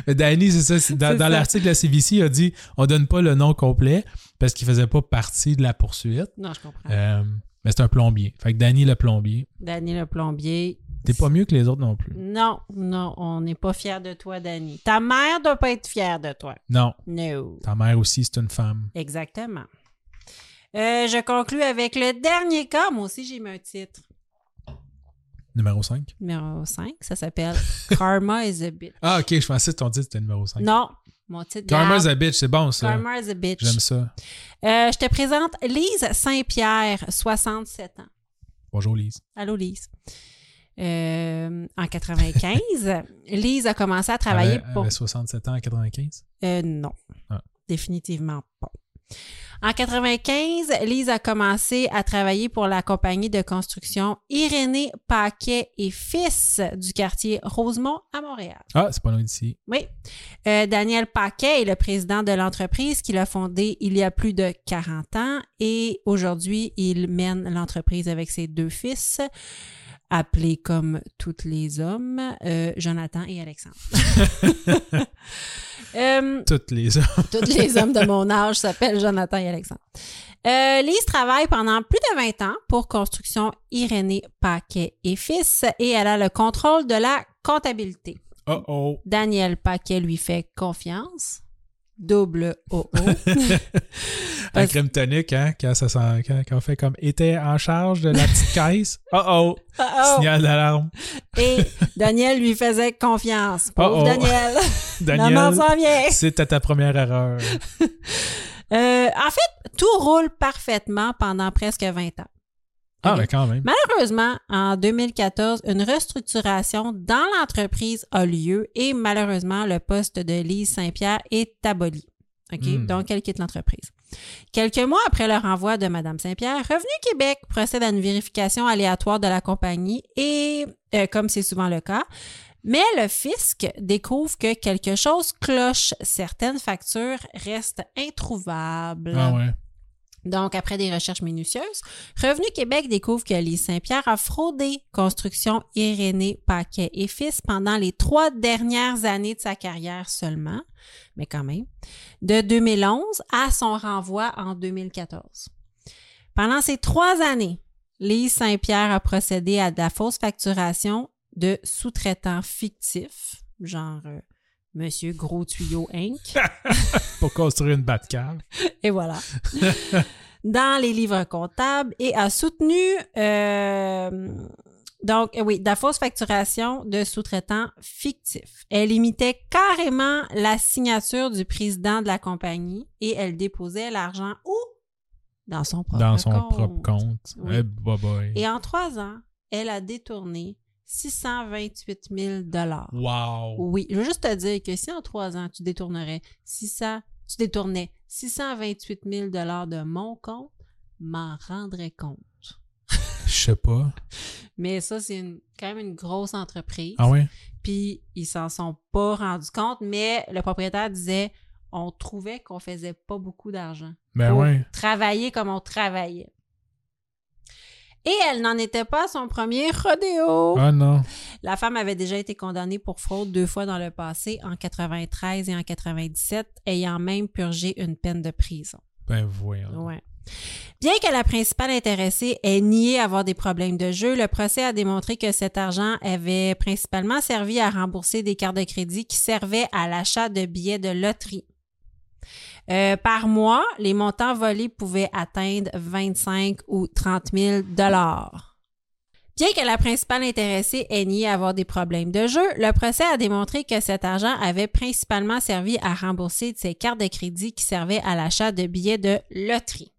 S2: Mais Danny, c'est ça. c'est- Dans,
S1: C'est
S2: dans
S1: ça.
S2: l'article, la CBC a dit on donne pas le nom complet parce qu'il faisait pas partie de la poursuite.
S1: Non, je comprends.
S2: Euh, mais c'est un plombier. Fait que Danny, le plombier,
S1: Danny le plombier.
S2: t'es pas mieux que les autres non plus.
S1: Non, non, on n'est pas fiers de toi, Danny. Ta mère doit pas être fière de toi.
S2: Non.
S1: No.
S2: Ta mère aussi, c'est une femme.
S1: Exactement. Euh, je conclus avec le dernier cas. Moi aussi, j'ai mis un titre.
S2: Numéro 5.
S1: Numéro 5, ça s'appelle Karma is a bitch.
S2: Ah, ok, je pensais que ton titre c'était numéro 5.
S1: Non, mon titre.
S2: Karma's
S1: garde.
S2: a bitch, c'est bon ça.
S1: Karma is a bitch.
S2: J'aime ça.
S1: Euh, je te présente Lise Saint-Pierre, 67 ans.
S2: Bonjour Lise.
S1: Allô, Lise. Euh, en 95, Lise a commencé à travailler
S2: Elle avait- elle
S1: pour...
S2: avait 67 ans à 95.
S1: Euh, non.
S2: Ah.
S1: Définitivement pas. En 95, Lise a commencé à travailler pour la compagnie de construction Irénée Paquet et Fils du quartier Rosemont à Montréal.
S2: Ah, c'est pas loin d'ici.
S1: Oui. Euh, Daniel Paquet est le président de l'entreprise qu'il a fondée il y a plus de 40 ans et aujourd'hui, il mène l'entreprise avec ses deux fils, appelés comme tous les hommes, euh, Jonathan et Alexandre. Euh,
S2: Toutes les heures.
S1: tous les hommes de mon âge s'appellent Jonathan et Alexandre. Euh, Lise travaille pendant plus de 20 ans pour Construction Irénée Paquet et Fils et elle a le contrôle de la comptabilité.
S2: Oh oh.
S1: Daniel Paquet lui fait confiance. Double OO.
S2: Un
S1: Parce-
S2: crème tonique, hein, quand, ça sent, quand, quand on fait comme était en charge de la petite caisse. Oh oh.
S1: Oh, oh.
S2: Signal d'alarme.
S1: Et Daniel lui faisait confiance. Pauvre
S2: Oh, oh.
S1: Daniel.
S2: Daniel,
S1: Maman s'en vient.
S2: c'était ta première erreur.
S1: Euh, en fait, tout roule parfaitement pendant presque 20 ans.
S2: Ah,
S1: Ok.
S2: mais quand même.
S1: Malheureusement, en 2014, une restructuration dans l'entreprise a lieu et malheureusement, le poste de Lise Saint-Pierre est aboli. OK?
S2: Hmm.
S1: Donc, elle quitte l'entreprise. Quelques mois après le renvoi de Mme Saint-Pierre, Revenu Québec procède à une vérification aléatoire de la compagnie et, euh, comme c'est souvent le cas, mais le fisc découvre que quelque chose cloche. Certaines factures restent introuvables.
S2: Ah ouais.
S1: Donc, après des recherches minutieuses, Revenu Québec découvre que Lise Saint-Pierre a fraudé Construction Irénée Paquet et Fils pendant les trois dernières années de sa carrière seulement, mais quand même, de 2011 à son renvoi en 2014. Pendant ces trois années, Lise Saint-Pierre a procédé à de la fausse facturation de sous-traitants fictifs, genre euh, Monsieur Gros Tuyau Inc.
S2: Pour construire une Batcave.
S1: Et voilà. Dans les livres comptables et a soutenu euh, donc eh oui, de la fausse facturation de sous-traitants fictifs. Elle imitait carrément la signature du président de la compagnie et elle déposait l'argent où? Dans son propre
S2: Dans son
S1: compte.
S2: propre compte.
S1: Ah, Oui.
S2: Eh, bye bye.
S1: Et en trois ans, elle a détourné 628 000 dollars.
S2: Wow.
S1: Oui, je veux juste te dire que si en trois ans, tu détournerais 600, tu détournais 628 000 de mon compte, m'en rendrais compte.
S2: Je sais pas.
S1: Mais ça, c'est une- quand même une grosse entreprise.
S2: Ah ouais?
S1: Puis, ils s'en sont pas rendus compte, mais le propriétaire disait, on trouvait qu'on faisait pas beaucoup d'argent.
S2: Ben
S1: Pour
S2: ouais.
S1: Travailler comme on travaillait. Et elle n'en était pas à son premier rodéo.
S2: Ah non.
S1: La femme avait déjà été condamnée pour fraude deux fois dans le passé, en 93 et en 97, ayant même purgé une peine de prison.
S2: Ben voyons.
S1: Ouais. Bien que la principale intéressée ait nié avoir des problèmes de jeu, le procès a démontré que cet argent avait principalement servi à rembourser des cartes de crédit qui servaient à l'achat de billets de loterie. Euh, par mois, les montants volés pouvaient atteindre 25 ou 30 000 dollars. Bien que la principale intéressée ait nié avoir des problèmes de jeu, le procès a démontré que cet argent avait principalement servi à rembourser de ses cartes de crédit qui servaient à l'achat de billets de loterie.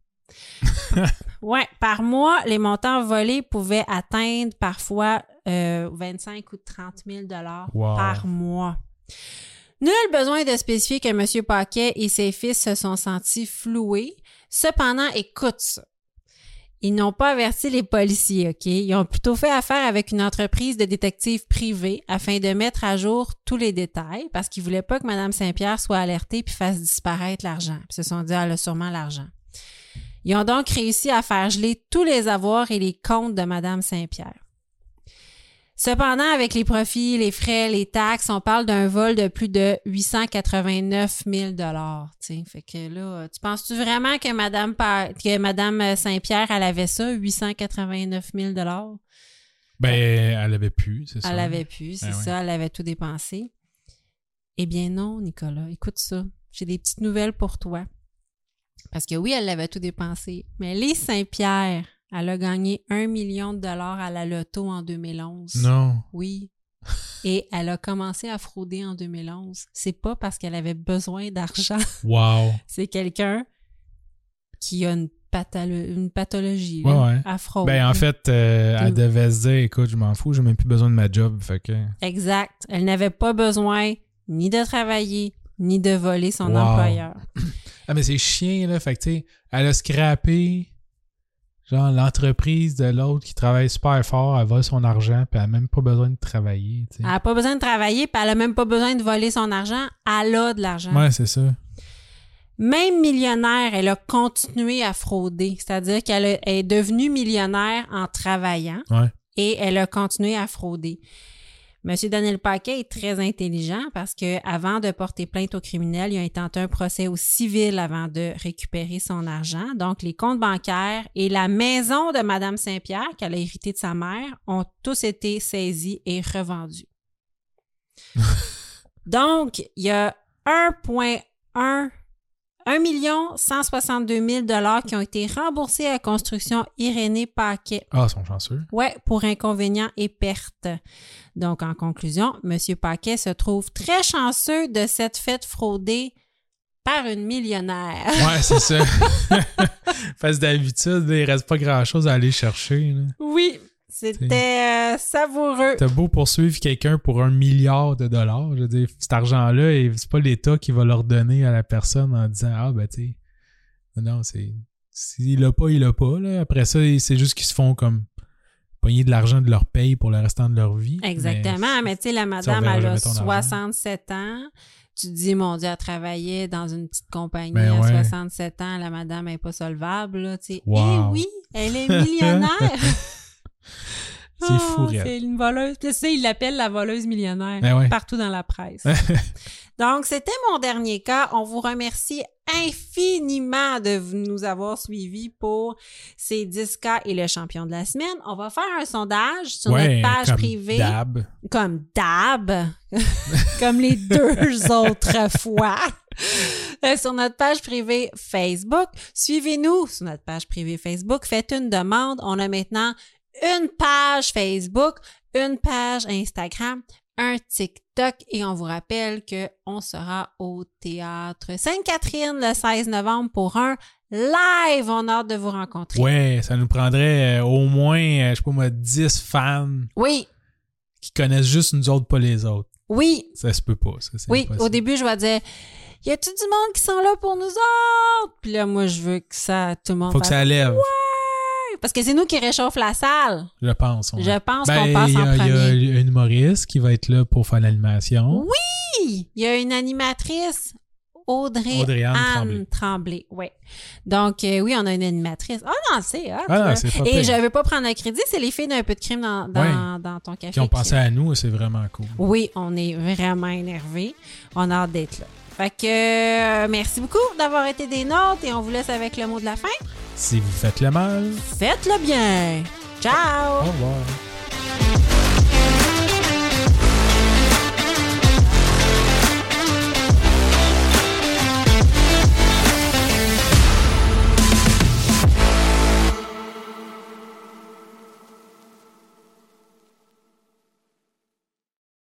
S1: ouais, par mois, les montants volés pouvaient atteindre parfois euh, 25 ou 30 000 dollars
S2: Wow.
S1: par mois. Nul besoin de spécifier que M. Paquet et ses fils se sont sentis floués. Cependant, écoute ça. Ils n'ont pas averti les policiers, OK? Ils ont plutôt fait affaire avec une entreprise de détectives privés afin de mettre à jour tous les détails parce qu'ils voulaient pas que Mme Saint-Pierre soit alertée puis fasse disparaître l'argent. Puis Ils se sont dit, ah, elle a sûrement l'argent. Ils ont donc réussi à faire geler tous les avoirs et les comptes de Mme Saint-Pierre. Cependant, avec les profits, les frais, les taxes, on parle d'un vol de plus de 889 000 dollars. Fait que là, tu penses-tu vraiment que Madame, Pa- que Madame Saint-Pierre, elle avait ça, 889 000 dollars?
S2: Ben, elle avait pu, c'est ça.
S1: Elle l'avait pu, c'est
S2: Ben oui.
S1: ça, elle avait tout dépensé. Eh bien non, Nicolas, écoute ça. J'ai des petites nouvelles pour toi. Parce que oui, elle l'avait tout dépensé. Mais les Saint-Pierre, elle a gagné un million de dollars à la loto en 2011.
S2: Non.
S1: Oui. Et elle a commencé à frauder en 2011. C'est pas parce qu'elle avait besoin d'argent.
S2: Wow.
S1: C'est quelqu'un qui a une, patholo- une pathologie
S2: Ouais,
S1: là,
S2: ouais.
S1: à fraude.
S2: Ben, en fait, euh, elle
S1: Oh. Mm.
S2: devait se dire, écoute, je m'en fous, j'ai même plus besoin de ma job. Fait que.
S1: Exact. Elle n'avait pas besoin ni de travailler, ni de voler son
S2: Wow.
S1: employeur.
S2: Ah, mais c'est chien, là. Fait que, tu sais, elle a scrappé, genre, l'entreprise de l'autre qui travaille super fort, elle vole son argent, puis elle a même pas besoin de travailler, tu
S1: Elle
S2: sais.
S1: n'a pas besoin de travailler, puis elle n'a même pas besoin de voler son argent. Elle a de l'argent.
S2: Ouais, c'est ça.
S1: Même millionnaire, elle a continué à frauder. C'est-à-dire qu'elle a- est devenue millionnaire en travaillant.
S2: Ouais.
S1: et elle a continué à frauder. Monsieur Daniel Paquet est très intelligent parce que avant de porter plainte au criminel, il a intenté un procès au civil avant de récupérer son argent. Donc, les comptes bancaires et la maison de Madame Saint-Pierre, qu'elle a héritée de sa mère, ont tous été saisis et revendus. Donc, il y a 1,1 1 162 000 dollars qui ont été remboursés à Construction Irénée Paquet.
S2: Ah, ils sont chanceux.
S1: Ouais, pour inconvénients et pertes. Donc, en conclusion, M. Paquet se trouve très chanceux de cette fête fraudée par une millionnaire.
S2: Ouais, c'est ça. Parce que d'habitude, il reste pas grand chose à aller chercher, là.
S1: Oui, c'était euh, savoureux.
S2: T'as beau poursuivre quelqu'un pour un milliard de dollars, je veux dire, cet argent-là, et c'est pas l'État qui va leur donner à la personne en disant Ah, ben, tu sais, non, c'est. S'il l'a pas, il l'a pas. Là. Après ça, c'est juste qu'ils se font comme pogner de l'argent de leur paye pour le restant de leur vie.
S1: Exactement, mais tu sais, la madame,
S2: reverra
S1: elle a
S2: jamais ton argent.
S1: 67 ans. Tu te dis, mon Dieu, elle travaillait dans une petite compagnie
S2: Ben
S1: à
S2: ouais.
S1: 67 ans. La madame n'est pas solvable, là, tu sais. Eh
S2: Wow.
S1: oui, elle est millionnaire!
S2: C'est
S1: Ah,
S2: fou, raide.
S1: C'est une voleuse. Tu sais, il l'appelle la voleuse millionnaire
S2: Ben ouais.
S1: partout dans la presse. Donc, c'était mon dernier cas. On vous remercie infiniment de v- nous avoir suivis pour ces 10 cas et le champion de la semaine. On va faire un sondage sur
S2: Ouais,
S1: notre page
S2: comme
S1: privée,
S2: d'hab.
S1: comme d'hab, comme les deux autres fois. Euh, sur notre page privée Facebook. Suivez-nous sur notre page privée Facebook. Faites une demande. On a maintenant une page Facebook, une page Instagram, un TikTok et on vous rappelle que on sera au théâtre Sainte-Catherine le 16 novembre pour un live. On a hâte de vous rencontrer.
S2: Ouais, ça nous prendrait euh, au moins, euh, je sais pas moi, 10 fans
S1: Oui,
S2: qui connaissent juste nous autres, pas les autres.
S1: oui,
S2: Ça se peut pas, ça. c'est
S1: oui.
S2: impossible.
S1: Au début, je vais dire y a-tu du monde qui sont là pour nous autres Puis là, moi, je veux que ça tout le monde
S2: Faut que
S1: fasse
S2: ça lève,
S1: Ouais! Parce que c'est nous qui réchauffe la salle.
S2: je pense. on-
S1: Je pense
S2: Ben,
S1: qu'on passe
S2: il y
S1: en
S2: a- Il
S1: premier.
S2: y a une humoriste qui va être là pour faire l'animation.
S1: Oui! Il y a une animatrice, Audrey,
S2: Audrey-Anne
S1: Anne Tremblay. ouais. Donc, euh, oui, on a une animatrice. Ah non, c'est hot,
S2: Ah non,
S1: là.
S2: c'est pas
S1: Et
S2: pire.
S1: je veux pas prendre le crédit, c'est les filles d'un peu de crime dans, dans, dans ton café.
S2: Qui ont
S1: qui-
S2: pensé à nous, c'est vraiment cool.
S1: Oui, on est vraiment énervés. On a hâte d'être là. Fait que euh, merci beaucoup d'avoir été des nôtres et on vous laisse avec le mot de la fin.
S2: Si vous faites le mal,
S1: Faites-le bien. Ciao.
S2: au revoir.